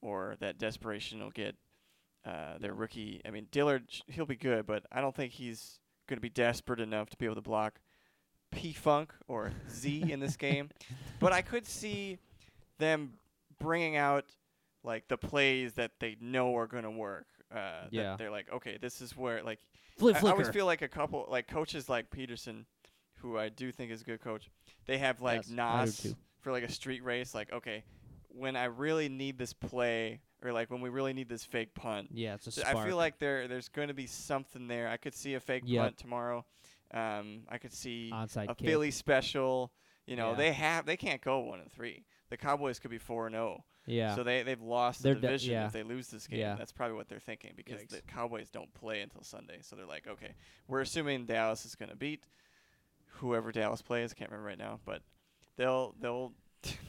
[SPEAKER 2] or that desperation will get uh, their rookie. I mean Dillard sh- he'll be good, but I don't think he's going to be desperate enough to be able to block P Funk or Z in this game. But I could see them bringing out like the plays that they know are going to work. Uh, that
[SPEAKER 3] Yeah.
[SPEAKER 2] they're like, okay, this is where like
[SPEAKER 3] Flip
[SPEAKER 2] I- I,
[SPEAKER 3] flicker.
[SPEAKER 2] always feel like a couple like coaches like Peterson, who I do think is a good coach. They have like
[SPEAKER 1] Yes,
[SPEAKER 3] I do
[SPEAKER 2] Nas
[SPEAKER 3] too.
[SPEAKER 2] for like a street race. Like okay, when I really need this play, or like when we really need this fake punt,
[SPEAKER 3] yeah, it's a
[SPEAKER 2] so
[SPEAKER 3] spark.
[SPEAKER 2] I feel like there there's going to be something there. I could see a fake
[SPEAKER 3] Yep.
[SPEAKER 2] punt tomorrow. Um, I could see
[SPEAKER 3] onside
[SPEAKER 2] a
[SPEAKER 3] kick.
[SPEAKER 2] Philly special. You know,
[SPEAKER 3] Yeah.
[SPEAKER 2] they have they can't go one and three. The Cowboys could be four and zero.
[SPEAKER 3] Yeah,
[SPEAKER 2] So they they've lost
[SPEAKER 3] They're
[SPEAKER 2] the
[SPEAKER 3] de-
[SPEAKER 2] division
[SPEAKER 3] yeah.
[SPEAKER 2] if they lose this game.
[SPEAKER 3] Yeah.
[SPEAKER 2] That's probably what they're thinking because
[SPEAKER 1] Yikes.
[SPEAKER 2] the Cowboys don't play until Sunday. So they're like, okay, we're assuming Dallas is going to beat whoever Dallas plays. Can't remember right now, but they'll they'll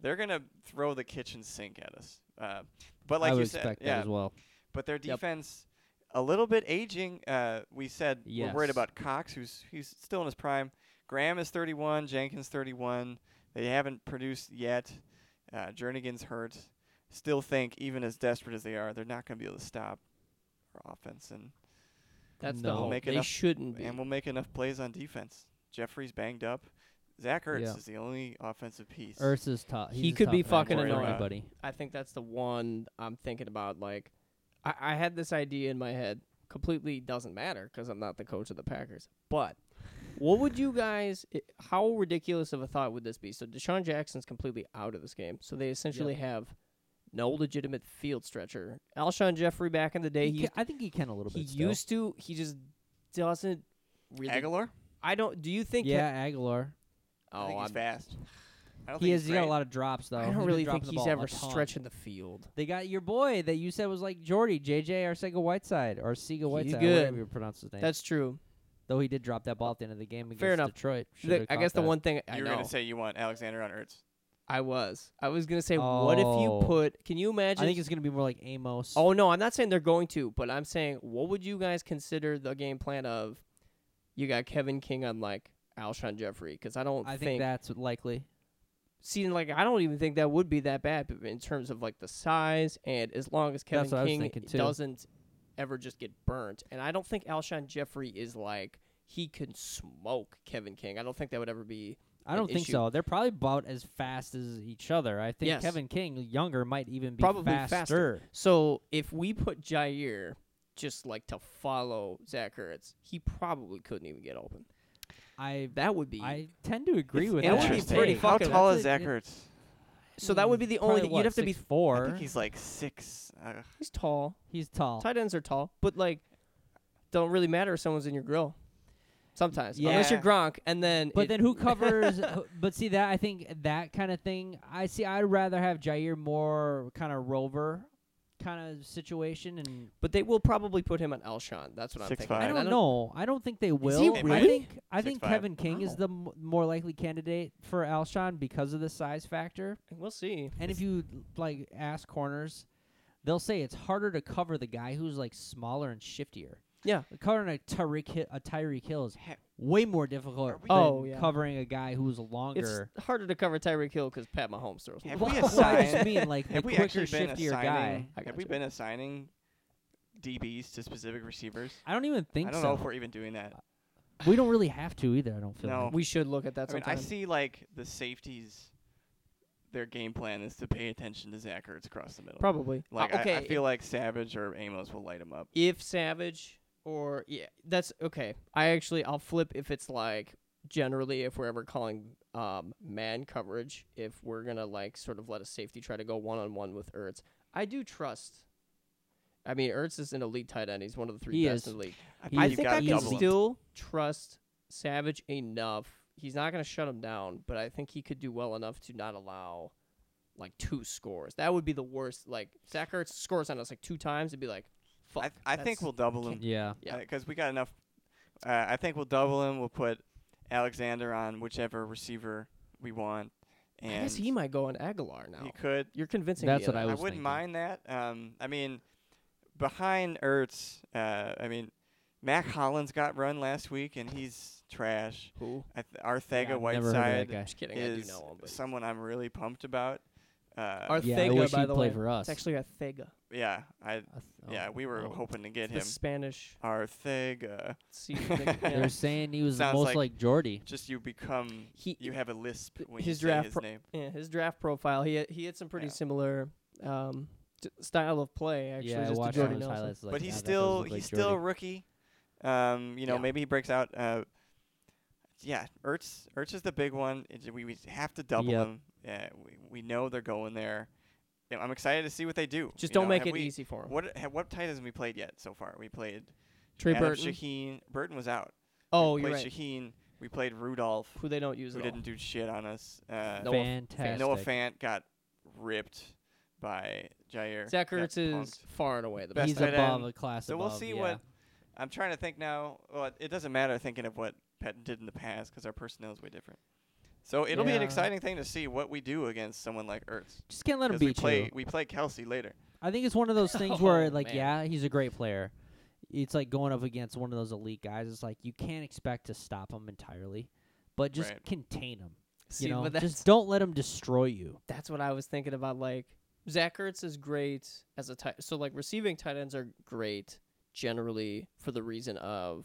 [SPEAKER 2] they're going to throw the kitchen sink at us. Uh, but like
[SPEAKER 3] I would
[SPEAKER 2] you said,
[SPEAKER 3] expect
[SPEAKER 2] yeah,
[SPEAKER 3] that as well.
[SPEAKER 2] but their
[SPEAKER 1] Yep.
[SPEAKER 2] defense a little bit aging. Uh, we said we're worried
[SPEAKER 3] Yes.
[SPEAKER 2] about Cox, who's he's still in his prime. Graham is 31, Jenkins 31. They haven't produced yet. Uh, Jernigan's hurt. Still think even as desperate as they are, they're not going to be able to stop our offense, and
[SPEAKER 1] that's the
[SPEAKER 3] No.
[SPEAKER 1] hope.
[SPEAKER 2] Make
[SPEAKER 1] they
[SPEAKER 2] enough-
[SPEAKER 1] shouldn't be.
[SPEAKER 2] and we'll make enough plays on defense. Jeffrey's banged up. Zach Ertz
[SPEAKER 3] Yeah.
[SPEAKER 2] is the only offensive piece.
[SPEAKER 3] Ertz is tough.
[SPEAKER 1] He
[SPEAKER 3] He's a
[SPEAKER 1] could be
[SPEAKER 3] tough guy
[SPEAKER 1] fucking
[SPEAKER 3] for
[SPEAKER 2] annoying.
[SPEAKER 3] anybody.
[SPEAKER 1] I think that's the one I'm thinking about. Like, I, I had this idea in my head. Completely doesn't matter because I'm not the coach of the Packers. But what would you guys? i- How ridiculous of a thought would this be? So Deshaun Jackson's completely out of this game. So they essentially have no legitimate field stretcher. Alshon Jeffrey back in the day,
[SPEAKER 3] He
[SPEAKER 1] he
[SPEAKER 3] ca-
[SPEAKER 1] used,
[SPEAKER 3] I think he can a little
[SPEAKER 1] he
[SPEAKER 3] bit. still.
[SPEAKER 1] used to. He just doesn't really.
[SPEAKER 2] Aguilar?
[SPEAKER 1] I don't. Do you think?
[SPEAKER 3] yeah, Aguilar.
[SPEAKER 2] I
[SPEAKER 1] Oh,
[SPEAKER 2] think he's
[SPEAKER 1] I'm-
[SPEAKER 2] fast. I don't
[SPEAKER 3] He
[SPEAKER 2] think
[SPEAKER 3] has
[SPEAKER 2] he's
[SPEAKER 3] he got a
[SPEAKER 2] great.
[SPEAKER 3] lot of drops though.
[SPEAKER 1] I
[SPEAKER 3] He's
[SPEAKER 1] don't
[SPEAKER 3] been
[SPEAKER 1] really
[SPEAKER 3] dropping
[SPEAKER 1] think
[SPEAKER 3] the
[SPEAKER 1] he's
[SPEAKER 3] ball a
[SPEAKER 1] ever
[SPEAKER 3] ton.
[SPEAKER 1] stretching the field.
[SPEAKER 3] They got your boy that you said was like Jordy, JJ Arcega Whiteside or Sega Whiteside,
[SPEAKER 1] good.
[SPEAKER 3] whatever you pronounce his name.
[SPEAKER 1] That's true.
[SPEAKER 3] Though he did drop that ball at the end of the game against
[SPEAKER 1] Fair enough.
[SPEAKER 3] Detroit.
[SPEAKER 1] The-
[SPEAKER 3] Shoulda
[SPEAKER 1] I
[SPEAKER 3] caught
[SPEAKER 1] guess the
[SPEAKER 3] that.
[SPEAKER 1] one thing I
[SPEAKER 2] You were
[SPEAKER 1] know.
[SPEAKER 2] gonna say you want Alexander on Ertz.
[SPEAKER 1] I was. I was gonna say, what if you
[SPEAKER 3] Oh.
[SPEAKER 1] put? Can you imagine?
[SPEAKER 3] I think it's gonna be more like Amos.
[SPEAKER 1] oh no, I'm not saying they're going to, but I'm saying, what would you guys consider the game plan of? You got Kevin King on like Alshon Jeffrey because I don't
[SPEAKER 3] I
[SPEAKER 1] think,
[SPEAKER 3] think that's likely.
[SPEAKER 1] see like I don't even think that would be that bad but in terms of like the size and as long as Kevin
[SPEAKER 3] what I was
[SPEAKER 1] King
[SPEAKER 3] thinking, too.
[SPEAKER 1] doesn't ever just get burnt and I don't think Alshon Jeffrey is like he can smoke Kevin King. I don't think that would ever be
[SPEAKER 3] I
[SPEAKER 1] an
[SPEAKER 3] don't think
[SPEAKER 1] issue.
[SPEAKER 3] so. They're probably about as fast as each other. I think
[SPEAKER 1] Yes.
[SPEAKER 3] Kevin King, younger, might even be
[SPEAKER 1] Probably faster.
[SPEAKER 3] faster.
[SPEAKER 1] So if we put Jair just like to follow Zach Ertz, he probably couldn't even get open.
[SPEAKER 3] I
[SPEAKER 1] That would be
[SPEAKER 3] I tend to agree
[SPEAKER 1] It's
[SPEAKER 3] with
[SPEAKER 1] That would be
[SPEAKER 2] Interesting.
[SPEAKER 1] pretty
[SPEAKER 2] How
[SPEAKER 1] fucking-
[SPEAKER 2] tall
[SPEAKER 3] That's
[SPEAKER 2] is
[SPEAKER 3] a-
[SPEAKER 2] Zach Ertz?
[SPEAKER 1] so that would be the
[SPEAKER 3] Hmm.
[SPEAKER 1] only thing you'd have to be.
[SPEAKER 2] I
[SPEAKER 3] four.
[SPEAKER 2] think he's like six. Uh,
[SPEAKER 1] He's tall.
[SPEAKER 3] he's tall.
[SPEAKER 1] Tight ends are tall, but like don't really matter if someone's in your grill. Sometimes, unless you're
[SPEAKER 2] Yeah.
[SPEAKER 1] Gronk, and then
[SPEAKER 3] But
[SPEAKER 1] it-
[SPEAKER 3] then who covers? who- but see that I think that kind of thing. I see. I'd rather have Jair more kind of rover kind of situation, and
[SPEAKER 1] But they will probably put him on Alshon. That's what I'm
[SPEAKER 2] Six
[SPEAKER 1] thinking.
[SPEAKER 2] five.
[SPEAKER 3] I
[SPEAKER 1] And
[SPEAKER 3] don't, know. I don't think they will.
[SPEAKER 1] he
[SPEAKER 3] I
[SPEAKER 1] really?
[SPEAKER 3] think I
[SPEAKER 2] Six
[SPEAKER 3] think
[SPEAKER 2] five.
[SPEAKER 3] Kevin King
[SPEAKER 1] Wow.
[SPEAKER 3] is the m- more likely candidate for Alshon because of the size factor.
[SPEAKER 1] We'll see.
[SPEAKER 3] And if you like ask corners, they'll say it's harder to cover the guy who's like smaller and shiftier.
[SPEAKER 1] Yeah.
[SPEAKER 3] covering a Tyreek Hill, a Tyreek Hill is
[SPEAKER 2] Heck.
[SPEAKER 3] way more difficult
[SPEAKER 2] we-
[SPEAKER 3] than
[SPEAKER 1] Oh, yeah.
[SPEAKER 3] covering a guy who's
[SPEAKER 1] It's
[SPEAKER 3] longer.
[SPEAKER 1] harder to cover Tyreek Hill because Pat Mahomes throws.
[SPEAKER 2] Have
[SPEAKER 1] more.
[SPEAKER 2] we
[SPEAKER 3] Well, I just
[SPEAKER 2] assigned-
[SPEAKER 3] mean like the
[SPEAKER 2] have we
[SPEAKER 3] quicker,
[SPEAKER 2] actually been
[SPEAKER 3] shiftier guy.
[SPEAKER 2] assigning?
[SPEAKER 1] I
[SPEAKER 2] Have we
[SPEAKER 1] gotcha.
[SPEAKER 2] been assigning DBs to specific receivers?
[SPEAKER 3] I don't even think
[SPEAKER 2] I don't
[SPEAKER 3] so.
[SPEAKER 2] know if we're even doing that.
[SPEAKER 3] we don't really have to either. I don't feel.
[SPEAKER 2] No.
[SPEAKER 3] like.
[SPEAKER 1] we should look at that
[SPEAKER 2] I mean, I
[SPEAKER 1] sometime.
[SPEAKER 2] see like the safeties. Their game plan is to pay attention to Zach Ertz across the middle.
[SPEAKER 1] probably.
[SPEAKER 2] Like
[SPEAKER 1] Uh, okay,
[SPEAKER 2] I, I feel like Savage or Amos will light him up.
[SPEAKER 1] if Savage or yeah, that's okay. I actually I'll flip if it's like generally if we're ever calling um man coverage, if we're gonna like sort of let a safety try to go one on one with Ertz. I do trust. I mean, Ertz is an elite tight end. He's one of the three
[SPEAKER 3] He
[SPEAKER 1] best
[SPEAKER 3] is.
[SPEAKER 1] in the league.
[SPEAKER 2] I
[SPEAKER 3] He
[SPEAKER 2] think
[SPEAKER 1] I
[SPEAKER 3] is
[SPEAKER 2] you've
[SPEAKER 1] think
[SPEAKER 2] got
[SPEAKER 1] I
[SPEAKER 2] to
[SPEAKER 1] can
[SPEAKER 3] double
[SPEAKER 2] double
[SPEAKER 3] him.
[SPEAKER 1] still trust Savage enough. He's not gonna shut him down, but I think he could do well enough to not allow like two scores. That would be the worst. Like Zach Ertz scores on us like two times, it'd be like, fuck.
[SPEAKER 2] I, th- I think
[SPEAKER 1] that's-
[SPEAKER 2] we'll double him.
[SPEAKER 3] Yeah.
[SPEAKER 1] Yeah.
[SPEAKER 2] because we got enough. Uh, I think we'll double him. We'll put Alexander on whichever receiver we want,
[SPEAKER 1] I
[SPEAKER 2] and
[SPEAKER 1] guess he might go on Aguilar now.
[SPEAKER 2] he could.
[SPEAKER 1] You're convincing me.
[SPEAKER 3] That's what
[SPEAKER 1] of
[SPEAKER 3] I
[SPEAKER 2] I,
[SPEAKER 1] that.
[SPEAKER 3] was
[SPEAKER 2] wouldn't
[SPEAKER 3] thinking.
[SPEAKER 2] mind that. Um, I mean, behind Ertz, uh, I mean, Mac Hollins got run last week, and he's trash.
[SPEAKER 1] Who?
[SPEAKER 2] I th- Arthega
[SPEAKER 3] Yeah, I've never heard of that
[SPEAKER 2] Whiteside
[SPEAKER 3] guy.
[SPEAKER 1] Just kidding. I do
[SPEAKER 2] is
[SPEAKER 1] know him. But
[SPEAKER 2] someone I'm really pumped about. Uh,
[SPEAKER 1] Arth-
[SPEAKER 3] yeah, I
[SPEAKER 1] Arthega,
[SPEAKER 3] wish
[SPEAKER 1] by
[SPEAKER 3] he'd
[SPEAKER 1] the
[SPEAKER 3] play
[SPEAKER 1] way.
[SPEAKER 3] for us.
[SPEAKER 1] it's actually Arthega.
[SPEAKER 2] yeah, I
[SPEAKER 3] I th- oh.
[SPEAKER 2] yeah, we were
[SPEAKER 1] oh.
[SPEAKER 2] hoping to get
[SPEAKER 1] It's the
[SPEAKER 2] him.
[SPEAKER 1] Spanish.
[SPEAKER 2] Arthega,
[SPEAKER 1] See, the- yeah.
[SPEAKER 3] They're saying he was
[SPEAKER 2] Sounds
[SPEAKER 3] most
[SPEAKER 2] like-
[SPEAKER 3] like, Jordy.
[SPEAKER 2] just you become
[SPEAKER 1] He,
[SPEAKER 2] you have a lisp when
[SPEAKER 1] His
[SPEAKER 2] you say
[SPEAKER 1] draft
[SPEAKER 2] his
[SPEAKER 1] pro-
[SPEAKER 2] name.
[SPEAKER 1] yeah, his draft profile. He had, he had some pretty
[SPEAKER 2] Yeah.
[SPEAKER 1] similar um, t- style of play actually.
[SPEAKER 3] yeah, I
[SPEAKER 1] just to
[SPEAKER 3] watched
[SPEAKER 1] Jordy
[SPEAKER 3] all his
[SPEAKER 1] Nelson.
[SPEAKER 3] highlights. Like,
[SPEAKER 2] but
[SPEAKER 3] "Nah,
[SPEAKER 2] he's
[SPEAKER 3] that does
[SPEAKER 2] still
[SPEAKER 3] look
[SPEAKER 2] he's
[SPEAKER 3] like
[SPEAKER 2] still a
[SPEAKER 3] Jordy."
[SPEAKER 2] rookie. Um, you know,
[SPEAKER 1] Yeah.
[SPEAKER 2] maybe he breaks out. Uh, yeah, Ertz Ertz is the big one. It's- We, we have to double
[SPEAKER 3] Yep.
[SPEAKER 2] him. Yeah, we, we know they're going there. Yeah, I'm excited to see what they do.
[SPEAKER 1] Just
[SPEAKER 2] you
[SPEAKER 1] don't
[SPEAKER 2] know.
[SPEAKER 1] make
[SPEAKER 2] Have
[SPEAKER 1] it
[SPEAKER 2] we-
[SPEAKER 1] easy for him.
[SPEAKER 2] What have, what tight ends have we played yet so far? We played
[SPEAKER 1] Trey
[SPEAKER 2] Adam
[SPEAKER 1] Burton.
[SPEAKER 2] Shaheen. Burton was out.
[SPEAKER 1] Oh,
[SPEAKER 2] we
[SPEAKER 1] you're
[SPEAKER 2] played
[SPEAKER 1] right.
[SPEAKER 2] Shaheen. We played Rudolph,
[SPEAKER 1] Who they don't use
[SPEAKER 2] who
[SPEAKER 1] at all.
[SPEAKER 2] didn't do shit on us. Uh,
[SPEAKER 1] Noah F-
[SPEAKER 3] fantastic.
[SPEAKER 2] Noah Fant got ripped by Jair.
[SPEAKER 1] Zach
[SPEAKER 2] got
[SPEAKER 1] Ertz is
[SPEAKER 2] punked.
[SPEAKER 1] far and away the
[SPEAKER 2] Best
[SPEAKER 1] best.
[SPEAKER 3] He's
[SPEAKER 2] tight
[SPEAKER 3] above
[SPEAKER 2] end.
[SPEAKER 3] a class
[SPEAKER 2] So
[SPEAKER 3] above.
[SPEAKER 2] we'll see
[SPEAKER 3] yeah.
[SPEAKER 2] what. I'm trying to think now. Well, it- it doesn't matter thinking of what Patton did in the past because our personnel is way different. So it'll be an
[SPEAKER 1] Yeah.
[SPEAKER 2] exciting thing to see what we do against someone like Ertz.
[SPEAKER 3] Just can't let him
[SPEAKER 2] 'Cause we
[SPEAKER 3] beat
[SPEAKER 2] play
[SPEAKER 3] you.
[SPEAKER 2] we play Kelsey later.
[SPEAKER 3] I think it's one of those things where,
[SPEAKER 1] Oh,
[SPEAKER 3] like,
[SPEAKER 1] man.
[SPEAKER 3] yeah, he's a great player. It's like going up against one of those elite guys. It's like you can't expect to stop him entirely, but just
[SPEAKER 2] Right.
[SPEAKER 3] contain him.
[SPEAKER 1] See,
[SPEAKER 3] You know,
[SPEAKER 1] but that's
[SPEAKER 3] just don't let him destroy you.
[SPEAKER 1] that's what I was thinking about. Like Zach Ertz is great as a tight. So like receiving tight ends are great generally for the reason of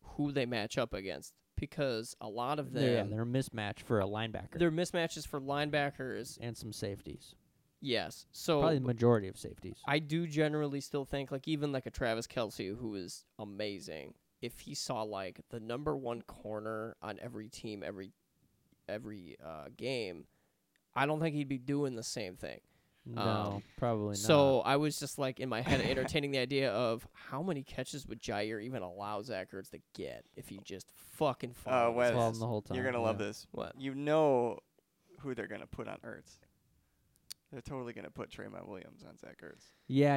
[SPEAKER 1] who they match up against because a lot of
[SPEAKER 3] They're, yeah,
[SPEAKER 1] them
[SPEAKER 3] they're a mismatch for a linebacker
[SPEAKER 1] their mismatches for linebackers
[SPEAKER 3] and some safeties.
[SPEAKER 1] Yes.
[SPEAKER 2] Oh,
[SPEAKER 1] So
[SPEAKER 3] Probably the majority of safeties.
[SPEAKER 1] I do generally still think like even like a Travis Kelsey who is amazing. If he saw like the number one corner on every team every every uh, game, I don't think he'd be doing the same thing.
[SPEAKER 2] Oh.
[SPEAKER 3] No,
[SPEAKER 1] Um,
[SPEAKER 3] probably not.
[SPEAKER 1] So I was just like in my head entertaining the idea of how many catches would Jair even allow Zach Ertz to get if he just fucking follows
[SPEAKER 2] Uh, Wes.
[SPEAKER 1] his-
[SPEAKER 3] Well, the whole time.
[SPEAKER 2] You're gonna love
[SPEAKER 3] yeah.
[SPEAKER 2] this.
[SPEAKER 1] What?
[SPEAKER 2] You know who they're gonna put on Ertz. They're totally gonna put Traymond Williams on Zach Ertz.
[SPEAKER 3] Yeah,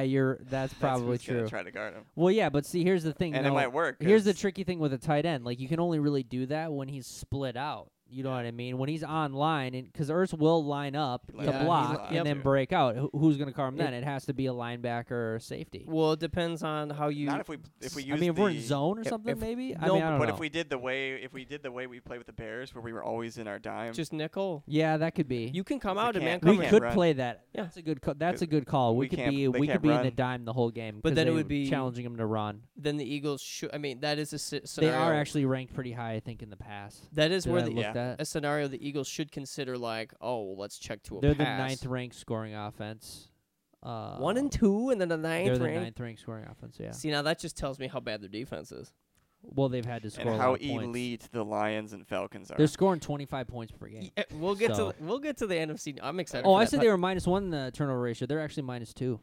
[SPEAKER 3] you're. That's probably
[SPEAKER 2] That's who's gonna
[SPEAKER 3] true.
[SPEAKER 2] Try to guard him,
[SPEAKER 3] Well, yeah, but see, here's the thing.
[SPEAKER 2] and it
[SPEAKER 3] though.
[SPEAKER 2] might work.
[SPEAKER 3] Here's the
[SPEAKER 2] 'cause
[SPEAKER 3] tricky thing with a tight end. Like you can only really do that when he's split out. You know what I mean? When he's online, and because Ertz will line up
[SPEAKER 2] He
[SPEAKER 3] to
[SPEAKER 2] lines
[SPEAKER 1] up.
[SPEAKER 3] block
[SPEAKER 1] Yeah,
[SPEAKER 2] he's
[SPEAKER 3] and
[SPEAKER 2] lined
[SPEAKER 3] then
[SPEAKER 2] up.
[SPEAKER 3] break out. Who- Who's going to cover him
[SPEAKER 1] It-
[SPEAKER 3] then? It has to be a linebacker or a safety.
[SPEAKER 1] Well, it depends on how you.
[SPEAKER 2] Not if we if we use
[SPEAKER 3] I mean, if
[SPEAKER 2] the
[SPEAKER 3] we're in zone or
[SPEAKER 1] if-
[SPEAKER 3] something,
[SPEAKER 1] if-
[SPEAKER 3] maybe. I
[SPEAKER 1] no,
[SPEAKER 3] mean, I don't
[SPEAKER 2] but
[SPEAKER 3] know.
[SPEAKER 2] if we did the way if we did the way we play with the Bears where we were always in our dime.
[SPEAKER 1] just nickel.
[SPEAKER 3] yeah, that could be.
[SPEAKER 1] You can come
[SPEAKER 2] They
[SPEAKER 1] out and man
[SPEAKER 2] can't-
[SPEAKER 3] we
[SPEAKER 1] coverage.
[SPEAKER 2] can't
[SPEAKER 3] could
[SPEAKER 2] run.
[SPEAKER 3] play that.
[SPEAKER 1] Yeah.
[SPEAKER 3] That's a good. Call. That's a good call. We,
[SPEAKER 2] We
[SPEAKER 3] could
[SPEAKER 2] can't-
[SPEAKER 3] be.
[SPEAKER 2] they
[SPEAKER 3] We could
[SPEAKER 2] can't
[SPEAKER 3] be in the
[SPEAKER 2] run.
[SPEAKER 3] dime the whole game.
[SPEAKER 1] But
[SPEAKER 3] 'cause
[SPEAKER 1] then it
[SPEAKER 3] they
[SPEAKER 1] would
[SPEAKER 3] were
[SPEAKER 1] be-
[SPEAKER 3] challenging him to run.
[SPEAKER 1] Then the Eagles should. I mean, that is a sce-
[SPEAKER 3] They
[SPEAKER 1] scenario.
[SPEAKER 3] are actually ranked pretty high, I think, in the pass.
[SPEAKER 1] That is
[SPEAKER 3] Did
[SPEAKER 1] where
[SPEAKER 3] I
[SPEAKER 1] the
[SPEAKER 3] look
[SPEAKER 2] yeah.
[SPEAKER 3] that?
[SPEAKER 1] a scenario the Eagles should consider like, oh, well, let's check to a
[SPEAKER 3] They're the
[SPEAKER 1] pass.
[SPEAKER 3] ninth ranked scoring offense. Uh,
[SPEAKER 1] One and two, and then the
[SPEAKER 3] They're
[SPEAKER 1] ninth
[SPEAKER 3] the
[SPEAKER 1] rank.
[SPEAKER 3] ninth ranked scoring offense. Yeah.
[SPEAKER 1] See, now that just tells me how bad their defense is.
[SPEAKER 3] Well, they've had to score a
[SPEAKER 2] and
[SPEAKER 3] lot
[SPEAKER 2] how
[SPEAKER 3] of points.
[SPEAKER 2] elite the Lions and Falcons are.
[SPEAKER 3] They're scoring 25 points per game.
[SPEAKER 1] Yeah, eh, we'll get
[SPEAKER 3] So-
[SPEAKER 1] to we'll get to the NFC. I'm excited.
[SPEAKER 3] Oh,
[SPEAKER 1] for
[SPEAKER 3] I
[SPEAKER 1] that
[SPEAKER 3] said
[SPEAKER 1] pod-
[SPEAKER 3] they were minus one in the turnover ratio. They're actually minus two.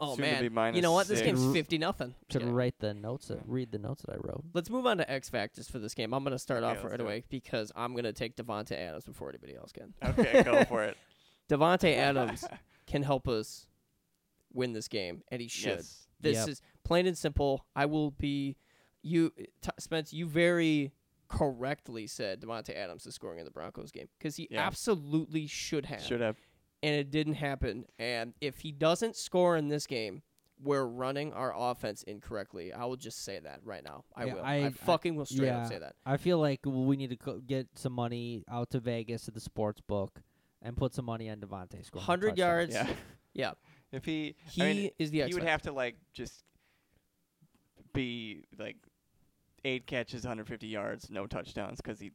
[SPEAKER 1] Oh
[SPEAKER 2] soon to
[SPEAKER 1] man,
[SPEAKER 2] be minus
[SPEAKER 1] you know what? This
[SPEAKER 2] six.
[SPEAKER 1] game's fifty nothing.
[SPEAKER 3] Should write the notes. That, read the notes that I wrote.
[SPEAKER 1] Let's move on to X factors for this game. I'm gonna start
[SPEAKER 2] Okay,
[SPEAKER 1] off
[SPEAKER 2] let's
[SPEAKER 1] right
[SPEAKER 2] do it.
[SPEAKER 1] away because I'm gonna take Devonte Adams before anybody else can.
[SPEAKER 2] okay, go for it.
[SPEAKER 1] Devonte Adams can help us win this game, and he should.
[SPEAKER 2] Yes.
[SPEAKER 1] This
[SPEAKER 3] Yep.
[SPEAKER 1] is plain and simple. I will be you, t- Spence. You very correctly said Devonte Adams is scoring in the Broncos game because he
[SPEAKER 2] Yeah.
[SPEAKER 1] absolutely should have,
[SPEAKER 2] Should have.
[SPEAKER 1] and it didn't happen. And if he doesn't score in this game, we're running our offense incorrectly. I will just say that right now. I
[SPEAKER 3] Yeah,
[SPEAKER 1] will.
[SPEAKER 3] I-
[SPEAKER 1] I,
[SPEAKER 3] I-
[SPEAKER 1] fucking will straight
[SPEAKER 3] yeah.
[SPEAKER 1] up say that.
[SPEAKER 3] I feel like we need to co- get some money out to Vegas at the sports book and put some money on Devontae scoring. a
[SPEAKER 1] 100
[SPEAKER 3] touchdown.
[SPEAKER 1] yards.
[SPEAKER 2] Yeah.
[SPEAKER 1] Yeah.
[SPEAKER 2] If he,
[SPEAKER 1] He
[SPEAKER 2] I mean,
[SPEAKER 1] is the X
[SPEAKER 2] he would
[SPEAKER 1] factor.
[SPEAKER 2] have to like just be like eight catches, 150 yards, no touchdowns because he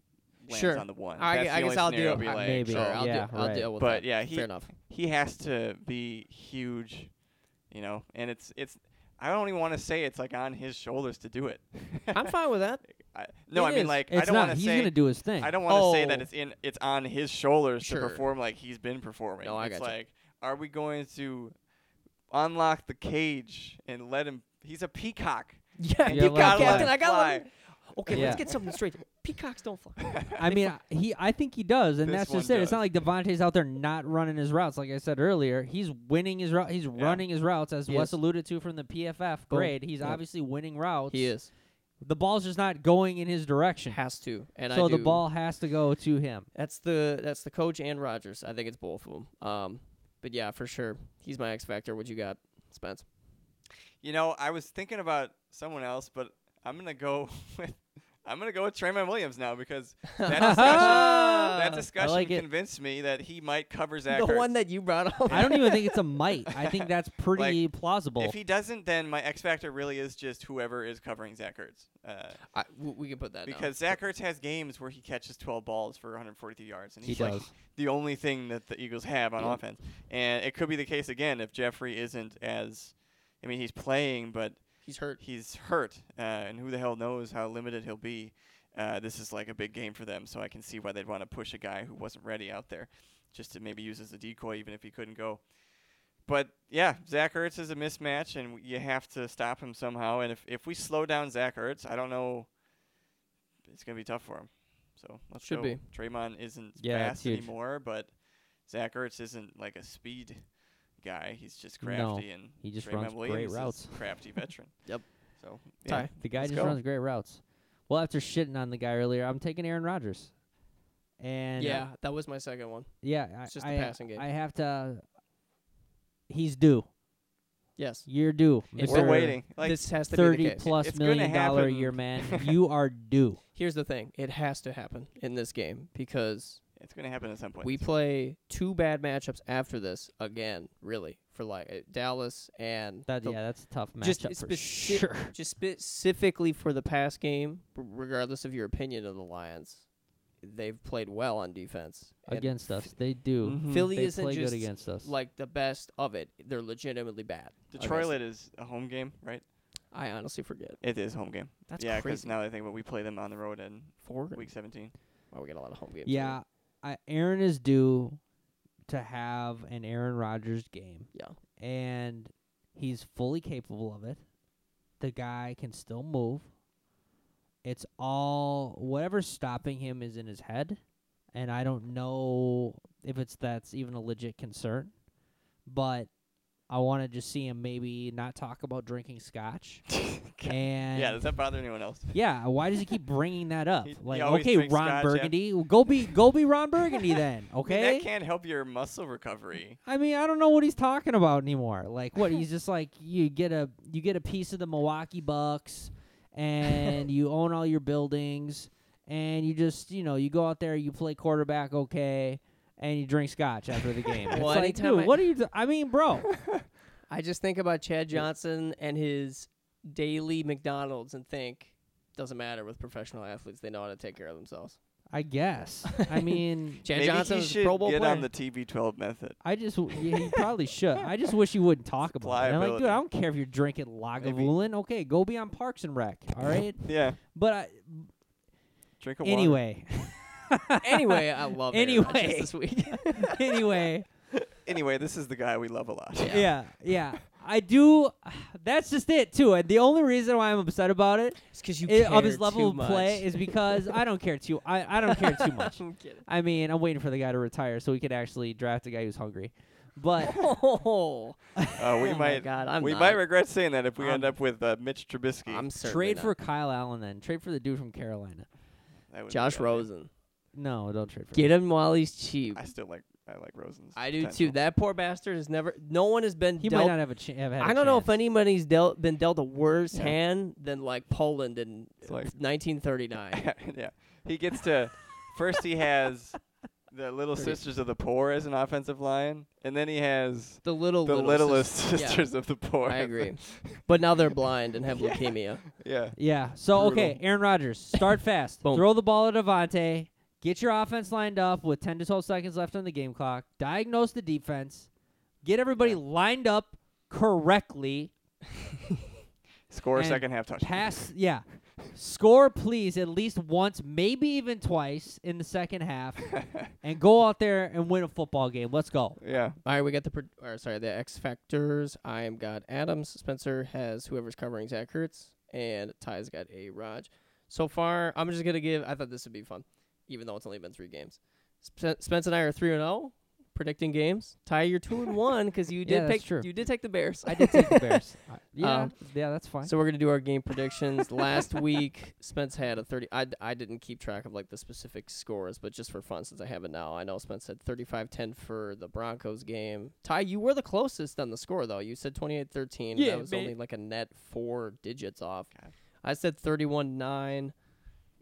[SPEAKER 2] lands
[SPEAKER 1] Sure.
[SPEAKER 2] on the one.
[SPEAKER 1] I,
[SPEAKER 2] That's the
[SPEAKER 1] I
[SPEAKER 2] only
[SPEAKER 1] guess I'll
[SPEAKER 2] scenario
[SPEAKER 1] deal.
[SPEAKER 2] it'd be
[SPEAKER 1] I-
[SPEAKER 2] like,
[SPEAKER 3] Maybe.
[SPEAKER 1] sure,
[SPEAKER 2] so
[SPEAKER 1] I'll,
[SPEAKER 3] Yeah,
[SPEAKER 1] deal, I'll
[SPEAKER 3] right.
[SPEAKER 1] deal with
[SPEAKER 2] But
[SPEAKER 1] that.
[SPEAKER 2] yeah, he-
[SPEAKER 1] fair enough.
[SPEAKER 2] he has to be huge, you know. And it's it's I don't even want to say it's like on his shoulders to do it.
[SPEAKER 1] I'm fine with that.
[SPEAKER 2] I, no,
[SPEAKER 1] It
[SPEAKER 2] I mean
[SPEAKER 1] is.
[SPEAKER 2] like I
[SPEAKER 3] It's
[SPEAKER 2] don't
[SPEAKER 3] not.
[SPEAKER 2] want to
[SPEAKER 3] He's
[SPEAKER 2] say
[SPEAKER 3] gonna do his thing.
[SPEAKER 2] I don't want to say that
[SPEAKER 1] Oh.
[SPEAKER 2] it's in it's on his shoulders
[SPEAKER 1] Sure.
[SPEAKER 2] to perform like he's been performing.
[SPEAKER 1] No, I
[SPEAKER 2] it's
[SPEAKER 1] gotcha.
[SPEAKER 2] like are we going to unlock the cage and let him he's a peacock.
[SPEAKER 1] Yeah,
[SPEAKER 2] And
[SPEAKER 3] Yeah,
[SPEAKER 2] you
[SPEAKER 3] let him
[SPEAKER 1] Peacock
[SPEAKER 2] gotta let
[SPEAKER 1] Captain.
[SPEAKER 2] him
[SPEAKER 1] I got
[SPEAKER 2] fly.
[SPEAKER 1] one. Okay,
[SPEAKER 3] Yeah.
[SPEAKER 1] let's get something straight. Peacocks don't fly.
[SPEAKER 3] I mean, I- he. I think he does, and
[SPEAKER 2] This
[SPEAKER 3] that's just it.
[SPEAKER 2] one
[SPEAKER 3] It's not
[SPEAKER 2] does.
[SPEAKER 3] like Devontae's out there not running his routes. Like I said earlier, he's winning his route. He's running his routes, as
[SPEAKER 1] He
[SPEAKER 3] Wes
[SPEAKER 1] is.
[SPEAKER 3] alluded to from the PFF
[SPEAKER 1] Boom.
[SPEAKER 3] grade. He's
[SPEAKER 1] Yep.
[SPEAKER 3] obviously winning routes.
[SPEAKER 1] He is
[SPEAKER 3] The ball's just not going in his direction.
[SPEAKER 1] has to, and
[SPEAKER 3] so
[SPEAKER 1] I
[SPEAKER 3] the
[SPEAKER 1] do.
[SPEAKER 3] ball has to go to him.
[SPEAKER 1] That's the that's the coach and Rogers. I think it's both of them. Um, but yeah, for sure, he's my X factor. What you got, Spence?
[SPEAKER 2] You know, I was thinking about someone else, but I'm gonna go with I'm gonna go with Traymond Williams now because that discussion, that
[SPEAKER 3] I
[SPEAKER 2] discussion
[SPEAKER 3] like it.
[SPEAKER 2] convinced me that he might cover Zach.
[SPEAKER 1] the
[SPEAKER 2] Ertz.
[SPEAKER 1] one that you brought up.
[SPEAKER 3] I don't even think it's a might. I think that's pretty plausible.
[SPEAKER 2] if he doesn't, then my X factor really is just whoever is covering Zach Ertz, uh,
[SPEAKER 1] I, we, we can put that down.
[SPEAKER 2] because Zach Ertz has games where he catches 12 balls for 143 yards, and
[SPEAKER 3] He
[SPEAKER 2] he's like
[SPEAKER 3] does.
[SPEAKER 2] the only thing that the Eagles have on
[SPEAKER 1] Yeah.
[SPEAKER 2] offense. And it could be the case again if Jeffrey isn't as, I mean, he's playing, but
[SPEAKER 1] he's hurt.
[SPEAKER 2] he's hurt, uh, and who the hell knows how limited he'll be. Uh, this is like a big game for them, so I can see why they'd want to push a guy who wasn't ready out there, just to maybe use as a decoy, even if he couldn't go. But yeah, Zach Ertz is a mismatch, and w- you have to stop him somehow. And if if we slow down Zach Ertz, I don't know, it's gonna be tough for him. So let's
[SPEAKER 1] Should
[SPEAKER 2] go.
[SPEAKER 1] be.
[SPEAKER 2] Draymond isn't
[SPEAKER 3] Yeah, it's
[SPEAKER 2] fast
[SPEAKER 3] huge.
[SPEAKER 2] anymore, but Zach Ertz isn't like a speed guy. He's just
[SPEAKER 3] No,
[SPEAKER 2] crafty, and
[SPEAKER 3] he just
[SPEAKER 2] Draymond
[SPEAKER 3] runs great
[SPEAKER 2] Williams is
[SPEAKER 3] routes.
[SPEAKER 2] crafty veteran.
[SPEAKER 1] Yep.
[SPEAKER 2] So
[SPEAKER 1] Ty.
[SPEAKER 2] yeah.
[SPEAKER 3] The guy
[SPEAKER 2] Let's
[SPEAKER 3] just
[SPEAKER 2] go.
[SPEAKER 3] runs great routes. Well, after shitting on the guy earlier, I'm taking Aaron Rodgers. And uh,
[SPEAKER 1] yeah, that was my second one.
[SPEAKER 3] yeah, I,
[SPEAKER 1] It's just the
[SPEAKER 3] I-
[SPEAKER 1] passing game.
[SPEAKER 3] I have to. He's due.
[SPEAKER 1] Yes,
[SPEAKER 3] You're due.
[SPEAKER 1] If
[SPEAKER 2] We're
[SPEAKER 1] they're-
[SPEAKER 3] Mr.
[SPEAKER 2] waiting. Like
[SPEAKER 1] this has to be
[SPEAKER 3] Thirty
[SPEAKER 1] the case.
[SPEAKER 3] plus
[SPEAKER 2] It's gonna
[SPEAKER 3] million dollar a
[SPEAKER 2] happen.
[SPEAKER 3] year man. you are due.
[SPEAKER 1] Here's the thing: it has to happen in this game because
[SPEAKER 2] it's going to happen at some point.
[SPEAKER 1] We play two bad matchups after this again, really, for like uh, Dallas and
[SPEAKER 3] That
[SPEAKER 1] the-
[SPEAKER 3] yeah, that's a tough matchup
[SPEAKER 1] just
[SPEAKER 3] for
[SPEAKER 1] speci-
[SPEAKER 3] sure.
[SPEAKER 1] just specifically for the pass game, r- regardless of your opinion of the Lions. they've played well on defense And
[SPEAKER 3] against
[SPEAKER 1] Ph-
[SPEAKER 3] us. They do.
[SPEAKER 2] Mhm.
[SPEAKER 1] Philly
[SPEAKER 3] They
[SPEAKER 1] isn't
[SPEAKER 3] play
[SPEAKER 1] just
[SPEAKER 3] good against us.
[SPEAKER 1] like the best of it. They're legitimately bad.
[SPEAKER 2] The
[SPEAKER 1] against-
[SPEAKER 2] Troilet is a home game, right?
[SPEAKER 1] I honestly forget.
[SPEAKER 2] It is home game.
[SPEAKER 1] That's
[SPEAKER 2] yeah, because
[SPEAKER 1] crazy.
[SPEAKER 2] now that I think about it, we play them on the road in
[SPEAKER 1] Four.
[SPEAKER 2] week 17.
[SPEAKER 1] Wow, we got a lot of home games. here.
[SPEAKER 3] yeah, I, Aaron is due to have an Aaron Rodgers game.
[SPEAKER 1] Yeah.
[SPEAKER 3] and he's fully capable of it. The guy can still move. It's all whatever's stopping him is in his head, and I don't know if it's that's even a legit concern. But I want to just see him maybe not talk about drinking scotch.
[SPEAKER 2] yeah,
[SPEAKER 3] And
[SPEAKER 2] does that bother anyone else?
[SPEAKER 3] Yeah, why does he keep bringing that up?
[SPEAKER 2] He- he
[SPEAKER 3] Like,
[SPEAKER 2] always
[SPEAKER 3] okay,
[SPEAKER 2] drinks
[SPEAKER 3] Ron
[SPEAKER 2] scotch after-
[SPEAKER 3] Burgundy, well, go be go be Ron Burgundy then,
[SPEAKER 2] I mean,
[SPEAKER 3] okay?
[SPEAKER 2] that can't help your muscle recovery.
[SPEAKER 3] I mean, I don't know what he's talking about anymore. Like, what he's just like, you get a you get a piece of the Milwaukee Bucks, and you own all your buildings, and you just you know you go out there, you play quarterback, okay, and you drink scotch after the game. It's
[SPEAKER 1] Well,
[SPEAKER 3] like,
[SPEAKER 1] anytime
[SPEAKER 3] dude,
[SPEAKER 1] I-
[SPEAKER 3] what are you? do- I mean, bro,
[SPEAKER 1] I just think about Chad Johnson and his daily McDonald's and think doesn't matter with professional athletes. They know how to take care of themselves.
[SPEAKER 3] I guess. I mean,
[SPEAKER 1] Chad
[SPEAKER 2] Maybe
[SPEAKER 1] Johnson
[SPEAKER 2] he
[SPEAKER 1] is a
[SPEAKER 2] should
[SPEAKER 1] Pro Bowl
[SPEAKER 2] get
[SPEAKER 1] player.
[SPEAKER 2] on the TB12 method.
[SPEAKER 3] I just w- yeah, he probably should. I just wish he wouldn't talk about it. I'm like, dude, I
[SPEAKER 2] Liability.
[SPEAKER 3] don't care if you're drinking
[SPEAKER 2] Maybe.
[SPEAKER 3] Lagavulin. Okay, go be on Parks and Rec. All right,
[SPEAKER 2] Yeah,
[SPEAKER 3] but I,
[SPEAKER 2] drink a water.
[SPEAKER 3] anyway.
[SPEAKER 1] anyway, I love Aaron Rodgers
[SPEAKER 3] Anyway.
[SPEAKER 1] this week.
[SPEAKER 3] anyway,
[SPEAKER 2] Anyway, this is the guy we love a lot.
[SPEAKER 1] Yeah.
[SPEAKER 3] yeah, yeah. I do. That's just it too. And the only reason why I'm upset about it,
[SPEAKER 1] it's because you
[SPEAKER 3] i-
[SPEAKER 1] care
[SPEAKER 3] of his level
[SPEAKER 1] too
[SPEAKER 3] of play
[SPEAKER 1] much.
[SPEAKER 3] is because I don't care too. I, I don't care too much.
[SPEAKER 1] I'm kidding.
[SPEAKER 3] I mean, I'm waiting for the guy to retire so we could actually draft a guy who's hungry. But
[SPEAKER 1] Oh,
[SPEAKER 2] Uh, we
[SPEAKER 1] my
[SPEAKER 2] might
[SPEAKER 1] God, I'm
[SPEAKER 2] we
[SPEAKER 1] not.
[SPEAKER 2] might regret saying that if we end
[SPEAKER 1] I'm-
[SPEAKER 2] up with uh, Mitch Trubisky.
[SPEAKER 1] I'm certainly
[SPEAKER 3] trade
[SPEAKER 1] not.
[SPEAKER 3] for Kyle Allen then. Trade for the dude from Carolina.
[SPEAKER 2] That would be
[SPEAKER 1] Josh
[SPEAKER 2] bad.
[SPEAKER 1] Rosen.
[SPEAKER 3] No, don't trade for.
[SPEAKER 1] Get
[SPEAKER 3] him.
[SPEAKER 1] him while he's cheap.
[SPEAKER 2] I still like I like Rosen's.
[SPEAKER 1] I do
[SPEAKER 2] potential.
[SPEAKER 1] too. That poor bastard has never. No one has been
[SPEAKER 3] He
[SPEAKER 1] dealt
[SPEAKER 3] might not have a, ch- have had a
[SPEAKER 1] I don't know if
[SPEAKER 3] chance.
[SPEAKER 1] anybody's dealt been dealt a worse
[SPEAKER 2] Yeah.
[SPEAKER 1] hand than like Poland in
[SPEAKER 2] It's like-
[SPEAKER 1] 1939.
[SPEAKER 2] yeah, he gets to first he has the Little
[SPEAKER 1] Pretty-
[SPEAKER 2] Sisters of the Poor as an offensive line, and then he has
[SPEAKER 1] the little
[SPEAKER 2] the
[SPEAKER 1] little
[SPEAKER 2] Littlest
[SPEAKER 1] sis- yeah,
[SPEAKER 2] Sisters of the Poor.
[SPEAKER 1] I agree, but now they're blind and have leukemia.
[SPEAKER 2] yeah,
[SPEAKER 3] Yeah. So okay,
[SPEAKER 2] Brutal.
[SPEAKER 3] Aaron Rodgers, start fast.
[SPEAKER 1] Boom.
[SPEAKER 3] Throw the ball at Avante. Get your offense lined up with 10 to 12 seconds left on the game clock. Diagnose the defense. Get everybody
[SPEAKER 2] Yeah.
[SPEAKER 3] lined up correctly.
[SPEAKER 2] score a
[SPEAKER 3] And
[SPEAKER 2] second half touchdown.
[SPEAKER 3] Pass, yeah. Score please at least once, maybe even twice in the second half and go out there and win a football game. Let's go.
[SPEAKER 2] yeah,
[SPEAKER 1] All right, we got the pro- or, sorry the X factors. I am got Adams. Spencer has whoever's covering Zach Ertz, and Ty's got a Raj. So far, I'm just gonna give. I thought this would be fun, even though it's only been three games. Sp- Spence and I are three and zero predicting games. Ty, you're two and one because you did
[SPEAKER 3] Yeah, that's
[SPEAKER 1] pick.
[SPEAKER 3] true.
[SPEAKER 1] You did take the Bears.
[SPEAKER 3] I did take the Bears. I- yeah.
[SPEAKER 1] Um,
[SPEAKER 3] yeah, that's fine.
[SPEAKER 1] So we're gonna do our game predictions. Last week, Spence had a thirty. I, d- I didn't keep track of like the specific scores, but just for fun, since I have it now, I know Spence said 35-10 for the Broncos game. Ty, you were the closest on the score though. You said 28-13.
[SPEAKER 3] Yeah,
[SPEAKER 1] that was
[SPEAKER 3] man.
[SPEAKER 1] only like a net four digits off.
[SPEAKER 2] God.
[SPEAKER 1] I said 31-9.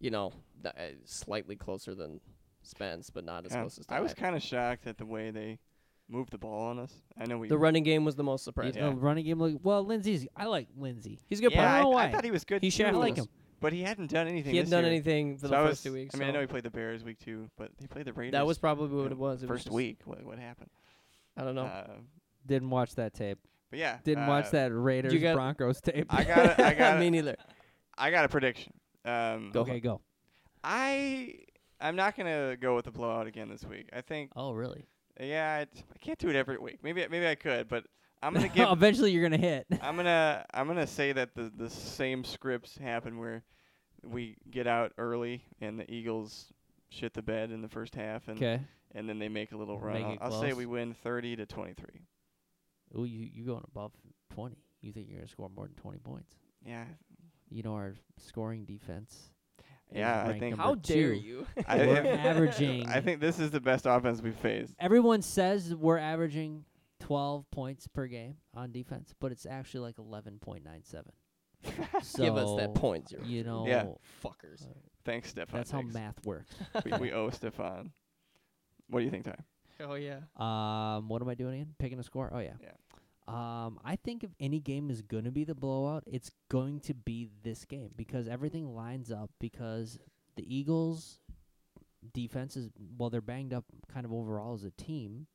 [SPEAKER 1] You know, th- uh, slightly closer than Spence, but not as
[SPEAKER 2] yeah.
[SPEAKER 1] close as Ty.
[SPEAKER 2] I was kind of shocked at the way they moved the ball on us. I know we.
[SPEAKER 1] the running game was the most
[SPEAKER 3] You
[SPEAKER 1] surprising.
[SPEAKER 3] know, running game look well, Lindsey's I like Lindsey.
[SPEAKER 1] He's a good player.
[SPEAKER 2] yeah, I,
[SPEAKER 3] know
[SPEAKER 2] th- I
[SPEAKER 3] why.
[SPEAKER 2] thought he was good.
[SPEAKER 1] He
[SPEAKER 2] too,
[SPEAKER 1] shafted
[SPEAKER 3] I like
[SPEAKER 1] us.
[SPEAKER 3] him.
[SPEAKER 2] but he hadn't done anything.
[SPEAKER 1] He hadn't
[SPEAKER 2] this
[SPEAKER 1] done
[SPEAKER 2] year.
[SPEAKER 1] anything for
[SPEAKER 2] So
[SPEAKER 1] the
[SPEAKER 2] I
[SPEAKER 1] first
[SPEAKER 2] was-
[SPEAKER 1] two weeks.
[SPEAKER 2] I mean, I
[SPEAKER 1] so
[SPEAKER 2] know he played the Bears week two, but he played the Raiders.
[SPEAKER 1] that was probably what
[SPEAKER 2] yeah,
[SPEAKER 1] it was. It was
[SPEAKER 2] first
[SPEAKER 1] just-
[SPEAKER 2] week. What, what happened?
[SPEAKER 1] I don't know.
[SPEAKER 2] Uh,
[SPEAKER 3] Didn't watch that tape.
[SPEAKER 2] but yeah,
[SPEAKER 3] Didn't
[SPEAKER 2] uh,
[SPEAKER 3] watch that Raiders
[SPEAKER 1] got-
[SPEAKER 3] Broncos tape.
[SPEAKER 2] I got. I got.
[SPEAKER 1] me neither.
[SPEAKER 2] I got a prediction. Um,
[SPEAKER 1] Go.
[SPEAKER 3] okay, go.
[SPEAKER 2] I I'm not gonna go with the blowout again this week. I think
[SPEAKER 3] Oh, really?
[SPEAKER 2] yeah, I, I can't do it every week. Maybe maybe I could, but I'm gonna give.
[SPEAKER 3] Eventually, you're gonna hit.
[SPEAKER 2] I'm gonna I'm gonna say that the the same scripts happen where we get out early and the Eagles shit the bed in the first half and
[SPEAKER 3] Okay.
[SPEAKER 2] and then they make a little run.
[SPEAKER 3] Make
[SPEAKER 2] I'll,
[SPEAKER 3] it
[SPEAKER 2] I'll say
[SPEAKER 3] close.
[SPEAKER 2] we win 30 to 23.
[SPEAKER 3] Oh, you you going above twenty? You think you're gonna score more than twenty points?
[SPEAKER 2] Yeah.
[SPEAKER 3] You know our scoring defense. is
[SPEAKER 2] Yeah, I
[SPEAKER 3] ranked
[SPEAKER 2] think
[SPEAKER 3] number
[SPEAKER 1] How dare
[SPEAKER 3] two.
[SPEAKER 1] you?
[SPEAKER 2] I-
[SPEAKER 3] We're
[SPEAKER 2] I-
[SPEAKER 3] averaging.
[SPEAKER 2] I think this is the best offense we've faced.
[SPEAKER 3] everyone says we're averaging twelve points per game on defense, but it's actually like eleven point nine seven. so
[SPEAKER 1] Give us that point zero.
[SPEAKER 3] You know,
[SPEAKER 2] Yeah.
[SPEAKER 1] fuckers.
[SPEAKER 2] Thanks, Stefan.
[SPEAKER 3] that's how
[SPEAKER 2] Diggs.
[SPEAKER 3] math works.
[SPEAKER 2] we, we owe Stefan. What do you think, Ty?
[SPEAKER 1] Oh yeah.
[SPEAKER 3] Um, what am I doing again? Picking a score. Oh yeah.
[SPEAKER 2] Yeah.
[SPEAKER 3] Um, I think if any game is gonna be the blowout, it's going to be this game because everything lines up because the Eagles defense is well, they're banged up kind of overall as a team.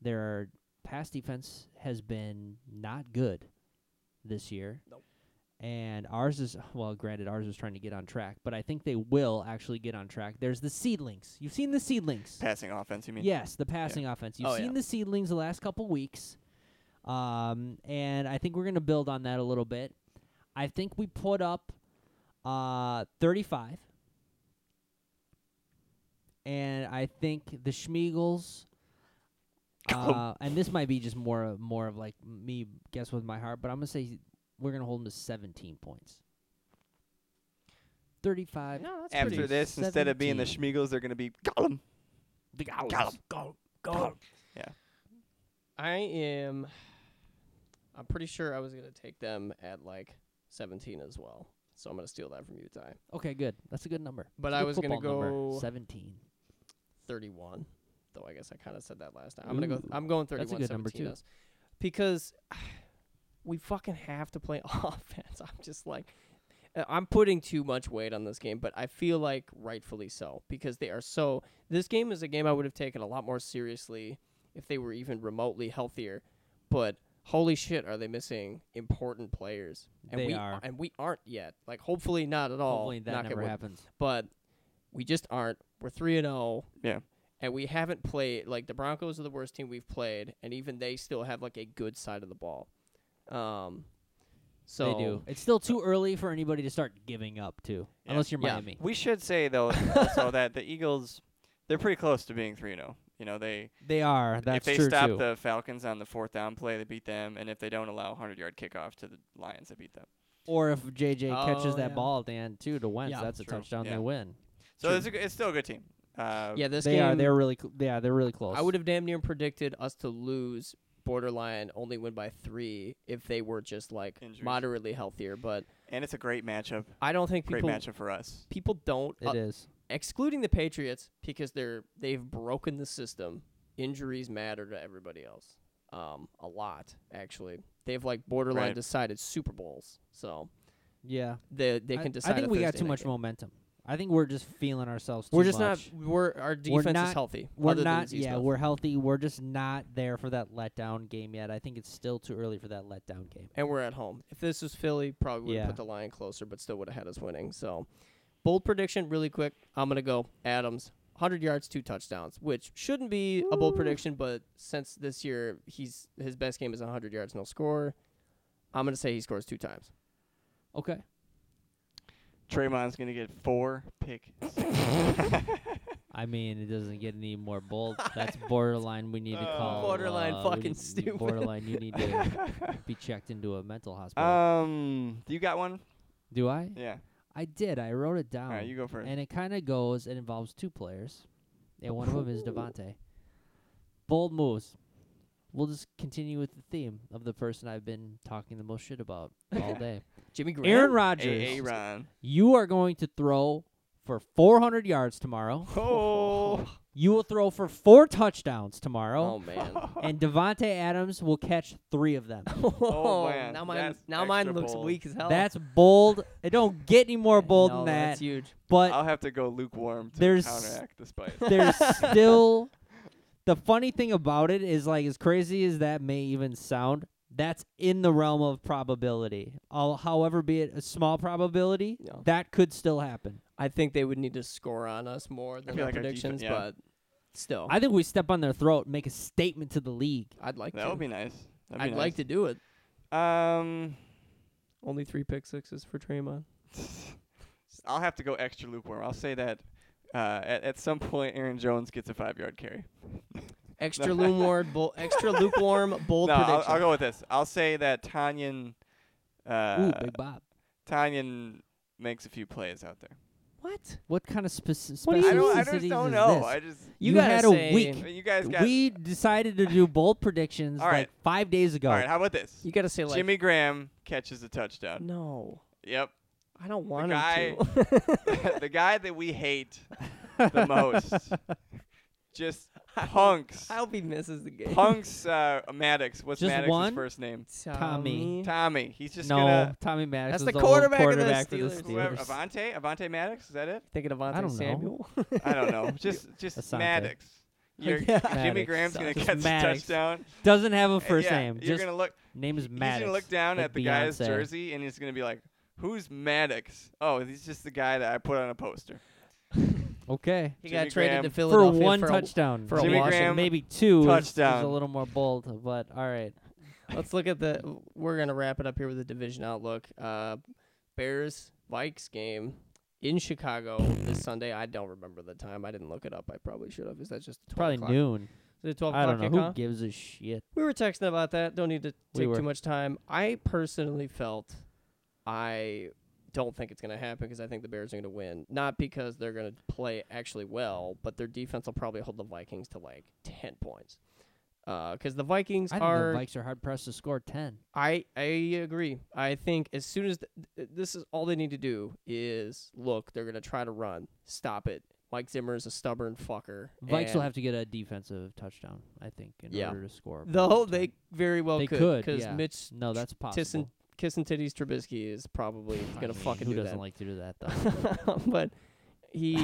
[SPEAKER 3] Their pass defense has been not good this year.
[SPEAKER 1] Nope.
[SPEAKER 3] And ours is well, granted, ours is trying to get on track, but I think they will actually get on track. There's the seedlings. You've seen the seedlings.
[SPEAKER 2] Passing offense, you mean?
[SPEAKER 3] Yes, the passing offense. You've
[SPEAKER 1] Oh, yeah.
[SPEAKER 3] seen the seedlings the last couple weeks, um, and I think we're going to build on that a little bit. I think we put up uh, 35, and I think the Schmiegels. Uh, and this might be just more of, more of like me guess with my heart, but I'm gonna say we're gonna hold them to 17 points. 35.
[SPEAKER 1] No, that's
[SPEAKER 2] After
[SPEAKER 1] pretty-
[SPEAKER 2] this, instead of being the
[SPEAKER 3] 17.
[SPEAKER 2] Schmiegels, they're going to be Gollum.
[SPEAKER 3] The Gauls.
[SPEAKER 2] Gollum.
[SPEAKER 3] Go,
[SPEAKER 2] Gollum.
[SPEAKER 3] go.
[SPEAKER 1] I am. I'm pretty sure I was gonna take them at like 17 as well. So I'm gonna steal that from you, Ty.
[SPEAKER 3] Okay, good. That's a good number.
[SPEAKER 1] But
[SPEAKER 3] It's a
[SPEAKER 1] I
[SPEAKER 3] good
[SPEAKER 1] was gonna
[SPEAKER 3] football number.
[SPEAKER 1] go-
[SPEAKER 3] 17.
[SPEAKER 1] 31. Though I guess I kind of said that last time. I'm gonna go.
[SPEAKER 3] Ooh,
[SPEAKER 1] I'm going
[SPEAKER 3] a
[SPEAKER 1] 31.
[SPEAKER 3] good number,
[SPEAKER 1] 17
[SPEAKER 3] too.
[SPEAKER 1] us. Because we fucking have to play offense. I'm just like, uh, I'm putting too much weight on this game, but I feel like rightfully so because they are so. This game is a game I would have taken a lot more seriously if they were even remotely healthier. But holy shit, are they missing important players? And
[SPEAKER 3] They
[SPEAKER 1] we
[SPEAKER 3] are.
[SPEAKER 1] and we aren't yet. Like hopefully Oh, not at all.
[SPEAKER 3] Hopefully that
[SPEAKER 1] knock at
[SPEAKER 3] never
[SPEAKER 1] wood
[SPEAKER 3] happens.
[SPEAKER 1] but we just aren't. We're three and zero.
[SPEAKER 2] Yeah.
[SPEAKER 1] And we haven't played like the Broncos are the worst team we've played, and even they still have like a good side of the ball. Um, so
[SPEAKER 3] they do. It's still too early for anybody to start giving up, too.
[SPEAKER 2] Yeah.
[SPEAKER 3] Unless you're
[SPEAKER 1] Yeah.
[SPEAKER 3] Miami.
[SPEAKER 2] We should say, though, also that the Eagles, they're pretty close to being 3 0. You know, they
[SPEAKER 3] They are. Uh, That's
[SPEAKER 2] if they
[SPEAKER 3] true,
[SPEAKER 2] stop
[SPEAKER 3] too.
[SPEAKER 2] the Falcons on the fourth down play, they beat them. And if they don't allow a 100 yard kickoff to the Lions, they beat them.
[SPEAKER 3] or if JJ catches
[SPEAKER 1] Oh,
[SPEAKER 3] that
[SPEAKER 1] yeah.
[SPEAKER 3] ball at the end, too, to Wentz,
[SPEAKER 1] Yeah.
[SPEAKER 3] that's a
[SPEAKER 2] True.
[SPEAKER 3] touchdown.
[SPEAKER 2] Yeah.
[SPEAKER 3] They win.
[SPEAKER 2] So
[SPEAKER 1] True.
[SPEAKER 2] it's, a, g- it's still a good team. Uh,
[SPEAKER 1] yeah, this
[SPEAKER 3] they
[SPEAKER 1] game
[SPEAKER 3] are. They're really. Cl- yeah, they're really close.
[SPEAKER 1] I would have damn near predicted us to lose borderline, only win by three if they were just like
[SPEAKER 2] Injuries.
[SPEAKER 1] moderately healthier. But
[SPEAKER 2] And it's a great matchup.
[SPEAKER 1] I don't think
[SPEAKER 2] Great
[SPEAKER 1] people
[SPEAKER 2] matchup for us.
[SPEAKER 1] people don't
[SPEAKER 3] It
[SPEAKER 1] uh,
[SPEAKER 3] is.
[SPEAKER 1] excluding the Patriots because they're they've broken the system. Injuries matter to everybody else. Um, a lot actually. They've like borderline
[SPEAKER 2] Right.
[SPEAKER 1] decided Super Bowls, so
[SPEAKER 3] Yeah.
[SPEAKER 1] they they
[SPEAKER 3] I-
[SPEAKER 1] can decide.
[SPEAKER 3] I think
[SPEAKER 1] a
[SPEAKER 3] we got
[SPEAKER 1] Thursday
[SPEAKER 3] too
[SPEAKER 1] night
[SPEAKER 3] much
[SPEAKER 1] game.
[SPEAKER 3] momentum. I think we're just feeling ourselves.
[SPEAKER 1] We're
[SPEAKER 3] too
[SPEAKER 1] just
[SPEAKER 3] much.
[SPEAKER 1] not. We're our defense is
[SPEAKER 3] not-
[SPEAKER 1] healthy.
[SPEAKER 3] We're
[SPEAKER 1] other
[SPEAKER 3] not.
[SPEAKER 1] Than
[SPEAKER 3] Yeah,
[SPEAKER 1] Zeke.
[SPEAKER 3] we're healthy. We're just not there for that letdown game yet. I think it's still too early for that letdown game.
[SPEAKER 1] and we're at home. If this was Philly, probably would have
[SPEAKER 3] Yeah.
[SPEAKER 1] put the line closer, but still would have had us winning. So, bold prediction, really quick. I'm gonna go Adams, 100 yards, two touchdowns, which shouldn't be a bold prediction, but since this year he's his best game is 100 yards, no score. I'm gonna say he scores two times.
[SPEAKER 3] Okay.
[SPEAKER 2] Trayvon's going to get four pick six.
[SPEAKER 3] I mean, it doesn't get any more bold. That's borderline. We need to
[SPEAKER 2] Uh,
[SPEAKER 3] call
[SPEAKER 1] borderline
[SPEAKER 3] uh, we
[SPEAKER 1] fucking
[SPEAKER 3] need-
[SPEAKER 1] stupid.
[SPEAKER 3] Borderline. You need to be checked into a mental hospital.
[SPEAKER 2] um, you got one?
[SPEAKER 3] Do I?
[SPEAKER 2] Yeah.
[SPEAKER 3] I did. I wrote it down,
[SPEAKER 2] All right, you go first.
[SPEAKER 3] Oh, and it kind of goes. It involves two players, and one of them is Devante. Bold moves. We'll just continue with the theme of the person I've been talking the most shit about all day.
[SPEAKER 1] Jimmy Graham.
[SPEAKER 3] Aaron Rodgers.
[SPEAKER 2] Aaron.
[SPEAKER 3] You are going to throw for 400 yards tomorrow.
[SPEAKER 2] Oh.
[SPEAKER 3] You will throw for four touchdowns tomorrow,
[SPEAKER 1] Oh man.
[SPEAKER 3] and Devonte Adams will catch three of them.
[SPEAKER 2] Oh, man,
[SPEAKER 1] Now mine.
[SPEAKER 2] that's
[SPEAKER 1] Now mine
[SPEAKER 2] extra
[SPEAKER 1] looks
[SPEAKER 2] bold.
[SPEAKER 1] weak as hell.
[SPEAKER 3] That's bold. It don't get any more bold
[SPEAKER 1] no,
[SPEAKER 3] than that.
[SPEAKER 1] That's huge.
[SPEAKER 3] But
[SPEAKER 2] I'll have to go lukewarm to
[SPEAKER 3] There's-
[SPEAKER 2] counteract the spice.
[SPEAKER 3] there's still the funny thing about it is like as crazy as that may even sound that's in the realm of probability I'll, however be it a small probability
[SPEAKER 1] Yeah.
[SPEAKER 3] that could still happen
[SPEAKER 1] I think they would need to score on us more than
[SPEAKER 2] feel
[SPEAKER 1] our
[SPEAKER 2] like our defen-
[SPEAKER 1] predictions,
[SPEAKER 2] yeah.
[SPEAKER 1] but still,
[SPEAKER 2] Oh.
[SPEAKER 1] I,
[SPEAKER 3] i think we step on their throat and make a statement to the league
[SPEAKER 1] would like
[SPEAKER 2] that
[SPEAKER 1] to.
[SPEAKER 2] would be nice. That'd
[SPEAKER 1] I'd
[SPEAKER 2] be
[SPEAKER 1] like to do it.
[SPEAKER 2] to. Um,
[SPEAKER 1] Only three pick sixes for Tremont.
[SPEAKER 2] I'll have to go extra lukewarm. I'll say that uh, at, at some point Aaron Jones gets a five yard carry.
[SPEAKER 1] Extra lukewarm, bol- extra lukewarm, bold
[SPEAKER 2] no, I'll,
[SPEAKER 1] prediction.
[SPEAKER 2] I'll go with this. I'll say that Tanyan, uh,
[SPEAKER 3] ooh big bob
[SPEAKER 2] Tanyan makes a few plays out there.
[SPEAKER 1] What?
[SPEAKER 3] what kind of specific
[SPEAKER 1] What do you-
[SPEAKER 2] I don't. I
[SPEAKER 3] is
[SPEAKER 2] just don't
[SPEAKER 3] this?
[SPEAKER 2] know. I just.
[SPEAKER 1] You
[SPEAKER 3] you,
[SPEAKER 1] gotta
[SPEAKER 3] had a
[SPEAKER 1] say-
[SPEAKER 2] I
[SPEAKER 3] week
[SPEAKER 2] mean, You guys got.
[SPEAKER 3] we decided to do bold predictions
[SPEAKER 2] All right.
[SPEAKER 3] like five days ago
[SPEAKER 2] all right. How about this?
[SPEAKER 1] You gotta say like
[SPEAKER 2] Jimmy Graham catches a touchdown.
[SPEAKER 1] No,
[SPEAKER 2] Yep.
[SPEAKER 1] I don't want
[SPEAKER 2] guy-
[SPEAKER 1] him to.
[SPEAKER 2] the guy that we hate the most just Punks.
[SPEAKER 1] I hope he misses the game.
[SPEAKER 2] Punks uh, Maddox. What's
[SPEAKER 3] Just
[SPEAKER 2] Maddox's
[SPEAKER 3] one?
[SPEAKER 2] first name?
[SPEAKER 1] Tommy.
[SPEAKER 2] Tommy. He's just
[SPEAKER 3] no,
[SPEAKER 2] gonna
[SPEAKER 3] Tommy Maddox.
[SPEAKER 1] That's
[SPEAKER 3] was
[SPEAKER 1] the
[SPEAKER 3] old
[SPEAKER 1] quarterback of the
[SPEAKER 3] quarterback for the
[SPEAKER 1] Steelers.
[SPEAKER 2] whoever,
[SPEAKER 3] Steelers.
[SPEAKER 2] Avante. Avante Maddox. Is that it?
[SPEAKER 1] Thinking of
[SPEAKER 3] don't
[SPEAKER 1] Avante
[SPEAKER 3] know.
[SPEAKER 1] Samuel.
[SPEAKER 2] I don't know. Just just
[SPEAKER 3] Asante.
[SPEAKER 2] Maddox. You're,
[SPEAKER 1] Yeah.
[SPEAKER 2] Jimmy
[SPEAKER 3] Maddox
[SPEAKER 2] Graham's gonna
[SPEAKER 3] sucks. Just
[SPEAKER 2] catch a
[SPEAKER 3] Maddox.
[SPEAKER 2] touchdown.
[SPEAKER 3] Doesn't have a first
[SPEAKER 2] yeah,
[SPEAKER 3] name.
[SPEAKER 2] You're
[SPEAKER 3] Just
[SPEAKER 2] gonna look.
[SPEAKER 3] name is
[SPEAKER 2] He's
[SPEAKER 3] Maddox.
[SPEAKER 2] gonna look down
[SPEAKER 3] like
[SPEAKER 2] at the guy's
[SPEAKER 3] Beyonce.
[SPEAKER 2] jersey and he's gonna be like, "Who's Maddox? Oh, he's just the guy that I put on a poster."
[SPEAKER 3] Okay.
[SPEAKER 1] he
[SPEAKER 2] Jimmy
[SPEAKER 1] got traded
[SPEAKER 2] Graham.
[SPEAKER 1] to
[SPEAKER 2] For
[SPEAKER 3] For
[SPEAKER 1] Philadelphia
[SPEAKER 3] one
[SPEAKER 1] for a-
[SPEAKER 3] touchdown.
[SPEAKER 1] for a
[SPEAKER 2] Jimmy
[SPEAKER 1] Washington.
[SPEAKER 2] Graham
[SPEAKER 3] maybe two. is- Is,
[SPEAKER 2] touchdown.
[SPEAKER 3] a little more bold, but all right.
[SPEAKER 1] Let's look at the. We're gonna wrap it up here with the division outlook. Uh, Bears Vikes game in Chicago this Sunday. I don't remember the time. I didn't look it up. I probably should have. Is that just 12
[SPEAKER 3] Probably
[SPEAKER 1] o'clock?
[SPEAKER 3] noon.
[SPEAKER 1] Is it twelve
[SPEAKER 3] I
[SPEAKER 1] o'clock
[SPEAKER 3] don't know. Who
[SPEAKER 1] kickoff?
[SPEAKER 3] gives a shit?
[SPEAKER 1] We were texting about that. Don't need to
[SPEAKER 3] We
[SPEAKER 1] take
[SPEAKER 3] were.
[SPEAKER 1] too much time. I personally felt I don't think it's going to happen because I think the Bears are going to win. Not because they're going to play actually well, but their defense will probably hold the Vikings to like 10 points. Because the Vikings
[SPEAKER 3] I
[SPEAKER 1] are.
[SPEAKER 3] don't know. Vikes are hard pressed to score ten.
[SPEAKER 1] I I agree. I think as soon as th- th- this is all they need to do is look, they're gonna try to run, stop it. Mike Zimmer is a stubborn fucker.
[SPEAKER 3] Vikes
[SPEAKER 1] and
[SPEAKER 3] will have to get a defensive touchdown, I think, in
[SPEAKER 1] Yeah.
[SPEAKER 3] order to score.
[SPEAKER 1] though they very well
[SPEAKER 3] They
[SPEAKER 1] could
[SPEAKER 3] could,
[SPEAKER 1] because
[SPEAKER 3] yeah.
[SPEAKER 1] Mitch
[SPEAKER 3] No, that's possible.
[SPEAKER 1] Tissen kissing titties Trubisky is probably
[SPEAKER 3] I
[SPEAKER 1] gonna
[SPEAKER 3] mean,
[SPEAKER 1] fucking
[SPEAKER 3] who
[SPEAKER 1] do
[SPEAKER 3] doesn't
[SPEAKER 1] that.
[SPEAKER 3] like to do that though?
[SPEAKER 1] but he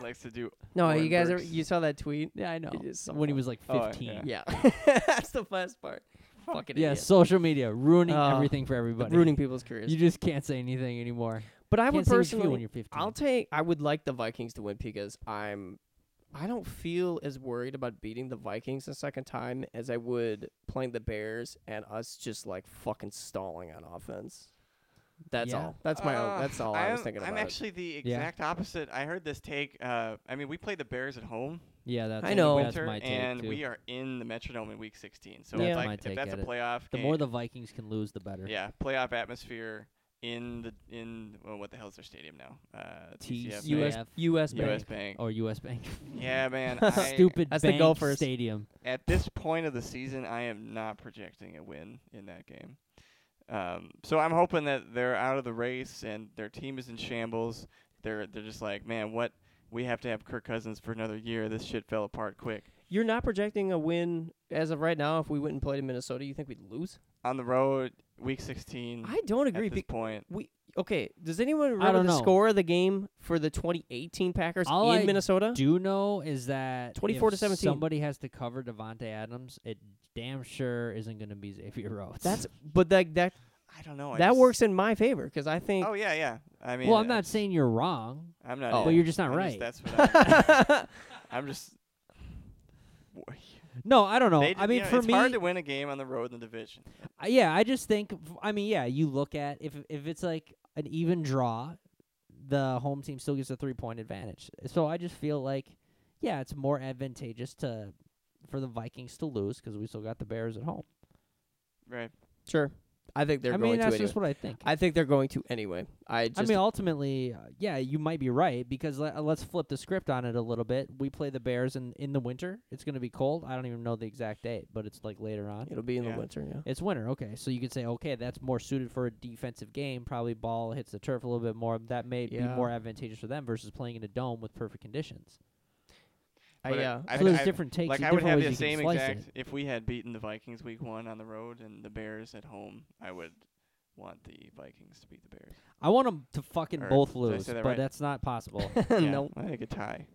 [SPEAKER 2] Likes to do.
[SPEAKER 1] no, you guys ever,
[SPEAKER 2] Orenbergs.
[SPEAKER 1] you saw that tweet?
[SPEAKER 3] yeah, I know.
[SPEAKER 1] It is
[SPEAKER 3] When he was like
[SPEAKER 2] Oh, yeah.
[SPEAKER 3] fifteen. yeah.
[SPEAKER 1] Yeah, that's the best part. Fucking idiot.
[SPEAKER 3] social media ruining
[SPEAKER 1] Uh,
[SPEAKER 3] everything for everybody.
[SPEAKER 1] ruining people's careers.
[SPEAKER 3] You just can't say anything anymore.
[SPEAKER 1] but I
[SPEAKER 3] can't
[SPEAKER 1] would
[SPEAKER 3] say what you feel
[SPEAKER 1] personally
[SPEAKER 3] when you're 15.
[SPEAKER 1] I'll take. I would like the Vikings to win because I'm. I don't feel as worried about beating the Vikings a second time as I would playing the Bears and us just like fucking stalling on offense. That's
[SPEAKER 3] Yeah.
[SPEAKER 1] all. That's my.
[SPEAKER 2] Uh,
[SPEAKER 1] own, that's all i was
[SPEAKER 2] I'm-
[SPEAKER 1] thinking about.
[SPEAKER 2] I'm actually the exact opposite. I heard this take. Uh, I mean, we played the Bears at home
[SPEAKER 3] yeah, that's
[SPEAKER 1] I
[SPEAKER 3] my-
[SPEAKER 1] know.
[SPEAKER 3] That's
[SPEAKER 2] winter,
[SPEAKER 3] my take
[SPEAKER 2] and
[SPEAKER 3] too.
[SPEAKER 2] we are in the Metrodome in Week 16. So
[SPEAKER 1] That's
[SPEAKER 2] if, like,
[SPEAKER 3] my
[SPEAKER 2] if
[SPEAKER 3] take
[SPEAKER 2] that's a
[SPEAKER 3] at it.
[SPEAKER 2] playoff
[SPEAKER 3] the
[SPEAKER 2] game,
[SPEAKER 3] more the Vikings can lose, the better.
[SPEAKER 2] yeah, playoff atmosphere in the in well, what the hell is their stadium now? Uh,
[SPEAKER 3] T-
[SPEAKER 2] TCF
[SPEAKER 1] U.S.
[SPEAKER 3] Bank.
[SPEAKER 1] U.S.
[SPEAKER 2] Bank. US
[SPEAKER 1] Bank.
[SPEAKER 2] Bank.
[SPEAKER 3] Or U.S. Bank.
[SPEAKER 2] Yeah, man. I,
[SPEAKER 3] Stupid
[SPEAKER 1] That's the
[SPEAKER 3] bank
[SPEAKER 1] Gophers.
[SPEAKER 3] stadium.
[SPEAKER 2] At this point of the season, I am not projecting a win in that game. Um, so I'm hoping that they're out of the race and their team is in shambles. They're they're just like, man, what? We have to have Kirk Cousins for another year. This shit fell apart quick.
[SPEAKER 1] You're not projecting a win as of right now. If we went and played in Minnesota, you think we'd lose?
[SPEAKER 2] On the road, week 16.
[SPEAKER 1] I don't agree.
[SPEAKER 2] at this
[SPEAKER 1] Be-
[SPEAKER 2] point,
[SPEAKER 1] okay, does anyone remember
[SPEAKER 3] don't
[SPEAKER 1] the
[SPEAKER 3] know.
[SPEAKER 1] score of the game for the 2018 Packers
[SPEAKER 3] All
[SPEAKER 1] in
[SPEAKER 3] I
[SPEAKER 1] Minnesota?
[SPEAKER 3] Do you know is that
[SPEAKER 1] 24 to
[SPEAKER 3] if
[SPEAKER 1] 17.
[SPEAKER 3] Somebody has to cover Devonte Adams. It damn sure isn't going to be Xavier Rhodes.
[SPEAKER 1] That's but like that
[SPEAKER 2] I don't know. I
[SPEAKER 1] that
[SPEAKER 2] just-
[SPEAKER 1] works in my favor because I think
[SPEAKER 2] Oh yeah, yeah. I mean,
[SPEAKER 3] well, I'm not
[SPEAKER 2] that's-
[SPEAKER 3] saying you're wrong,
[SPEAKER 2] I'm not.
[SPEAKER 1] Oh.
[SPEAKER 3] but you're just not
[SPEAKER 2] I'm
[SPEAKER 3] right.
[SPEAKER 2] Just, that's what I'm, I'm just.
[SPEAKER 3] no, I don't know.
[SPEAKER 2] They
[SPEAKER 3] I
[SPEAKER 2] did-
[SPEAKER 3] mean,
[SPEAKER 2] you know,
[SPEAKER 3] for
[SPEAKER 2] it's
[SPEAKER 3] me,
[SPEAKER 2] hard to win a game on the road in the division.
[SPEAKER 3] I- yeah, I just think. I mean, yeah, you look at if if it's like an even draw, the home team still gets a three point advantage. So I just feel like, yeah, it's more advantageous to for the Vikings to lose because we still got the Bears at home.
[SPEAKER 2] Right.
[SPEAKER 1] Sure. I think they're
[SPEAKER 3] I
[SPEAKER 1] going
[SPEAKER 3] mean,
[SPEAKER 1] to
[SPEAKER 3] that's
[SPEAKER 1] anyway.
[SPEAKER 3] just what I think.
[SPEAKER 1] I think they're going to anyway. I just
[SPEAKER 3] I mean, ultimately, uh, yeah, you might be right because le- uh, let's flip the script on it a little bit. We play the Bears in in the winter. It's going to be cold. I don't even know the exact date, but it's like later on.
[SPEAKER 1] it'll be in
[SPEAKER 2] yeah.
[SPEAKER 1] the winter, yeah.
[SPEAKER 3] It's winter, okay. So you could say, okay, that's more suited for a defensive game. Probably ball hits the turf a little bit more. That may
[SPEAKER 1] Yeah.
[SPEAKER 3] be more advantageous for them versus playing in a dome with perfect conditions.
[SPEAKER 1] I,
[SPEAKER 2] But I-
[SPEAKER 1] yeah.
[SPEAKER 2] I
[SPEAKER 3] so
[SPEAKER 2] would-
[SPEAKER 3] there's
[SPEAKER 2] I-
[SPEAKER 3] different takes.
[SPEAKER 2] like
[SPEAKER 3] and
[SPEAKER 2] I would
[SPEAKER 3] different
[SPEAKER 2] have
[SPEAKER 3] ways
[SPEAKER 2] the
[SPEAKER 3] you can
[SPEAKER 2] same
[SPEAKER 3] slice
[SPEAKER 2] exact
[SPEAKER 3] it.
[SPEAKER 2] if we had beaten the Vikings week one on the road and the Bears at home. I would want the Vikings to beat the Bears.
[SPEAKER 3] I want them to fucking
[SPEAKER 2] Or
[SPEAKER 3] both
[SPEAKER 2] did I say
[SPEAKER 3] lose,
[SPEAKER 2] that
[SPEAKER 3] but
[SPEAKER 2] right?
[SPEAKER 3] that's not possible.
[SPEAKER 2] yeah,
[SPEAKER 1] no.
[SPEAKER 2] I think a tie.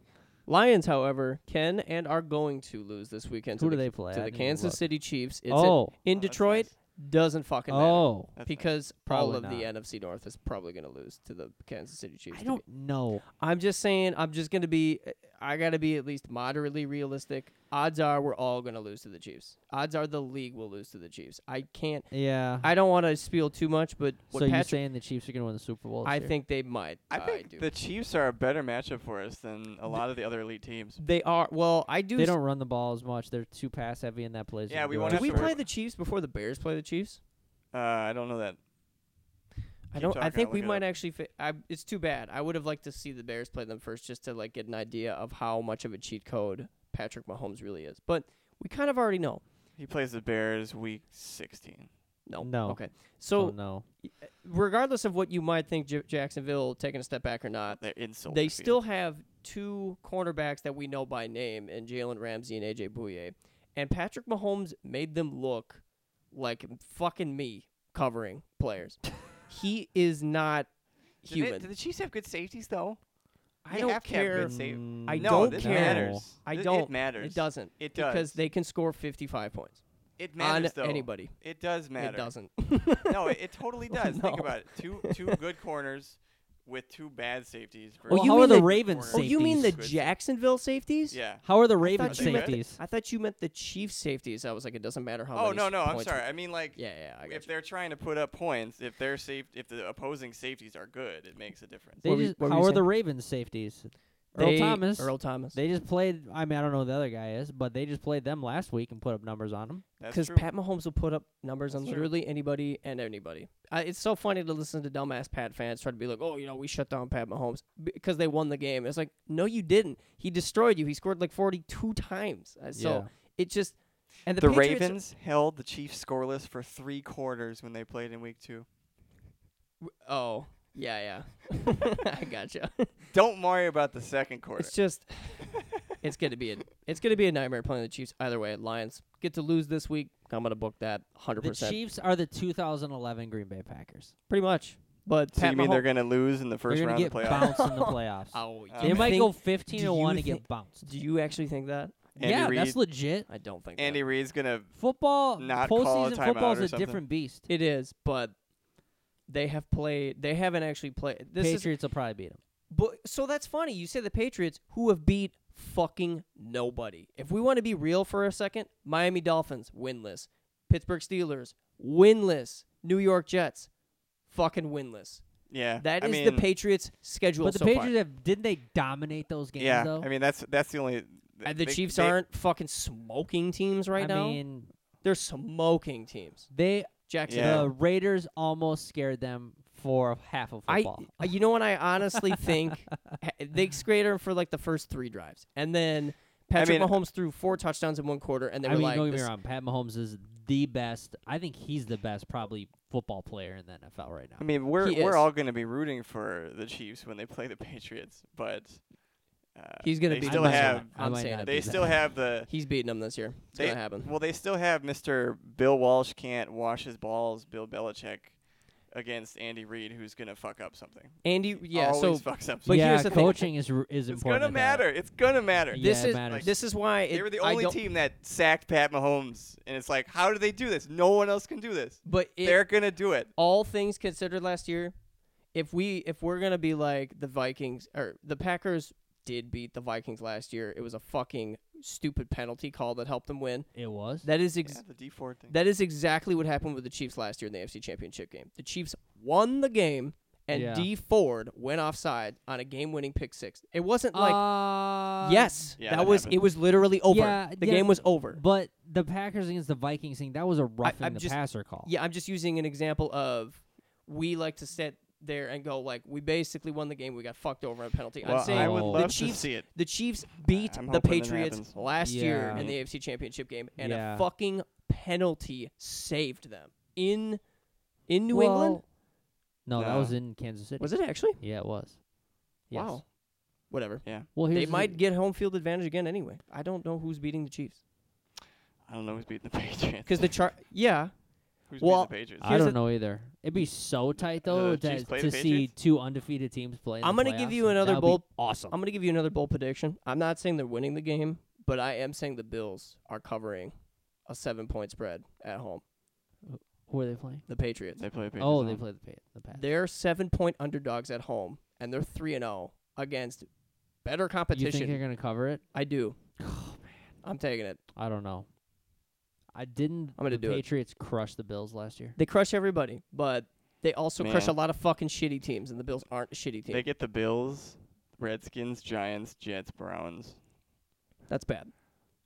[SPEAKER 1] Lions, however, can and are going to lose this weekend
[SPEAKER 3] Who
[SPEAKER 1] to
[SPEAKER 3] do
[SPEAKER 1] the,
[SPEAKER 3] they play?
[SPEAKER 1] to
[SPEAKER 3] I
[SPEAKER 1] the
[SPEAKER 3] didn't even
[SPEAKER 1] Kansas
[SPEAKER 3] look.
[SPEAKER 1] City Chiefs. It's in-
[SPEAKER 3] oh,
[SPEAKER 1] in
[SPEAKER 2] Oh, that's
[SPEAKER 1] Detroit.
[SPEAKER 2] nice.
[SPEAKER 1] Doesn't fucking matter.
[SPEAKER 3] oh,
[SPEAKER 2] That's nice.
[SPEAKER 1] Because all
[SPEAKER 3] Probably
[SPEAKER 1] of the
[SPEAKER 3] not.
[SPEAKER 1] NFC North is probably going to lose to the Kansas City Chiefs.
[SPEAKER 3] I
[SPEAKER 1] to
[SPEAKER 3] don't
[SPEAKER 1] be-
[SPEAKER 3] know.
[SPEAKER 1] I'm just saying. I'm just going to be. I got to be at least moderately realistic. Odds are we're all going to lose to the Chiefs. Odds are the league will lose to the Chiefs. I can't.
[SPEAKER 3] Yeah.
[SPEAKER 1] I don't want to spiel too much, but what
[SPEAKER 3] so you're
[SPEAKER 1] Patrick
[SPEAKER 3] saying the Chiefs are going to win the Super Bowl? this
[SPEAKER 1] I
[SPEAKER 3] year?
[SPEAKER 1] think they might.
[SPEAKER 2] I think
[SPEAKER 1] do.
[SPEAKER 2] the Chiefs are a better matchup for us than a lot of the other elite teams.
[SPEAKER 1] they are. Well, I do.
[SPEAKER 3] they
[SPEAKER 1] s-
[SPEAKER 3] don't run the ball as much. They're too pass heavy in that place.
[SPEAKER 2] Yeah, we won't
[SPEAKER 1] Did
[SPEAKER 2] have
[SPEAKER 1] we
[SPEAKER 2] to worry
[SPEAKER 1] play
[SPEAKER 2] about-
[SPEAKER 1] the Chiefs before the Bears play the Chiefs?
[SPEAKER 2] Uh, I don't know that.
[SPEAKER 1] I
[SPEAKER 2] Keep
[SPEAKER 1] don't. I
[SPEAKER 2] talking,
[SPEAKER 1] think
[SPEAKER 2] I'll
[SPEAKER 1] we
[SPEAKER 2] look it
[SPEAKER 1] might
[SPEAKER 2] up.
[SPEAKER 1] actually. Fi- I, it's too bad. I would have liked to see the Bears play them first, just to like get an idea of how much of a cheat code Patrick Mahomes really is. But we kind of already know.
[SPEAKER 2] He plays the Bears week 16.
[SPEAKER 1] No.
[SPEAKER 3] No.
[SPEAKER 1] Okay.
[SPEAKER 3] So
[SPEAKER 1] So
[SPEAKER 3] no.
[SPEAKER 1] regardless of what you might think, J- Jacksonville taking a step back or not,
[SPEAKER 2] They're in Soldier
[SPEAKER 1] they
[SPEAKER 2] Field.
[SPEAKER 1] still have two cornerbacks that we know by name in Jalen Ramsey and AJ Bouye. And Patrick Mahomes made them look like fucking me covering players. he is not
[SPEAKER 2] Did they-
[SPEAKER 1] human.
[SPEAKER 2] Did the Chiefs have good safeties though?
[SPEAKER 1] I
[SPEAKER 2] They
[SPEAKER 1] don't
[SPEAKER 2] have to have
[SPEAKER 1] care.
[SPEAKER 2] good safety.
[SPEAKER 3] Mm,
[SPEAKER 1] I
[SPEAKER 2] no,
[SPEAKER 1] don't
[SPEAKER 2] this
[SPEAKER 1] care.
[SPEAKER 2] matters.
[SPEAKER 1] I
[SPEAKER 2] Th-
[SPEAKER 1] don't.
[SPEAKER 2] It matters.
[SPEAKER 1] It doesn't.
[SPEAKER 2] It does.
[SPEAKER 1] Because they can score 55 points
[SPEAKER 2] it matters
[SPEAKER 1] on
[SPEAKER 2] though.
[SPEAKER 1] anybody.
[SPEAKER 2] It does matter.
[SPEAKER 1] It doesn't.
[SPEAKER 2] no, it, it totally does. Think
[SPEAKER 1] No.
[SPEAKER 2] about it. Two two good corners with two bad safeties.
[SPEAKER 3] Well,
[SPEAKER 2] versus
[SPEAKER 1] you
[SPEAKER 3] how are
[SPEAKER 1] mean
[SPEAKER 3] the
[SPEAKER 1] the-
[SPEAKER 3] Ravens
[SPEAKER 2] Oh,
[SPEAKER 1] Oh, you mean the
[SPEAKER 2] safeties. Good.
[SPEAKER 1] Jacksonville safeties?
[SPEAKER 2] yeah.
[SPEAKER 3] How are the
[SPEAKER 1] I thought
[SPEAKER 3] Ravens
[SPEAKER 1] you meant the-
[SPEAKER 3] safeties?
[SPEAKER 1] I thought you meant the Chiefs safeties. I was like, it doesn't matter how.
[SPEAKER 2] Oh
[SPEAKER 1] many
[SPEAKER 2] no no, I'm
[SPEAKER 1] points-
[SPEAKER 2] sorry. I mean like
[SPEAKER 1] Yeah, yeah. I got
[SPEAKER 2] if
[SPEAKER 1] you.
[SPEAKER 2] they're trying to put up points, if they're safe, if the opposing safeties are good, it makes a difference.
[SPEAKER 3] They
[SPEAKER 1] What were you-
[SPEAKER 3] just,
[SPEAKER 1] what were
[SPEAKER 3] how
[SPEAKER 1] you
[SPEAKER 3] are
[SPEAKER 1] saying?
[SPEAKER 3] the Ravens safeties? Earl
[SPEAKER 1] They-
[SPEAKER 3] Thomas.
[SPEAKER 1] Earl Thomas.
[SPEAKER 3] They just played. I mean, I don't know who the other guy is, but they just played them last week and put up numbers on them.
[SPEAKER 2] That's
[SPEAKER 1] Because
[SPEAKER 2] true.
[SPEAKER 1] Pat Mahomes will put up numbers on
[SPEAKER 2] That's true.
[SPEAKER 1] literally anybody and anybody. I, it's so funny to listen to dumbass Pat fans try to be like, "Oh, you know, we shut down Pat Mahomes because they won the game." It's like, no, you didn't. He destroyed you. He scored like forty-two times. Uh, So
[SPEAKER 3] Yeah.
[SPEAKER 1] it just and the,
[SPEAKER 2] the
[SPEAKER 1] Patriots-
[SPEAKER 2] Ravens held the Chiefs scoreless for three quarters when they played in Week Two.
[SPEAKER 1] Oh yeah, yeah. I gotcha.
[SPEAKER 2] Don't worry about the second quarter.
[SPEAKER 1] It's just, it's gonna be a, it's gonna be a nightmare playing the Chiefs. Either way, Lions get to lose this week. I'm gonna book that 100.
[SPEAKER 3] The
[SPEAKER 1] percent
[SPEAKER 3] Chiefs are the 2011 Green Bay Packers.
[SPEAKER 1] Pretty much. But
[SPEAKER 2] so
[SPEAKER 1] Pat
[SPEAKER 2] you mean they're
[SPEAKER 1] Mahomes-
[SPEAKER 2] going to lose in the first
[SPEAKER 3] They're
[SPEAKER 2] round
[SPEAKER 3] gonna
[SPEAKER 2] of
[SPEAKER 3] get
[SPEAKER 2] playoffs?
[SPEAKER 3] bounced in the playoffs.
[SPEAKER 1] Oh, you
[SPEAKER 2] Um,
[SPEAKER 3] they might
[SPEAKER 1] think-
[SPEAKER 3] go 15 to
[SPEAKER 1] do
[SPEAKER 3] one
[SPEAKER 1] you
[SPEAKER 3] and get
[SPEAKER 1] thi-
[SPEAKER 3] bounced.
[SPEAKER 1] Do you actually think that?
[SPEAKER 2] Andy
[SPEAKER 3] yeah,
[SPEAKER 2] Reid,
[SPEAKER 3] that's legit.
[SPEAKER 1] I don't think.
[SPEAKER 2] Andy Reid's going to.
[SPEAKER 3] Football,
[SPEAKER 2] Not call a
[SPEAKER 3] postseason
[SPEAKER 2] timeout
[SPEAKER 3] football is
[SPEAKER 2] or
[SPEAKER 3] a
[SPEAKER 2] something.
[SPEAKER 3] different beast.
[SPEAKER 1] that. it is, but they have played. They haven't actually played. This is.
[SPEAKER 3] Patriots will probably beat them.
[SPEAKER 1] But so that's funny. You say the Patriots, who have beat fucking nobody. If we want to be real for a second, Miami Dolphins winless, Pittsburgh Steelers winless, New York Jets fucking winless.
[SPEAKER 2] Yeah.
[SPEAKER 1] That
[SPEAKER 2] I
[SPEAKER 1] is
[SPEAKER 2] mean,
[SPEAKER 1] the Patriots' schedule
[SPEAKER 3] But the
[SPEAKER 1] so far.
[SPEAKER 3] Patriots have didn't they dominate those games
[SPEAKER 2] Yeah.
[SPEAKER 3] though?
[SPEAKER 2] I mean, that's that's the only. th-
[SPEAKER 1] And Uh, the
[SPEAKER 2] they-
[SPEAKER 1] Chiefs
[SPEAKER 2] they-
[SPEAKER 1] aren't fucking smoking teams right
[SPEAKER 3] I
[SPEAKER 1] now.
[SPEAKER 3] mean,
[SPEAKER 1] They're smoking teams.
[SPEAKER 3] they
[SPEAKER 1] Jackson,
[SPEAKER 2] Yeah.
[SPEAKER 3] the Raiders almost scared them for half of
[SPEAKER 1] I,
[SPEAKER 3] football.
[SPEAKER 1] uh, you know what? I honestly think ha- they scared him for like the first three drives, and then Patrick
[SPEAKER 2] mean-
[SPEAKER 1] Mahomes threw four touchdowns in one quarter, and they
[SPEAKER 3] I
[SPEAKER 1] were
[SPEAKER 3] mean,
[SPEAKER 1] like,
[SPEAKER 3] don't get me
[SPEAKER 1] this-
[SPEAKER 3] wrong. Pat Mahomes is the best. I think he's the best, probably football player in the NFL right
[SPEAKER 2] I
[SPEAKER 3] now.
[SPEAKER 2] mean, we're
[SPEAKER 1] He
[SPEAKER 2] we're
[SPEAKER 1] is.
[SPEAKER 2] all going to be rooting for the Chiefs when they play the Patriots, but uh,
[SPEAKER 1] "He's gonna
[SPEAKER 2] they
[SPEAKER 1] beat
[SPEAKER 2] still
[SPEAKER 1] them.
[SPEAKER 3] might
[SPEAKER 2] have
[SPEAKER 3] not- I
[SPEAKER 1] I'm
[SPEAKER 3] might
[SPEAKER 1] saying
[SPEAKER 3] not
[SPEAKER 1] it.
[SPEAKER 2] they
[SPEAKER 3] do
[SPEAKER 2] still
[SPEAKER 3] that.
[SPEAKER 2] have the
[SPEAKER 1] He's beating them this year. It's
[SPEAKER 2] They-
[SPEAKER 1] gonna happen."
[SPEAKER 2] well they still have Mr. Bill Walsh can't wash his balls, Bill Belichick, against Andy Reid, who's going to fuck up something.
[SPEAKER 1] Andy, yeah.
[SPEAKER 2] Always
[SPEAKER 1] So
[SPEAKER 2] fucks up.
[SPEAKER 1] But
[SPEAKER 2] something.
[SPEAKER 3] yeah,
[SPEAKER 1] here's the thing.
[SPEAKER 3] coaching is r- is
[SPEAKER 2] it's
[SPEAKER 3] important.
[SPEAKER 2] gonna
[SPEAKER 3] to that.
[SPEAKER 2] matter. It's gonna matter.
[SPEAKER 3] Yeah,
[SPEAKER 1] this
[SPEAKER 3] it
[SPEAKER 1] is
[SPEAKER 3] matters.
[SPEAKER 1] this is why it,
[SPEAKER 2] they were the
[SPEAKER 1] I
[SPEAKER 2] only
[SPEAKER 1] don't-
[SPEAKER 2] team that sacked Pat Mahomes, and it's like, how do they do this? No one else can do this.
[SPEAKER 1] But it,
[SPEAKER 2] They're gonna do it.
[SPEAKER 1] all things considered last year, if we if we're gonna be like the Vikings or the Packers did beat the Vikings last year, it was a fucking stupid penalty call that helped them win.
[SPEAKER 3] It was.
[SPEAKER 1] That is ex-
[SPEAKER 2] Yeah, the D four thing.
[SPEAKER 1] that is exactly what happened with the Chiefs last year in the AFC Championship game. The Chiefs won the game and
[SPEAKER 3] Yeah.
[SPEAKER 1] D Ford went offside on a game winning pick six. It wasn't like
[SPEAKER 3] Uh,
[SPEAKER 1] yes,
[SPEAKER 2] Yeah,
[SPEAKER 1] that,
[SPEAKER 2] that
[SPEAKER 1] was
[SPEAKER 2] happened.
[SPEAKER 1] it was literally over.
[SPEAKER 3] Yeah,
[SPEAKER 1] the
[SPEAKER 3] yeah,
[SPEAKER 1] game was over.
[SPEAKER 3] But the Packers against the Vikings thing, that was a roughing
[SPEAKER 1] I'm
[SPEAKER 3] the
[SPEAKER 1] just-
[SPEAKER 3] passer call.
[SPEAKER 1] Yeah, I'm just using an example of we like to sit there and go like we basically won the game. We got fucked over on penalty.
[SPEAKER 2] well,
[SPEAKER 1] I'm saying
[SPEAKER 2] I would
[SPEAKER 3] Oh.
[SPEAKER 2] love
[SPEAKER 1] the
[SPEAKER 2] to
[SPEAKER 1] Chiefs.
[SPEAKER 2] see it.
[SPEAKER 1] The Chiefs beat
[SPEAKER 2] I'm
[SPEAKER 1] the
[SPEAKER 2] hoping that
[SPEAKER 1] Patriots
[SPEAKER 2] happens.
[SPEAKER 1] last year
[SPEAKER 3] Yeah.
[SPEAKER 1] in the AFC Championship game, and
[SPEAKER 3] Yeah.
[SPEAKER 1] a fucking penalty saved them in in New England.
[SPEAKER 3] Well, No, that
[SPEAKER 2] No.
[SPEAKER 3] was in Kansas City.
[SPEAKER 1] Was it actually?
[SPEAKER 3] Yeah, it was. Yes.
[SPEAKER 1] Wow. Whatever.
[SPEAKER 3] Well, here's
[SPEAKER 1] they
[SPEAKER 3] the-
[SPEAKER 1] might get home field advantage again anyway. I don't know who's beating the Chiefs
[SPEAKER 2] I don't know who's beating the Patriots.
[SPEAKER 1] because the char. Yeah,
[SPEAKER 2] who's
[SPEAKER 1] well,
[SPEAKER 2] beating the Patriots?
[SPEAKER 3] I
[SPEAKER 1] here's
[SPEAKER 3] don't
[SPEAKER 1] the-
[SPEAKER 3] know either. It'd be so tight
[SPEAKER 2] Uh,
[SPEAKER 3] though
[SPEAKER 2] the Chiefs
[SPEAKER 3] that,
[SPEAKER 2] play
[SPEAKER 3] to
[SPEAKER 2] the
[SPEAKER 3] see
[SPEAKER 2] Patriots?
[SPEAKER 3] two undefeated teams play. in the
[SPEAKER 1] I'm gonna give
[SPEAKER 3] playoffs,
[SPEAKER 1] you
[SPEAKER 3] and
[SPEAKER 1] another
[SPEAKER 3] that would be
[SPEAKER 1] bold-
[SPEAKER 3] Awesome.
[SPEAKER 1] I'm gonna give you another bold prediction. I'm not saying they're winning the game, but I am saying the Bills are covering a seven point spread at home.
[SPEAKER 3] Who are they playing?
[SPEAKER 1] The Patriots.
[SPEAKER 2] they play the Patriots.
[SPEAKER 3] Oh, they
[SPEAKER 2] on.
[SPEAKER 3] play the Pat. The Pat.
[SPEAKER 1] They're seven point underdogs at home, and they're three and zero against better
[SPEAKER 3] You think
[SPEAKER 1] competition.
[SPEAKER 3] they're gonna Oh, cover it?
[SPEAKER 1] I do. I'm taking it.
[SPEAKER 3] I don't know. I didn't.
[SPEAKER 1] I'm gonna
[SPEAKER 3] the
[SPEAKER 1] do it.
[SPEAKER 3] Patriots crush the Bills last year.
[SPEAKER 1] They crush everybody, but they also crush a
[SPEAKER 2] Man.
[SPEAKER 1] lot of fucking shitty teams, and the Bills aren't a shitty team.
[SPEAKER 2] They get the Bills, Redskins, Giants, Jets, Browns.
[SPEAKER 1] That's bad.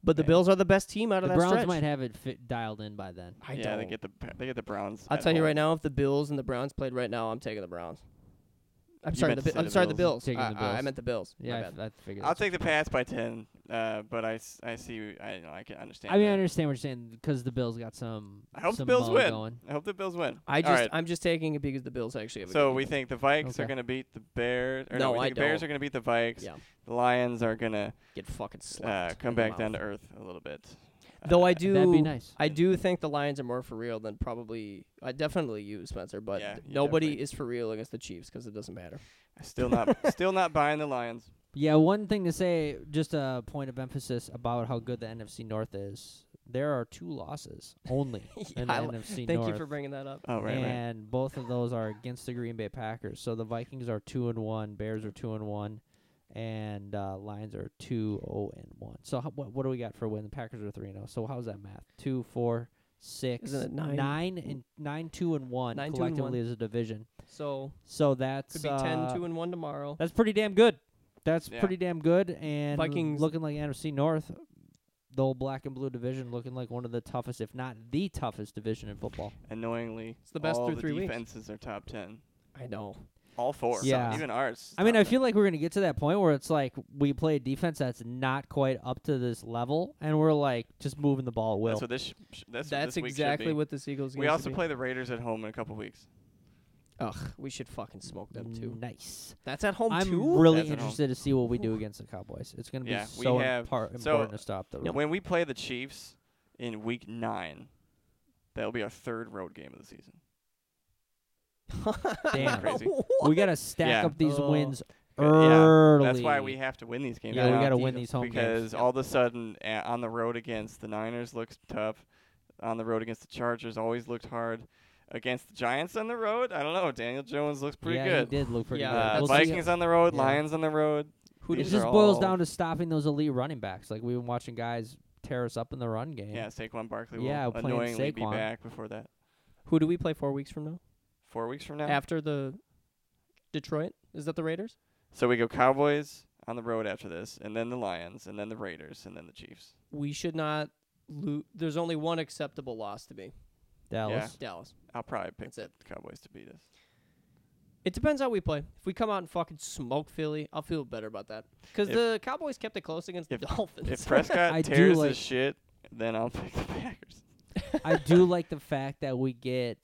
[SPEAKER 1] But the
[SPEAKER 2] Man.
[SPEAKER 1] Bills are the best team out
[SPEAKER 3] The
[SPEAKER 1] of that
[SPEAKER 3] Browns
[SPEAKER 1] stretch.
[SPEAKER 3] might have it fit dialed in by then.
[SPEAKER 1] I
[SPEAKER 2] yeah,
[SPEAKER 1] don't.
[SPEAKER 2] they get the they get the Browns.
[SPEAKER 1] I'll
[SPEAKER 2] at
[SPEAKER 1] tell you
[SPEAKER 2] home.
[SPEAKER 1] right now, if the Bills and the Browns played right now, I'm taking the Browns. I'm
[SPEAKER 2] You
[SPEAKER 1] sorry. The,
[SPEAKER 2] meant
[SPEAKER 1] Bi-
[SPEAKER 2] to say
[SPEAKER 1] I'm
[SPEAKER 2] the
[SPEAKER 1] sorry. The Bills.
[SPEAKER 2] Bills.
[SPEAKER 3] Taking
[SPEAKER 1] Uh,
[SPEAKER 3] the
[SPEAKER 1] uh, I
[SPEAKER 3] Bills.
[SPEAKER 1] meant the Bills. My
[SPEAKER 3] Yeah, I,
[SPEAKER 1] bad.
[SPEAKER 3] f- I figured.
[SPEAKER 2] I'll
[SPEAKER 3] that's
[SPEAKER 2] take the pass by ten, uh, but I, s- I see you- I, you know, I can understand.
[SPEAKER 3] I mean, I
[SPEAKER 2] that.
[SPEAKER 3] understand what you're saying because the Bills got some.
[SPEAKER 2] I hope the
[SPEAKER 3] some
[SPEAKER 2] Bills
[SPEAKER 3] bone
[SPEAKER 2] win.
[SPEAKER 3] Going.
[SPEAKER 2] I hope the Bills win.
[SPEAKER 1] I
[SPEAKER 2] All
[SPEAKER 1] just
[SPEAKER 2] right.
[SPEAKER 1] I'm just taking it because the Bills actually have a
[SPEAKER 2] so
[SPEAKER 1] good
[SPEAKER 2] we think the Vikes are
[SPEAKER 3] Okay.
[SPEAKER 2] going to beat the Bears. Or
[SPEAKER 1] No,
[SPEAKER 2] we
[SPEAKER 1] I
[SPEAKER 2] think the Bears
[SPEAKER 1] don't.
[SPEAKER 2] are going to beat the Vikes.
[SPEAKER 1] Yeah.
[SPEAKER 2] The Lions are going to
[SPEAKER 1] get fucking
[SPEAKER 2] uh,
[SPEAKER 1] slapped.
[SPEAKER 2] come back down to earth a little bit.
[SPEAKER 1] Though I
[SPEAKER 2] Uh,
[SPEAKER 1] do
[SPEAKER 3] That'd be nice.
[SPEAKER 1] I do think the Lions are more for real than probably I definitely you Spencer, but
[SPEAKER 2] Yeah,
[SPEAKER 1] th-
[SPEAKER 2] you
[SPEAKER 1] nobody
[SPEAKER 2] definitely-
[SPEAKER 1] is for real against the Chiefs because it doesn't matter.
[SPEAKER 2] Still not, still not buying the Lions.
[SPEAKER 3] Yeah, one thing to say, just a point of emphasis about how good the NFC North is. There are two losses only in the
[SPEAKER 1] I li-
[SPEAKER 3] NFC
[SPEAKER 1] Thank
[SPEAKER 3] North.
[SPEAKER 1] you for bringing that up.
[SPEAKER 2] Oh right, right.
[SPEAKER 3] and both of those are against the Green Bay Packers. So the Vikings are two and one, Bears are two and one, and uh, Lions are two oh and one. So how, what what do we got for when the Packers are three and oh? So how's that math? Two, four, six,
[SPEAKER 1] Isn't it nine?
[SPEAKER 3] nine and nine, two and one
[SPEAKER 1] Nine, two and one.
[SPEAKER 3] collectively as a division.
[SPEAKER 1] So
[SPEAKER 3] So that's
[SPEAKER 1] could be
[SPEAKER 3] uh,
[SPEAKER 1] ten, two, and one tomorrow.
[SPEAKER 3] That's pretty damn good. That's
[SPEAKER 2] Yeah.
[SPEAKER 3] pretty damn good. And
[SPEAKER 1] Vikings-
[SPEAKER 3] looking like NFC North, the old black and blue division looking like one of the toughest, if not the toughest division in football.
[SPEAKER 2] Annoyingly,
[SPEAKER 1] It's the best
[SPEAKER 2] all
[SPEAKER 1] through
[SPEAKER 2] the
[SPEAKER 1] three weeks.
[SPEAKER 2] defenses are top ten.
[SPEAKER 1] I know.
[SPEAKER 2] All four.
[SPEAKER 3] Yeah.
[SPEAKER 2] Even ours.
[SPEAKER 3] I mean,
[SPEAKER 2] top
[SPEAKER 3] I
[SPEAKER 2] 10.
[SPEAKER 3] feel like we're gonna get to that point where it's like we play a defense that's not quite up to this level, and we're like just moving the ball at will.
[SPEAKER 2] That's what this. Sh- sh- that's,
[SPEAKER 1] That's,
[SPEAKER 2] what this week should
[SPEAKER 1] exactly
[SPEAKER 2] be.
[SPEAKER 1] what the Eagles.
[SPEAKER 2] We also play the Raiders at home in a couple weeks.
[SPEAKER 1] Ugh, we should fucking smoke them too.
[SPEAKER 3] Nice.
[SPEAKER 1] That's at home
[SPEAKER 3] Mm. I'm
[SPEAKER 1] too.
[SPEAKER 3] really
[SPEAKER 2] That's at home.
[SPEAKER 3] interested to see what we do against the Cowboys. It's gonna
[SPEAKER 2] Yeah,
[SPEAKER 3] be
[SPEAKER 2] we
[SPEAKER 3] so
[SPEAKER 2] have-
[SPEAKER 3] impar-
[SPEAKER 2] so-
[SPEAKER 3] important to stop the
[SPEAKER 2] When we play the Chiefs in Week Nine, that'll be our third road game of the season.
[SPEAKER 3] Damn.
[SPEAKER 2] Crazy.
[SPEAKER 3] We gotta stack
[SPEAKER 2] Yeah.
[SPEAKER 3] up these
[SPEAKER 1] Oh.
[SPEAKER 3] wins
[SPEAKER 2] Yeah,
[SPEAKER 3] early.
[SPEAKER 2] That's why we have to win these games.
[SPEAKER 3] yeah, we
[SPEAKER 2] now,
[SPEAKER 3] gotta
[SPEAKER 1] beat
[SPEAKER 3] win
[SPEAKER 1] them.
[SPEAKER 3] these home games.
[SPEAKER 2] because all of a sudden uh, on the road against the Niners looks tough. On the road against the Chargers always looked hard. Against the Giants on the road, I don't know. Daniel Jones looks pretty
[SPEAKER 3] yeah,
[SPEAKER 2] good.
[SPEAKER 3] He did look pretty
[SPEAKER 1] Yeah,
[SPEAKER 3] good.
[SPEAKER 2] Uh,
[SPEAKER 1] We'll see.
[SPEAKER 2] Vikings on the road,
[SPEAKER 3] Yeah.
[SPEAKER 2] Lions on the road.
[SPEAKER 1] Who
[SPEAKER 3] it
[SPEAKER 2] These
[SPEAKER 1] does
[SPEAKER 2] are
[SPEAKER 3] just boils
[SPEAKER 2] all-
[SPEAKER 3] down to stopping those elite running backs. Like we've been watching guys tear us up in the run game.
[SPEAKER 2] Yeah, Saquon Barkley
[SPEAKER 3] Yeah,
[SPEAKER 2] will
[SPEAKER 3] playing
[SPEAKER 2] annoyingly be
[SPEAKER 3] Saquon.
[SPEAKER 2] back before that.
[SPEAKER 1] who do we play four weeks from now?
[SPEAKER 2] Four weeks from now.
[SPEAKER 1] After the Detroit, is that the Raiders?
[SPEAKER 2] So we go Cowboys on the road after this, and then the Lions, and then the Raiders, and then the Chiefs.
[SPEAKER 1] We should not lose. There's only one acceptable loss to be
[SPEAKER 3] Dallas.
[SPEAKER 1] Dallas.
[SPEAKER 2] I'll probably pick
[SPEAKER 1] That's it.
[SPEAKER 2] the Cowboys to beat us.
[SPEAKER 1] It depends how we play. If we come out and fucking smoke Philly, I'll feel better about that. Because
[SPEAKER 2] If-
[SPEAKER 1] the Cowboys kept it close against
[SPEAKER 2] if-
[SPEAKER 1] the Dolphins.
[SPEAKER 2] If Prescott
[SPEAKER 3] I do
[SPEAKER 2] tears
[SPEAKER 3] like-
[SPEAKER 2] his shit, then I'll pick the Packers.
[SPEAKER 3] I do like the fact that we get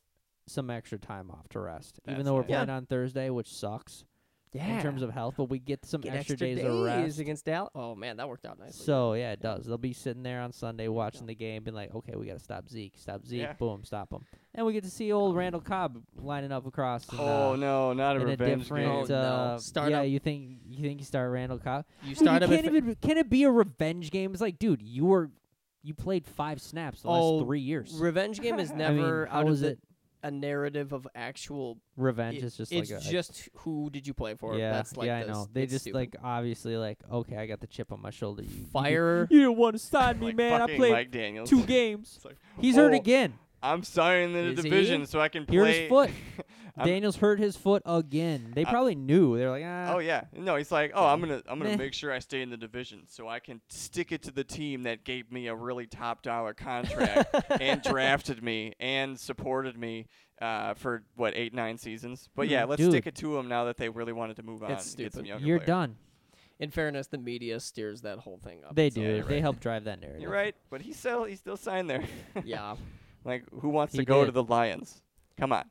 [SPEAKER 3] some extra time off to rest, even
[SPEAKER 2] That's
[SPEAKER 3] though we're
[SPEAKER 2] nice.
[SPEAKER 1] Yeah.
[SPEAKER 3] playing on Thursday, which sucks
[SPEAKER 1] yeah.
[SPEAKER 3] in terms of health. But we get some
[SPEAKER 1] Get
[SPEAKER 3] extra, days, of rest.
[SPEAKER 1] against Dallas. Oh man, that worked out nicely.
[SPEAKER 3] So yeah, it does. They'll be sitting there on Sunday watching
[SPEAKER 1] go.
[SPEAKER 3] the game, being like, "Okay, we got to stop Zeke, stop Zeke,
[SPEAKER 2] Yeah.
[SPEAKER 3] boom, stop him." And we get to see old Randall Cobb lining up across. and,
[SPEAKER 2] Oh
[SPEAKER 3] uh,
[SPEAKER 2] no, not a
[SPEAKER 3] in a
[SPEAKER 2] revenge
[SPEAKER 3] different
[SPEAKER 2] game.
[SPEAKER 1] Oh, no.
[SPEAKER 3] uh,
[SPEAKER 1] Start
[SPEAKER 3] yeah,
[SPEAKER 1] up.
[SPEAKER 3] you think you think you start Randall Cobb?
[SPEAKER 1] you
[SPEAKER 3] Dude,
[SPEAKER 1] start
[SPEAKER 3] you
[SPEAKER 1] up.
[SPEAKER 3] can't even. Can it be a revenge game? It's like, dude, you were you played five snaps the
[SPEAKER 1] Oh,
[SPEAKER 3] last three years.
[SPEAKER 1] Revenge game is
[SPEAKER 3] I mean,
[SPEAKER 1] never
[SPEAKER 3] how
[SPEAKER 1] out of
[SPEAKER 3] is
[SPEAKER 1] the,
[SPEAKER 3] it?
[SPEAKER 1] a narrative of actual.
[SPEAKER 3] Revenge
[SPEAKER 1] it-
[SPEAKER 3] is just
[SPEAKER 1] it's
[SPEAKER 3] like a, a-
[SPEAKER 1] just who did you play for?
[SPEAKER 3] yeah,
[SPEAKER 1] That's like
[SPEAKER 3] yeah,
[SPEAKER 1] this.
[SPEAKER 3] I know. They
[SPEAKER 1] It's
[SPEAKER 3] just
[SPEAKER 1] stupid.
[SPEAKER 3] like obviously like, okay, I got the chip on my shoulder. You, you did-
[SPEAKER 1] fire.
[SPEAKER 3] You, didn't want to sign me,
[SPEAKER 2] Like
[SPEAKER 3] man. I
[SPEAKER 2] fucking
[SPEAKER 3] played
[SPEAKER 2] Mike Daniels.
[SPEAKER 3] two games.
[SPEAKER 2] It's like,
[SPEAKER 3] He's
[SPEAKER 2] oh,
[SPEAKER 3] hurt again.
[SPEAKER 2] I'm signing the
[SPEAKER 1] Is
[SPEAKER 2] division
[SPEAKER 1] he?
[SPEAKER 2] so I can play.
[SPEAKER 3] Hurt his foot.
[SPEAKER 2] I'm-
[SPEAKER 3] Daniels hurt his foot again. They
[SPEAKER 2] I-
[SPEAKER 3] probably knew. They're like, ah,
[SPEAKER 2] Oh yeah, no, he's like, oh, I'm gonna, I'm gonna
[SPEAKER 3] Meh.
[SPEAKER 2] make sure I stay in the division so I can stick it to the team that gave me a really top dollar contract and drafted me and supported me uh, for what eight, nine seasons. But yeah,
[SPEAKER 3] Hmm,
[SPEAKER 2] let's
[SPEAKER 3] dude.
[SPEAKER 2] stick it to him now that they really wanted to move on.
[SPEAKER 1] It's
[SPEAKER 2] and get some
[SPEAKER 1] stupid.
[SPEAKER 2] younger
[SPEAKER 3] you're
[SPEAKER 2] players.
[SPEAKER 3] done.
[SPEAKER 1] In fairness, the media steers that whole thing up.
[SPEAKER 3] They
[SPEAKER 1] It's
[SPEAKER 3] do.
[SPEAKER 1] all-
[SPEAKER 2] you're
[SPEAKER 3] They
[SPEAKER 2] right.
[SPEAKER 3] help drive that narrative.
[SPEAKER 2] You're right, but he's still, he's still signed there.
[SPEAKER 1] Yeah.
[SPEAKER 2] like, who wants to
[SPEAKER 3] He
[SPEAKER 2] go to
[SPEAKER 3] did.
[SPEAKER 2] the Lions? Come on.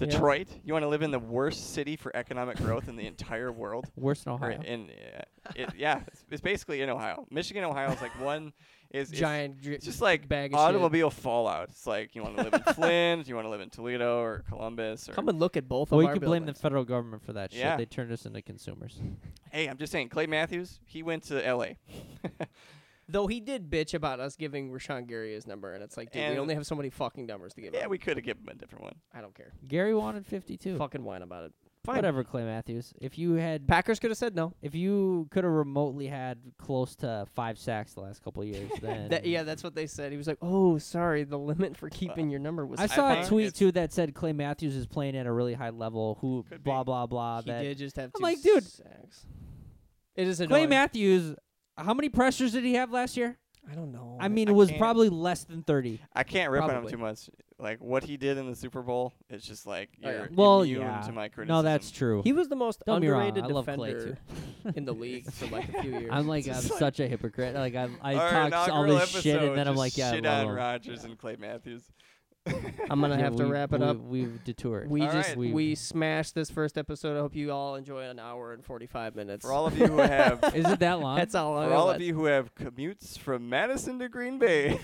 [SPEAKER 1] Yeah.
[SPEAKER 2] Detroit, you want to live in the worst city for economic growth in the entire world?
[SPEAKER 3] Worse than
[SPEAKER 2] Or
[SPEAKER 3] Ohio.
[SPEAKER 2] in, uh, it, yeah, it's, it's basically in Ohio. Michigan, Ohio is like one is is-
[SPEAKER 1] Giant. Gri-
[SPEAKER 2] It's just like
[SPEAKER 1] bag of shit.
[SPEAKER 2] automobile fallout. It's like you want to live in Flint, you want to live in Toledo or Columbus. Or
[SPEAKER 1] Come and look at both
[SPEAKER 3] Well,
[SPEAKER 1] of
[SPEAKER 3] you
[SPEAKER 1] our
[SPEAKER 3] can blame the
[SPEAKER 1] buildings.
[SPEAKER 3] federal government for that shit.
[SPEAKER 2] Yeah.
[SPEAKER 3] They turned us into consumers.
[SPEAKER 2] hey, I'm just saying, Clay Matthews, he went to L.A.
[SPEAKER 1] Though he did bitch about us giving Rashawn Gary his number, and it's like, dude,
[SPEAKER 2] And-
[SPEAKER 1] we only have so many fucking numbers to give.
[SPEAKER 2] yeah,
[SPEAKER 1] out.
[SPEAKER 2] we could have given him a different one.
[SPEAKER 1] I don't care.
[SPEAKER 3] Gary wanted 52.
[SPEAKER 1] Fucking whine about it. Fine.
[SPEAKER 3] Whatever, Clay Matthews. If you had,
[SPEAKER 1] Packers could have said no.
[SPEAKER 3] if you could have remotely had close to five sacks the last couple of years, then
[SPEAKER 1] That, yeah, that's what they said. He was like, "Oh, sorry, the limit for keeping your number was."
[SPEAKER 3] I
[SPEAKER 2] I
[SPEAKER 3] saw a
[SPEAKER 2] think
[SPEAKER 3] tweet
[SPEAKER 2] it's-
[SPEAKER 3] too that said Clay Matthews is playing at a really high level. Who
[SPEAKER 2] Could
[SPEAKER 3] blah
[SPEAKER 2] be.
[SPEAKER 3] blah blah.
[SPEAKER 1] he
[SPEAKER 3] that
[SPEAKER 1] did just have.
[SPEAKER 3] I'm
[SPEAKER 1] two
[SPEAKER 3] like, dude,
[SPEAKER 1] sacks. It is
[SPEAKER 3] Clay
[SPEAKER 1] annoying.
[SPEAKER 3] Matthews. How many pressures did he have last year?
[SPEAKER 1] I don't know.
[SPEAKER 3] I mean,
[SPEAKER 2] Oh, I
[SPEAKER 3] it was
[SPEAKER 2] can't-
[SPEAKER 3] probably less than thirty.
[SPEAKER 2] I can't rip on him
[SPEAKER 3] Probably.
[SPEAKER 2] too much. Like what he did in the Super Bowl, it's just like
[SPEAKER 1] Oh, yeah.
[SPEAKER 2] you're
[SPEAKER 3] Well,
[SPEAKER 2] immune
[SPEAKER 3] yeah.
[SPEAKER 2] to my criticism.
[SPEAKER 3] No, that's true.
[SPEAKER 1] he was the most
[SPEAKER 3] Don't be wrong.
[SPEAKER 1] underrated
[SPEAKER 3] I love Clay
[SPEAKER 1] defender
[SPEAKER 3] too.
[SPEAKER 1] in the league for like a few years.
[SPEAKER 3] I'm like I'm
[SPEAKER 2] It's like-
[SPEAKER 3] such a hypocrite. Like I I
[SPEAKER 2] Our
[SPEAKER 3] talk all
[SPEAKER 2] inaugural
[SPEAKER 3] this shit
[SPEAKER 2] episode,
[SPEAKER 3] and then I'm
[SPEAKER 2] just
[SPEAKER 3] like, yeah, I
[SPEAKER 2] shit
[SPEAKER 3] love
[SPEAKER 2] on
[SPEAKER 3] him.
[SPEAKER 2] Rodgers and Clay Matthews.
[SPEAKER 1] I'm gonna have to wrap it up.
[SPEAKER 3] We, have detoured.
[SPEAKER 1] We
[SPEAKER 2] All
[SPEAKER 1] just
[SPEAKER 2] right.
[SPEAKER 1] we,
[SPEAKER 3] We-
[SPEAKER 1] smashed this first episode. I hope you all enjoy an hour and 45 minutes.
[SPEAKER 2] For all of you who have,
[SPEAKER 3] Is it that long?
[SPEAKER 1] That's all. I
[SPEAKER 2] for all
[SPEAKER 1] got.
[SPEAKER 2] of you who have commutes from Madison to Green Bay,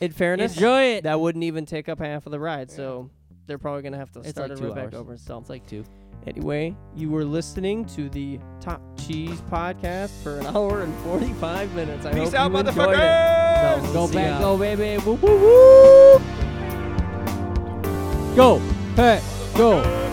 [SPEAKER 1] In fairness,
[SPEAKER 3] Enjoy it.
[SPEAKER 1] that wouldn't even take up half of the ride,
[SPEAKER 2] Yeah.
[SPEAKER 1] so they're probably gonna have to
[SPEAKER 3] It's
[SPEAKER 1] start
[SPEAKER 3] like
[SPEAKER 1] it right
[SPEAKER 3] two
[SPEAKER 1] back
[SPEAKER 3] hours.
[SPEAKER 1] over. So
[SPEAKER 3] It's like two.
[SPEAKER 1] anyway, you were listening to the Top Cheese podcast for an hour and 45 minutes. I
[SPEAKER 2] peace
[SPEAKER 1] hope
[SPEAKER 2] out,
[SPEAKER 1] you enjoyed it.
[SPEAKER 2] motherfuckers.
[SPEAKER 1] So
[SPEAKER 3] Go
[SPEAKER 1] see
[SPEAKER 3] back,
[SPEAKER 1] ya.
[SPEAKER 3] go baby. Woo woo woo. Go, hey, go.